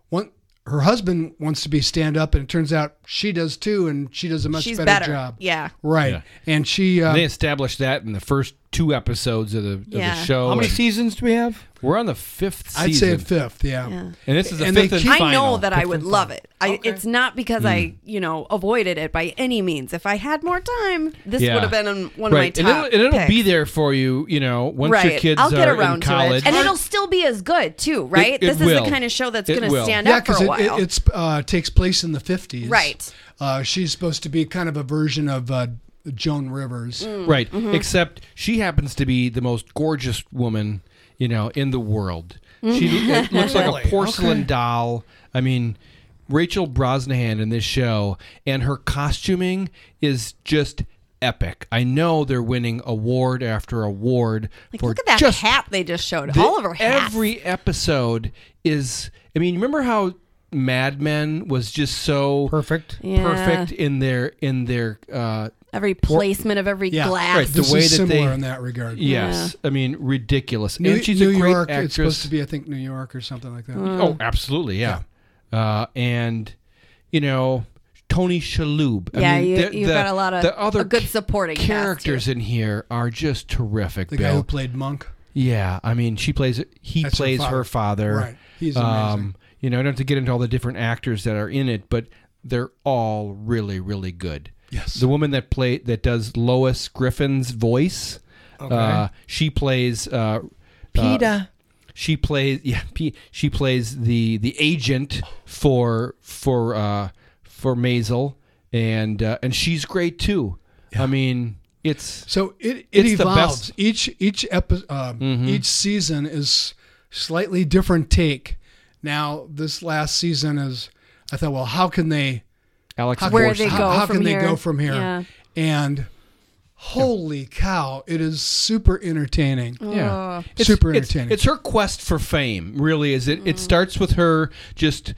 [SPEAKER 4] want her husband wants to be stand up, and it turns out she does too, and she does a much
[SPEAKER 3] She's
[SPEAKER 4] better,
[SPEAKER 3] better.
[SPEAKER 4] job.
[SPEAKER 3] Yeah.
[SPEAKER 4] Right,
[SPEAKER 2] Yeah.
[SPEAKER 4] and she. Uh,
[SPEAKER 2] They established that in the first two episodes of the, of
[SPEAKER 3] Yeah.
[SPEAKER 2] the show.
[SPEAKER 1] How many
[SPEAKER 2] and
[SPEAKER 1] seasons do we have?
[SPEAKER 2] We're on the fifth season.
[SPEAKER 4] I'd say fifth. Yeah.
[SPEAKER 2] and this is the
[SPEAKER 4] and they
[SPEAKER 2] fifth and
[SPEAKER 4] keep-
[SPEAKER 3] I
[SPEAKER 2] final.
[SPEAKER 3] know that I would love it. I, It's not because
[SPEAKER 2] Mm.
[SPEAKER 3] I, you know, avoided it by any means. If I had more time, this
[SPEAKER 2] Yeah.
[SPEAKER 3] would have been on one
[SPEAKER 2] right.
[SPEAKER 3] of my top.
[SPEAKER 2] And it'll, and it'll be
[SPEAKER 3] picks.
[SPEAKER 2] there for you, you know, once
[SPEAKER 3] right.
[SPEAKER 2] your kids
[SPEAKER 3] I'll get
[SPEAKER 2] are
[SPEAKER 3] around
[SPEAKER 2] in college.
[SPEAKER 3] to it, and it'll still be as good too, right?
[SPEAKER 2] it
[SPEAKER 3] this is
[SPEAKER 2] will.
[SPEAKER 3] the kind of show that's
[SPEAKER 2] It
[SPEAKER 3] going to
[SPEAKER 2] will.
[SPEAKER 3] stand
[SPEAKER 4] Yeah,
[SPEAKER 3] up for
[SPEAKER 4] because
[SPEAKER 3] a
[SPEAKER 4] it,
[SPEAKER 3] while.
[SPEAKER 4] it it's, uh, takes place in the fifties.
[SPEAKER 3] Right.
[SPEAKER 4] Uh, she's supposed to be kind of a version of uh, Joan Rivers.
[SPEAKER 3] Mm.
[SPEAKER 2] right.
[SPEAKER 3] Mm-hmm.
[SPEAKER 2] Except she happens to be the most gorgeous woman, you know, in the world. She it looks like a porcelain doll. I mean, Rachel Brosnahan in this show and her costuming is just epic. I know they're winning award after award
[SPEAKER 3] Like,
[SPEAKER 2] for
[SPEAKER 3] look at that
[SPEAKER 2] just
[SPEAKER 3] hat they just showed.
[SPEAKER 2] the-
[SPEAKER 3] All of her hats.
[SPEAKER 2] Every episode is. I mean, remember how Mad Men was just so
[SPEAKER 1] Perfect.
[SPEAKER 3] Yeah.
[SPEAKER 2] perfect in their in their. Uh,
[SPEAKER 3] every placement of every
[SPEAKER 4] Yeah.
[SPEAKER 3] glass.
[SPEAKER 2] Right, the
[SPEAKER 4] This
[SPEAKER 2] way
[SPEAKER 4] is
[SPEAKER 2] that
[SPEAKER 4] similar
[SPEAKER 2] they-
[SPEAKER 4] in that regard.
[SPEAKER 2] yes, I mean ridiculous.
[SPEAKER 4] New,
[SPEAKER 2] and she's
[SPEAKER 4] New
[SPEAKER 2] a great
[SPEAKER 4] York.
[SPEAKER 2] actress.
[SPEAKER 4] It's supposed to be, I think, New York or something like that.
[SPEAKER 3] Mm.
[SPEAKER 2] Oh, absolutely, yeah. Uh, and you know, Tony Shalhoub.
[SPEAKER 3] Yeah,
[SPEAKER 2] mean,
[SPEAKER 3] you-
[SPEAKER 2] the-
[SPEAKER 3] you've
[SPEAKER 2] the-
[SPEAKER 3] got a lot of-
[SPEAKER 2] the other
[SPEAKER 3] a good
[SPEAKER 2] ca-
[SPEAKER 3] supporting cast
[SPEAKER 2] characters in here are just terrific.
[SPEAKER 4] the guy
[SPEAKER 2] Bill.
[SPEAKER 4] who played Monk.
[SPEAKER 2] yeah, I mean, she plays. He
[SPEAKER 4] That's her
[SPEAKER 2] plays her father. Um,
[SPEAKER 4] Right. He's amazing.
[SPEAKER 2] you know, I don't have to get into all the different actors that are in it, but they're all really, really good.
[SPEAKER 4] Yes.
[SPEAKER 2] The woman that play that does Lois Griffin's voice, uh, she plays uh, uh,
[SPEAKER 1] Peta.
[SPEAKER 2] she plays yeah P, she plays the the agent for for uh for Maisel and uh, and she's great too. I mean, it's
[SPEAKER 4] So it, it
[SPEAKER 2] It's the
[SPEAKER 4] evolves.
[SPEAKER 2] best- Mm-hmm.
[SPEAKER 4] Each each epi- um, each season is slightly different take. Now this last season is, I thought, well, how can they
[SPEAKER 2] Alex
[SPEAKER 4] how,
[SPEAKER 3] Where they
[SPEAKER 4] how-
[SPEAKER 3] go
[SPEAKER 4] how
[SPEAKER 3] from
[SPEAKER 4] can
[SPEAKER 3] here.
[SPEAKER 4] they go from here?
[SPEAKER 3] Yeah.
[SPEAKER 4] And holy cow, it is super entertaining.
[SPEAKER 2] yeah,
[SPEAKER 4] Super
[SPEAKER 2] it's-
[SPEAKER 4] entertaining.
[SPEAKER 2] It's, her quest for fame, really. Is it? It starts with her just,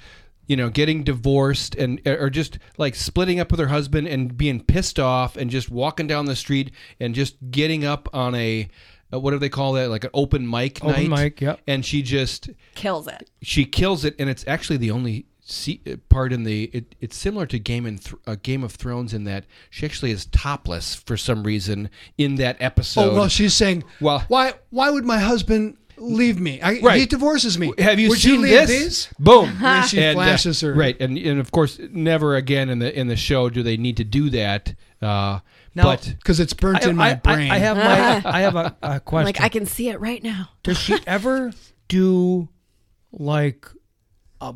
[SPEAKER 2] you know, getting divorced and er, or just like splitting up with her husband and being pissed off and just walking down the street and just getting up on a, uh what do they call that? Like an open mic night.
[SPEAKER 1] Open mic, yep.
[SPEAKER 2] And she just
[SPEAKER 3] kills it.
[SPEAKER 2] she kills it, and it's actually the only se- uh, part in the. It, it's similar to Game and Th- uh, Game of Thrones in that she actually is topless for some reason in that episode.
[SPEAKER 4] oh well, she's saying,
[SPEAKER 2] Well-
[SPEAKER 4] why why would my husband leave me? I, He
[SPEAKER 2] Right.
[SPEAKER 4] divorces me.
[SPEAKER 2] Have you
[SPEAKER 4] would
[SPEAKER 2] seen
[SPEAKER 4] you leave
[SPEAKER 2] this?
[SPEAKER 4] These?
[SPEAKER 2] Boom!
[SPEAKER 4] Where she
[SPEAKER 2] uh,
[SPEAKER 4] flashes her.
[SPEAKER 2] Right, and and of course, never again in the in the show do they need to do that. Uh,
[SPEAKER 1] Now-
[SPEAKER 2] but
[SPEAKER 4] Because it's burnt
[SPEAKER 1] I,
[SPEAKER 4] in my
[SPEAKER 1] I- I-
[SPEAKER 4] brain.
[SPEAKER 1] I have my. I have a, a question.
[SPEAKER 3] Like I can see it right now.
[SPEAKER 1] Does she ever do like a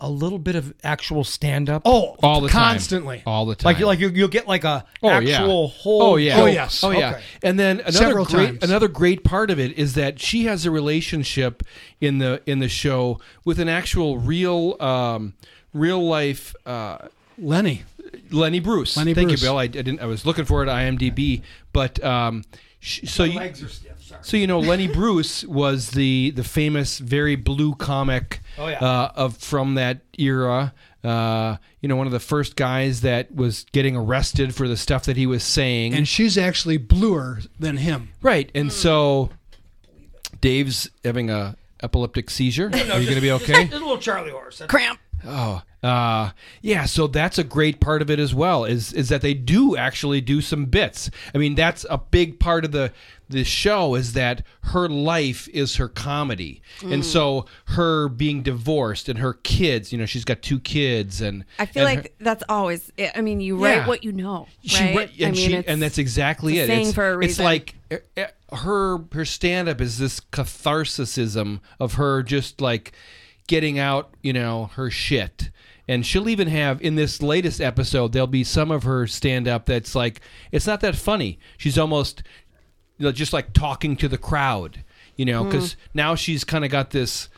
[SPEAKER 1] a little bit of actual stand up?
[SPEAKER 4] oh
[SPEAKER 2] all the
[SPEAKER 4] constantly.
[SPEAKER 2] time, all the time,
[SPEAKER 1] like like you you'll get like a
[SPEAKER 2] Oh yeah.
[SPEAKER 1] actual whole.
[SPEAKER 2] Oh yeah.
[SPEAKER 4] Oh, yes.
[SPEAKER 2] Oh yeah.
[SPEAKER 4] Okay.
[SPEAKER 2] And then another
[SPEAKER 4] Several
[SPEAKER 2] great
[SPEAKER 4] times.
[SPEAKER 2] another great part of it is that she has a relationship in the in the show with an actual real um, real life uh,
[SPEAKER 4] Lenny.
[SPEAKER 2] Lenny Bruce.
[SPEAKER 4] Lenny
[SPEAKER 2] Thank
[SPEAKER 4] Bruce.
[SPEAKER 2] you, Bill. I, I didn't. I was looking for it. at IMDb, but um, sh- so you, So you know, Lenny Bruce was the the famous, very blue comic
[SPEAKER 1] Oh, yeah.
[SPEAKER 2] uh, of from that era. Uh, you know, one of the first guys that was getting arrested for the stuff that he was saying.
[SPEAKER 4] and she's actually bluer than him.
[SPEAKER 2] Right,
[SPEAKER 1] Hmm.
[SPEAKER 2] and so Dave's having a epileptic seizure. Are you going to be okay?
[SPEAKER 1] a little Charlie horse.
[SPEAKER 3] Cramp.
[SPEAKER 2] Oh, uh, yeah. So that's a great part of it as well. Is is that they do actually do some bits. I mean, that's a big part of the the show is that her life is her comedy,
[SPEAKER 3] Hmm.
[SPEAKER 2] and so her being divorced and her kids. You know, she's got two kids, and
[SPEAKER 3] I feel
[SPEAKER 2] and her-
[SPEAKER 3] like that's always. It. I mean, you write
[SPEAKER 2] Yeah.
[SPEAKER 3] what you know, right?
[SPEAKER 2] she went-
[SPEAKER 3] I
[SPEAKER 2] and
[SPEAKER 3] mean,
[SPEAKER 2] she
[SPEAKER 3] it's-
[SPEAKER 2] and that's exactly
[SPEAKER 3] it's a
[SPEAKER 2] it.
[SPEAKER 3] saying
[SPEAKER 2] it's,
[SPEAKER 3] for a
[SPEAKER 2] it's
[SPEAKER 3] reason.
[SPEAKER 2] like eh, eh, her her stand up is this catharsisism of her just like getting out, you know, her shit. And she'll even have in this latest episode there'll be some of her stand up that's like it's not that funny. She's almost you know, just like talking to the crowd, you know,
[SPEAKER 3] Mm.
[SPEAKER 2] because now she's kind of got this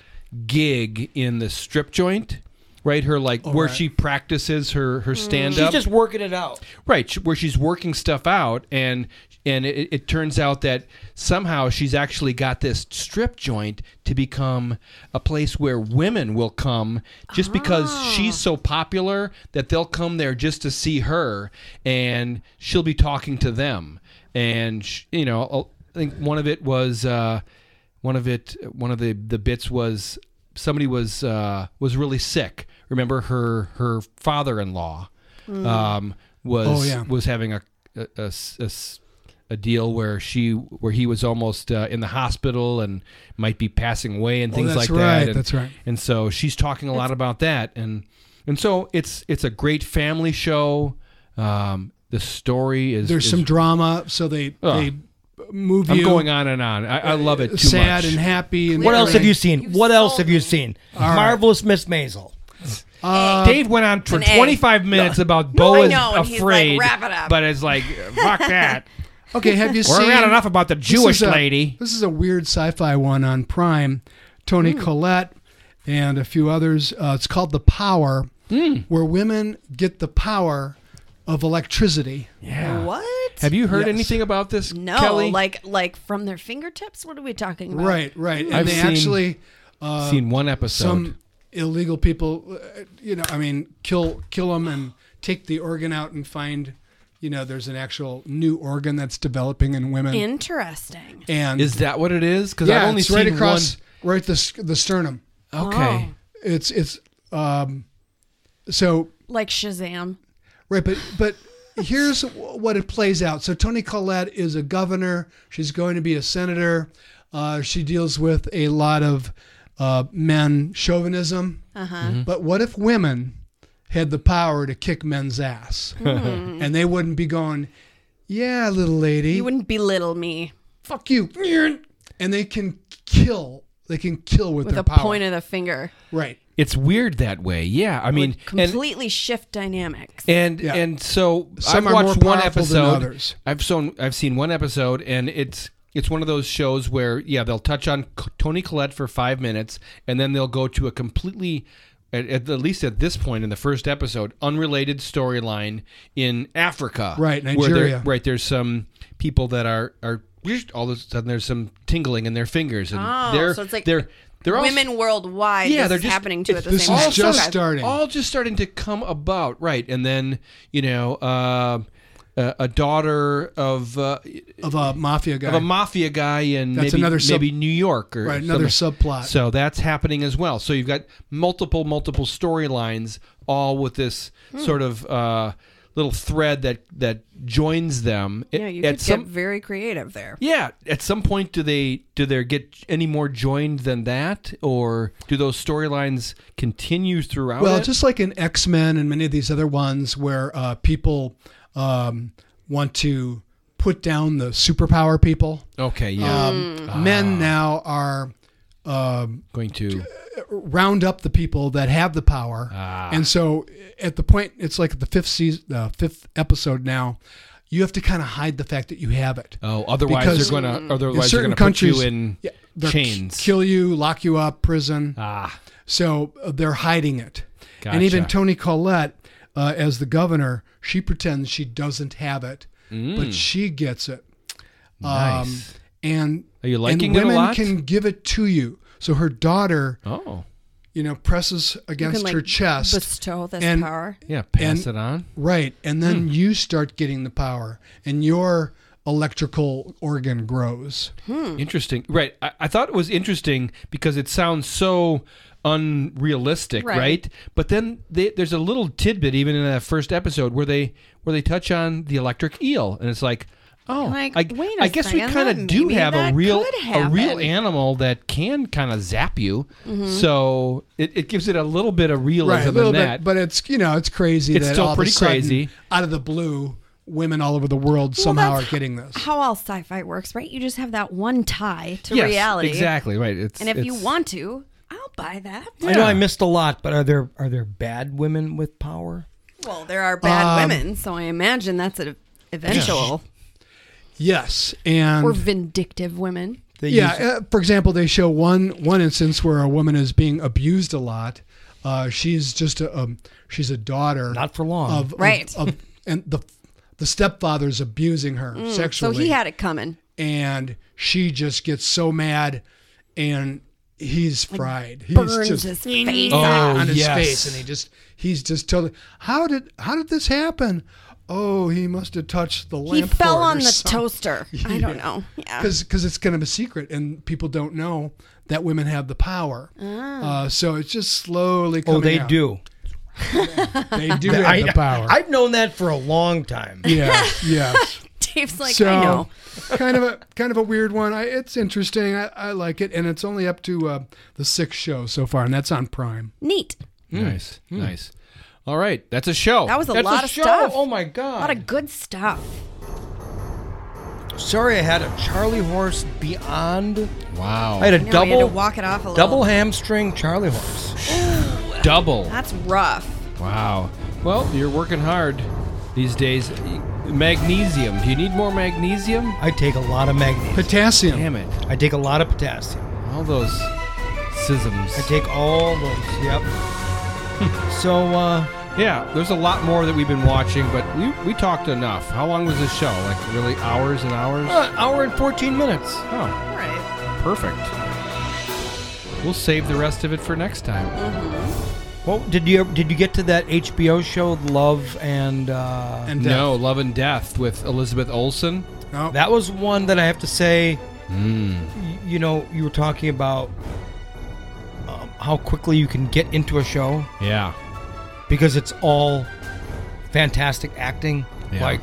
[SPEAKER 2] gig in the strip joint, right? Her like where she practices her
[SPEAKER 3] Mm.
[SPEAKER 2] her stand up
[SPEAKER 1] Oh, She's just working it out.
[SPEAKER 2] right sh- where she's working stuff out and and it, it turns out that somehow she's actually got this strip joint to become a place where women will come just because she's so popular that they'll come there just to see her and she'll be talking to them and sh- you know i think one of it was uh one of it one of the the bits was somebody was uh was really sick remember her her father-in-law um was
[SPEAKER 4] Oh,
[SPEAKER 2] was
[SPEAKER 4] yeah.
[SPEAKER 2] was having a a, a s- a s- a deal where she where he was almost uh, in the hospital and might be passing away and things
[SPEAKER 4] Oh, that's
[SPEAKER 2] like
[SPEAKER 4] right,
[SPEAKER 2] that. And,
[SPEAKER 4] that's right.
[SPEAKER 2] And so she's talking a lot about that and and so it's it's a great family show. Um, the story is
[SPEAKER 4] There's
[SPEAKER 2] is-
[SPEAKER 4] some drama, so they
[SPEAKER 2] Ugh.
[SPEAKER 4] they move
[SPEAKER 2] I'm
[SPEAKER 4] you uh,
[SPEAKER 2] going on and on. I, I love it too
[SPEAKER 4] sad
[SPEAKER 2] much.
[SPEAKER 4] and happy. And
[SPEAKER 1] What else have you seen?
[SPEAKER 3] You've
[SPEAKER 1] what else
[SPEAKER 3] sold
[SPEAKER 1] have you seen?
[SPEAKER 4] right.
[SPEAKER 1] Marvelous Miss Maisel.
[SPEAKER 2] Dave went on for
[SPEAKER 3] an A.
[SPEAKER 2] 25 minutes about
[SPEAKER 3] No,
[SPEAKER 2] Bo
[SPEAKER 3] I
[SPEAKER 2] is
[SPEAKER 3] know, and he's like,
[SPEAKER 2] afraid,
[SPEAKER 3] "Wrap it up."
[SPEAKER 2] but it's like fuck that.
[SPEAKER 4] Okay, have you
[SPEAKER 2] We're
[SPEAKER 4] seen?
[SPEAKER 2] not enough about the
[SPEAKER 4] this is
[SPEAKER 2] Jewish
[SPEAKER 4] a-
[SPEAKER 2] lady.
[SPEAKER 4] This is a weird sci-fi one on Prime. Tony
[SPEAKER 2] Hmm.
[SPEAKER 4] Collette and a few others. Uh, it's called The Power,
[SPEAKER 2] Hmm.
[SPEAKER 4] where women get the power of electricity.
[SPEAKER 2] Yeah.
[SPEAKER 3] what?
[SPEAKER 2] Have you heard
[SPEAKER 4] Yes.
[SPEAKER 2] anything about this,
[SPEAKER 3] No,
[SPEAKER 2] Kelly?
[SPEAKER 3] like like from their fingertips. What are we talking about?
[SPEAKER 4] Right, right. And
[SPEAKER 2] I've
[SPEAKER 4] they
[SPEAKER 2] seen-
[SPEAKER 4] actually uh,
[SPEAKER 2] seen one episode.
[SPEAKER 4] some illegal people, uh, you know, I mean, kill kill them and take the organ out and find, you know, there's an actual new organ that's developing in women.
[SPEAKER 3] Interesting.
[SPEAKER 4] and
[SPEAKER 2] is that what it is? Because
[SPEAKER 4] yeah,
[SPEAKER 2] I've only
[SPEAKER 4] it's right
[SPEAKER 2] seen
[SPEAKER 4] across, Oh. right the s- the sternum.
[SPEAKER 2] one. Okay.
[SPEAKER 4] It's it's um, so
[SPEAKER 3] Like Shazam.
[SPEAKER 4] Right, but but here's w- what it plays out. So Tony Collette is a governor. She's going to be a senator. Uh, she deals with a lot of uh, men chauvinism.
[SPEAKER 3] Uh-huh.
[SPEAKER 2] Mm-hmm.
[SPEAKER 4] But what if women had the power to kick men's ass, and they wouldn't be going, "Yeah, little lady,
[SPEAKER 3] Hmm. You wouldn't belittle me
[SPEAKER 4] fuck you," and they can kill. They can kill with,
[SPEAKER 3] with
[SPEAKER 4] their
[SPEAKER 3] a
[SPEAKER 4] power.
[SPEAKER 3] point of the finger.
[SPEAKER 4] right.
[SPEAKER 2] It's weird that way. Yeah. I mean, and
[SPEAKER 3] Completely shift dynamics.
[SPEAKER 2] and
[SPEAKER 4] Yeah.
[SPEAKER 2] and so I've
[SPEAKER 4] Some are more
[SPEAKER 2] watched one
[SPEAKER 4] powerful
[SPEAKER 2] episode.
[SPEAKER 4] than others.
[SPEAKER 2] I've seen I've seen one episode, and it's it's one of those shows where yeah they'll touch on C- Tony Collette for five minutes, and then they'll go to a completely at, at the- at least at this point in the first episode unrelated storyline in Africa,
[SPEAKER 4] Right,
[SPEAKER 2] where there-
[SPEAKER 4] Nigeria.
[SPEAKER 2] right there's some people that are are all of a sudden there's some tingling in their fingers, and
[SPEAKER 3] Oh,
[SPEAKER 2] they're
[SPEAKER 3] so it's like
[SPEAKER 2] they're they're all-
[SPEAKER 3] Women worldwide.
[SPEAKER 2] Yeah,
[SPEAKER 3] this
[SPEAKER 2] they're
[SPEAKER 3] is
[SPEAKER 2] just-
[SPEAKER 3] happening to at the
[SPEAKER 4] this
[SPEAKER 3] same
[SPEAKER 4] is
[SPEAKER 3] time.
[SPEAKER 4] just
[SPEAKER 3] Okay.
[SPEAKER 4] starting.
[SPEAKER 2] all just starting to come about, right? And then you know, uh, a, a daughter of uh,
[SPEAKER 4] Of a mafia guy.
[SPEAKER 2] of a mafia guy in
[SPEAKER 4] That's
[SPEAKER 2] maybe
[SPEAKER 4] another sub-
[SPEAKER 2] maybe New York or
[SPEAKER 4] Right, another subplot.
[SPEAKER 2] So that's happening as well. So you've got multiple multiple storylines, all with this
[SPEAKER 3] Hmm.
[SPEAKER 2] sort of uh, little thread that that joins them.
[SPEAKER 3] Yeah, you
[SPEAKER 2] At
[SPEAKER 3] could
[SPEAKER 2] some-
[SPEAKER 3] get very creative there.
[SPEAKER 2] yeah, at some point do they do they get any more joined than that, or do those storylines continue throughout?
[SPEAKER 4] Well,
[SPEAKER 2] it?
[SPEAKER 4] just like in X Men and many of these other ones where uh, people um, want to put down the superpower people,
[SPEAKER 2] okay, yeah,
[SPEAKER 4] um,
[SPEAKER 2] Mm. Ah.
[SPEAKER 4] men now are um,
[SPEAKER 2] going to
[SPEAKER 4] round up the people that have the power,
[SPEAKER 2] Ah.
[SPEAKER 4] and so at the point it's like the fifth season, uh, fifth episode now. You have to kind of hide the fact that you have it.
[SPEAKER 2] oh, otherwise
[SPEAKER 4] Because
[SPEAKER 2] they're going to
[SPEAKER 4] in
[SPEAKER 2] otherwise they're
[SPEAKER 4] certain
[SPEAKER 2] going to put
[SPEAKER 4] countries,
[SPEAKER 2] you in
[SPEAKER 4] yeah, they're
[SPEAKER 2] chains.
[SPEAKER 4] kill you, lock you up, prison.
[SPEAKER 2] ah,
[SPEAKER 4] So uh, they're hiding it.
[SPEAKER 2] Gotcha.
[SPEAKER 4] And even Tony Collette, uh, as the governor, she pretends she doesn't have it, but she gets it.
[SPEAKER 2] Mm.
[SPEAKER 4] Um,
[SPEAKER 2] Nice.
[SPEAKER 4] And
[SPEAKER 2] Are you liking
[SPEAKER 4] and
[SPEAKER 2] it a
[SPEAKER 4] women
[SPEAKER 2] lot?
[SPEAKER 4] can give it to you. So her daughter,
[SPEAKER 2] oh,
[SPEAKER 4] you know, presses against
[SPEAKER 3] like,
[SPEAKER 4] her chest.
[SPEAKER 3] Bestow this
[SPEAKER 4] and-
[SPEAKER 3] power.
[SPEAKER 2] yeah, pass
[SPEAKER 4] And-
[SPEAKER 2] it on.
[SPEAKER 4] Right. And then
[SPEAKER 2] Hmm.
[SPEAKER 4] you start getting the power and your electrical organ grows.
[SPEAKER 2] Interesting. Right. I, I thought it was interesting because it sounds so unrealistic, right?
[SPEAKER 3] Right.
[SPEAKER 2] But then they, there's a little tidbit even in that first episode where they where they touch on the electric eel and it's like Oh,
[SPEAKER 3] Like,
[SPEAKER 2] I,
[SPEAKER 3] wait a
[SPEAKER 2] I guess we
[SPEAKER 3] second,
[SPEAKER 2] kind of
[SPEAKER 3] that-
[SPEAKER 2] do
[SPEAKER 3] maybe
[SPEAKER 2] have a
[SPEAKER 3] that
[SPEAKER 2] real
[SPEAKER 3] could
[SPEAKER 2] a real
[SPEAKER 3] happen. Mm-hmm.
[SPEAKER 2] animal that can kind of zap you. So it, it gives it a little bit of realism
[SPEAKER 4] right, a little
[SPEAKER 2] in that.
[SPEAKER 4] bit, but it's you know it's crazy.
[SPEAKER 2] It's
[SPEAKER 4] that
[SPEAKER 2] still
[SPEAKER 4] all of a
[SPEAKER 2] pretty
[SPEAKER 4] sudden,
[SPEAKER 2] crazy.
[SPEAKER 4] Out of the blue, women all over the world somehow are
[SPEAKER 3] that's-
[SPEAKER 4] getting this.
[SPEAKER 3] How all sci-fi works, right? You just have that one tie to
[SPEAKER 2] Yes,
[SPEAKER 3] reality.
[SPEAKER 2] exactly right. It's
[SPEAKER 3] And if you
[SPEAKER 2] it's-
[SPEAKER 3] want to, I'll buy that.
[SPEAKER 1] I know
[SPEAKER 2] Yeah.
[SPEAKER 1] I missed a lot, but are there are there bad women with power?
[SPEAKER 3] Well, there are bad
[SPEAKER 4] Um,
[SPEAKER 3] women, so I imagine that's an eventual.
[SPEAKER 4] Yes, and
[SPEAKER 3] Or vindictive women.
[SPEAKER 1] They
[SPEAKER 4] yeah.
[SPEAKER 1] use-
[SPEAKER 4] uh, for example, they show one one instance where a woman is being abused a lot. Uh, she's just a um, she's a daughter,
[SPEAKER 1] Not for long.
[SPEAKER 4] of of-
[SPEAKER 3] Right.
[SPEAKER 4] of, and the the stepfather's abusing her
[SPEAKER 3] Mm, So
[SPEAKER 4] sexually.
[SPEAKER 3] he had it coming.
[SPEAKER 4] and she just gets so mad, and he's fried. He's
[SPEAKER 3] Burns
[SPEAKER 4] just
[SPEAKER 3] his face
[SPEAKER 2] Oh,
[SPEAKER 3] off.
[SPEAKER 4] on his
[SPEAKER 2] yes.
[SPEAKER 4] face, and he just he's just totally. How did how did this happen? Oh, he must have touched the
[SPEAKER 3] He
[SPEAKER 4] lamp.
[SPEAKER 3] fell
[SPEAKER 4] cord or
[SPEAKER 3] on the
[SPEAKER 4] something.
[SPEAKER 3] toaster. I don't know. Yeah.
[SPEAKER 4] because it's kind of a secret and people don't know that women have the power.
[SPEAKER 3] Ah.
[SPEAKER 4] Uh, so it's just slowly coming
[SPEAKER 1] oh, they
[SPEAKER 4] out.
[SPEAKER 1] do.
[SPEAKER 4] They do have the power.
[SPEAKER 1] I've known that for a long time.
[SPEAKER 4] yeah, yeah.
[SPEAKER 3] Dave's like,
[SPEAKER 4] so
[SPEAKER 3] I know.
[SPEAKER 4] kind of a kind of a weird one. I, it's interesting. I, I like it, and it's only up to uh, the sixth show so far, and that's on Prime.
[SPEAKER 3] Neat.
[SPEAKER 2] Nice, nice. All right, that's a show.
[SPEAKER 3] Hmm. That was a
[SPEAKER 2] That's
[SPEAKER 3] lot of
[SPEAKER 2] show.
[SPEAKER 3] stuff.
[SPEAKER 2] Oh my
[SPEAKER 3] A
[SPEAKER 2] god,
[SPEAKER 3] lot of good stuff.
[SPEAKER 1] Sorry, I had a Charlie horse beyond.
[SPEAKER 2] wow.
[SPEAKER 1] I had a
[SPEAKER 3] I know, we
[SPEAKER 1] double
[SPEAKER 3] had to walk it off a little.
[SPEAKER 1] double hamstring Charlie horse.
[SPEAKER 2] double.
[SPEAKER 3] That's rough.
[SPEAKER 2] Wow. Well, you're working hard these days. Magnesium. Do you need more magnesium?
[SPEAKER 1] I take a lot of magnesium.
[SPEAKER 4] Potassium.
[SPEAKER 2] Damn it.
[SPEAKER 1] I take a lot of potassium.
[SPEAKER 2] All those sisms.
[SPEAKER 1] I take all those. Yep. so uh,
[SPEAKER 2] Yeah, there's a lot more that we've been watching, but we, we talked enough. How long was this show? Like really hours and hours?
[SPEAKER 1] Uh, hour and 14 minutes.
[SPEAKER 2] Oh,
[SPEAKER 3] All right.
[SPEAKER 2] perfect. We'll save the rest of it for next time.
[SPEAKER 1] Well, did you did you get to that HBO show Love and uh,
[SPEAKER 4] And Oh. death.
[SPEAKER 2] No, Love and Death with Elizabeth Olsen.
[SPEAKER 4] no,
[SPEAKER 1] that was one that I have to say.
[SPEAKER 3] Hmm.
[SPEAKER 1] y- You know, you were talking about um, how quickly you can get into a show
[SPEAKER 2] Yeah.
[SPEAKER 1] because it's all fantastic acting.
[SPEAKER 2] Yeah.
[SPEAKER 1] Like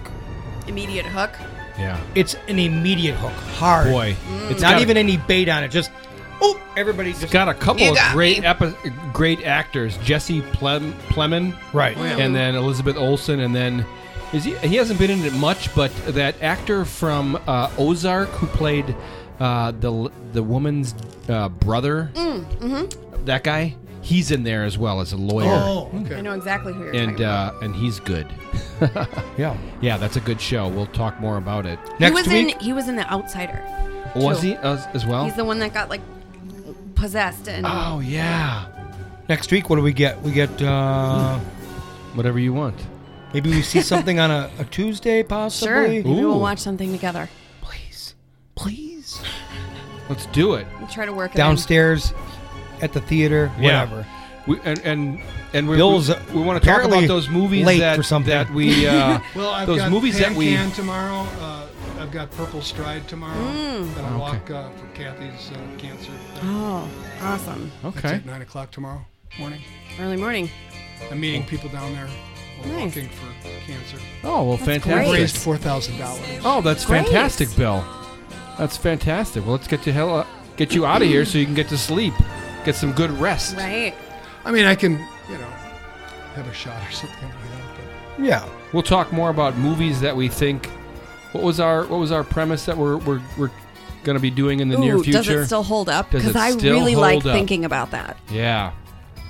[SPEAKER 3] Immediate hook.
[SPEAKER 2] Yeah.
[SPEAKER 1] it's an immediate hook, hard.
[SPEAKER 2] Boy, it's
[SPEAKER 1] not
[SPEAKER 2] got-
[SPEAKER 1] even any bait on it. Just oh, everybody just
[SPEAKER 2] It's got a couple
[SPEAKER 3] You
[SPEAKER 2] of
[SPEAKER 3] got
[SPEAKER 2] great
[SPEAKER 3] me.
[SPEAKER 2] epi- great actors, Jesse Plem- Plemon,
[SPEAKER 1] right.
[SPEAKER 2] and then Elizabeth Olsen, and then is he? He hasn't been in it much, but that actor from uh, Ozark who played uh, the the woman's uh, brother,
[SPEAKER 3] Mm, mm-hmm.
[SPEAKER 2] that guy, he's in there as well as a lawyer,
[SPEAKER 4] Oh,
[SPEAKER 3] I
[SPEAKER 4] okay.
[SPEAKER 3] know exactly who you're
[SPEAKER 2] and
[SPEAKER 3] talking about.
[SPEAKER 2] uh, and he's good.
[SPEAKER 1] Yeah.
[SPEAKER 2] Yeah, that's a good show. We'll talk more about it.
[SPEAKER 1] Next
[SPEAKER 3] he was
[SPEAKER 1] week,
[SPEAKER 3] in. He was in The Outsider.
[SPEAKER 2] Was
[SPEAKER 3] True.
[SPEAKER 2] he as, as well?
[SPEAKER 3] He's the one that got like possessed and
[SPEAKER 2] oh yeah,
[SPEAKER 1] next week, what do we get? We get uh,
[SPEAKER 2] whatever you want.
[SPEAKER 1] maybe we see something on a, a Tuesday,
[SPEAKER 3] sure.
[SPEAKER 1] possibly.
[SPEAKER 3] Maybe
[SPEAKER 2] Ooh.
[SPEAKER 3] we'll watch something together.
[SPEAKER 1] Please, please.
[SPEAKER 2] Let's do it.
[SPEAKER 3] We'll try to work it in.
[SPEAKER 1] downstairs at the theater,
[SPEAKER 2] Yeah.
[SPEAKER 1] whatever.
[SPEAKER 2] We, and and and we,
[SPEAKER 1] Bill's
[SPEAKER 2] we, we want to talk
[SPEAKER 1] apparently
[SPEAKER 2] about those movies
[SPEAKER 1] late
[SPEAKER 2] that
[SPEAKER 1] for something.
[SPEAKER 2] that we uh,
[SPEAKER 4] Well, I've
[SPEAKER 2] those
[SPEAKER 4] got
[SPEAKER 2] movies that
[SPEAKER 4] Pan
[SPEAKER 2] we
[SPEAKER 4] Can tomorrow. Uh, I've got Purple Stride tomorrow.
[SPEAKER 3] Mm.
[SPEAKER 4] That I walk uh, for Kathy's uh, cancer.
[SPEAKER 3] Oh, awesome!
[SPEAKER 4] That's
[SPEAKER 2] okay
[SPEAKER 4] at nine o'clock tomorrow morning.
[SPEAKER 3] Early morning.
[SPEAKER 4] I'm meeting people down there. while
[SPEAKER 3] Nice.
[SPEAKER 4] Walking for cancer.
[SPEAKER 2] oh well
[SPEAKER 3] great.
[SPEAKER 2] fantastic
[SPEAKER 4] Raised four thousand dollars.
[SPEAKER 2] oh that's
[SPEAKER 3] Great.
[SPEAKER 2] fantastic Bill that's fantastic well let's get to hell uh, get you out of here so you can get to sleep get some good rest
[SPEAKER 3] Right.
[SPEAKER 4] I mean, I can, you know, have a shot or something like that. But
[SPEAKER 1] Yeah.
[SPEAKER 2] we'll talk more about movies that we think what was our what was our premise that we're we're, we're gonna be doing in the near
[SPEAKER 3] Ooh,
[SPEAKER 2] future
[SPEAKER 3] does it still hold up?
[SPEAKER 2] Does
[SPEAKER 3] Because
[SPEAKER 2] it
[SPEAKER 3] I
[SPEAKER 2] still
[SPEAKER 3] really
[SPEAKER 2] hold
[SPEAKER 3] like
[SPEAKER 2] up?
[SPEAKER 3] thinking about that.
[SPEAKER 2] yeah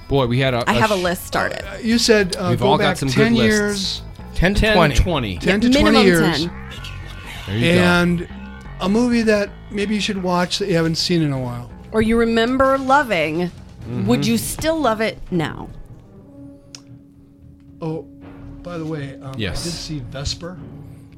[SPEAKER 2] boy we had a
[SPEAKER 3] I have a
[SPEAKER 2] sh-
[SPEAKER 3] list started.
[SPEAKER 4] Uh, you said uh,
[SPEAKER 2] We've
[SPEAKER 4] go
[SPEAKER 2] all got
[SPEAKER 4] back
[SPEAKER 2] some good
[SPEAKER 4] ten
[SPEAKER 2] lists.
[SPEAKER 4] years,
[SPEAKER 1] 10 to
[SPEAKER 2] 10
[SPEAKER 1] 20.
[SPEAKER 2] 20
[SPEAKER 4] ten to
[SPEAKER 3] Minimum
[SPEAKER 4] twenty years,
[SPEAKER 3] 10.
[SPEAKER 2] there you
[SPEAKER 4] and a movie that maybe you should watch that you haven't seen in a while.
[SPEAKER 3] Or you remember loving.
[SPEAKER 2] Mm-hmm.
[SPEAKER 3] Would you still love it now?
[SPEAKER 4] Oh, by the way, um,
[SPEAKER 2] Yes.
[SPEAKER 4] I did see Vesper.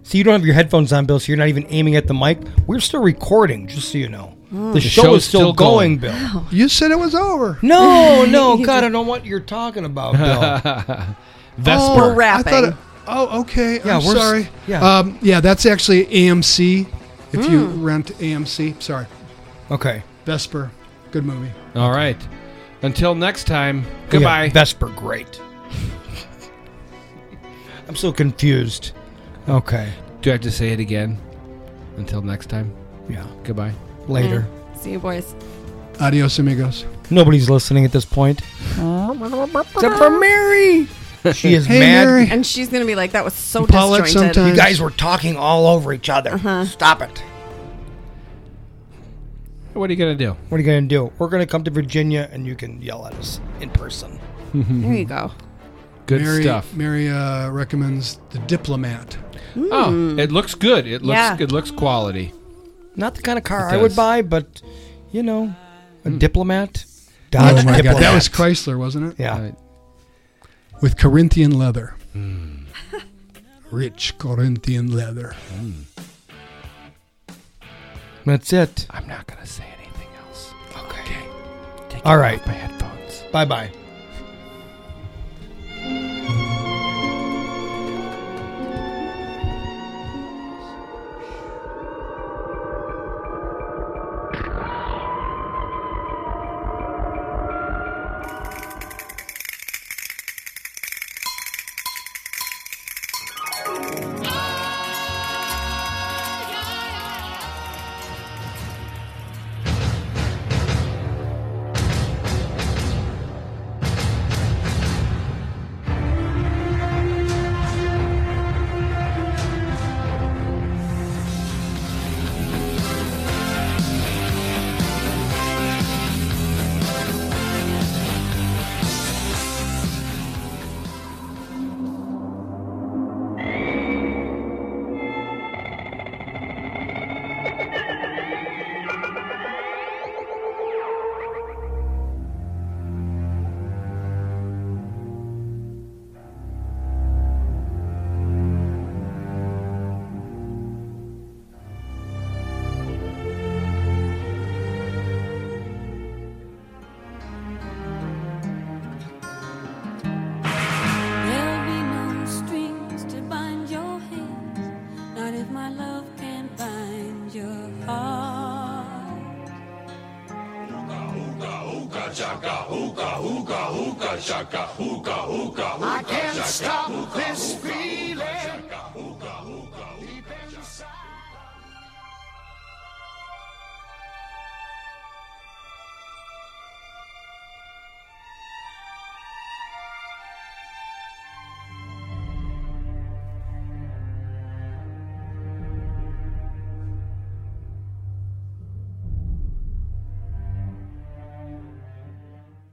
[SPEAKER 1] So you don't have your headphones on, Bill, so you're not even aiming at the mic. We're still recording, just so you know.
[SPEAKER 3] Mm.
[SPEAKER 1] The show
[SPEAKER 2] show's
[SPEAKER 1] is still,
[SPEAKER 2] still
[SPEAKER 1] going,
[SPEAKER 2] going.
[SPEAKER 3] Oh.
[SPEAKER 1] Bill.
[SPEAKER 4] You said it was over.
[SPEAKER 1] No, no, God, I don't know what you're talking about, Bill.
[SPEAKER 2] go Vesper
[SPEAKER 3] We're
[SPEAKER 4] I thought
[SPEAKER 3] wrapping.
[SPEAKER 4] it- oh, okay.
[SPEAKER 1] Yeah,
[SPEAKER 4] I'm
[SPEAKER 1] we're s-
[SPEAKER 4] sorry.
[SPEAKER 1] yeah.
[SPEAKER 4] Um, yeah, that's actually AMC. If you
[SPEAKER 3] Hmm.
[SPEAKER 4] rent AMC, sorry,
[SPEAKER 1] okay.
[SPEAKER 4] Vesper, good movie.
[SPEAKER 2] All right. Until next time, goodbye.
[SPEAKER 1] Yeah, Vesper, great. I'm so confused. Okay.
[SPEAKER 2] Do I have to say it again? Until next time,
[SPEAKER 1] Yeah.
[SPEAKER 2] goodbye.
[SPEAKER 1] Later.
[SPEAKER 3] See you, boys.
[SPEAKER 4] Adios, amigos.
[SPEAKER 1] Nobody's listening at this point. Except for Mary. She is
[SPEAKER 4] Hey,
[SPEAKER 1] mad.
[SPEAKER 4] Mary.
[SPEAKER 3] And she's gonna be like, "That was so
[SPEAKER 4] Paul, at
[SPEAKER 3] disjointed."
[SPEAKER 4] sometimes-
[SPEAKER 1] You guys were talking all over each other. Stop it.
[SPEAKER 2] What are you going to do?
[SPEAKER 1] What are you going to do? We're going to come to Virginia and you can yell at us in person.
[SPEAKER 3] There you go.
[SPEAKER 2] Good
[SPEAKER 4] Mary,
[SPEAKER 2] stuff.
[SPEAKER 4] Mary uh, recommends The Diplomat.
[SPEAKER 2] Oh, it looks good. It looks
[SPEAKER 3] Yeah.
[SPEAKER 2] it looks quality.
[SPEAKER 1] Not the kind of car
[SPEAKER 2] It
[SPEAKER 1] I would
[SPEAKER 2] does.
[SPEAKER 1] buy, but, you know, a diplomat. Dodge
[SPEAKER 4] Hmm. Oh my God,
[SPEAKER 1] diplomat.
[SPEAKER 4] that was Chrysler, wasn't it?
[SPEAKER 1] Yeah.
[SPEAKER 2] All right.
[SPEAKER 4] With Corinthian leather.
[SPEAKER 2] Hmm.
[SPEAKER 4] Rich Corinthian leather.
[SPEAKER 1] That's it.
[SPEAKER 2] I'm not going to say anything else.
[SPEAKER 1] Okay.
[SPEAKER 2] Take
[SPEAKER 1] All right.
[SPEAKER 2] off my headphones.
[SPEAKER 1] Bye bye.
[SPEAKER 9] What if my love can't find your heart?
[SPEAKER 7] I can't stop this feeling.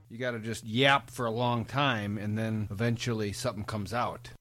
[SPEAKER 2] You got to just yap for a long time, and then eventually something comes out.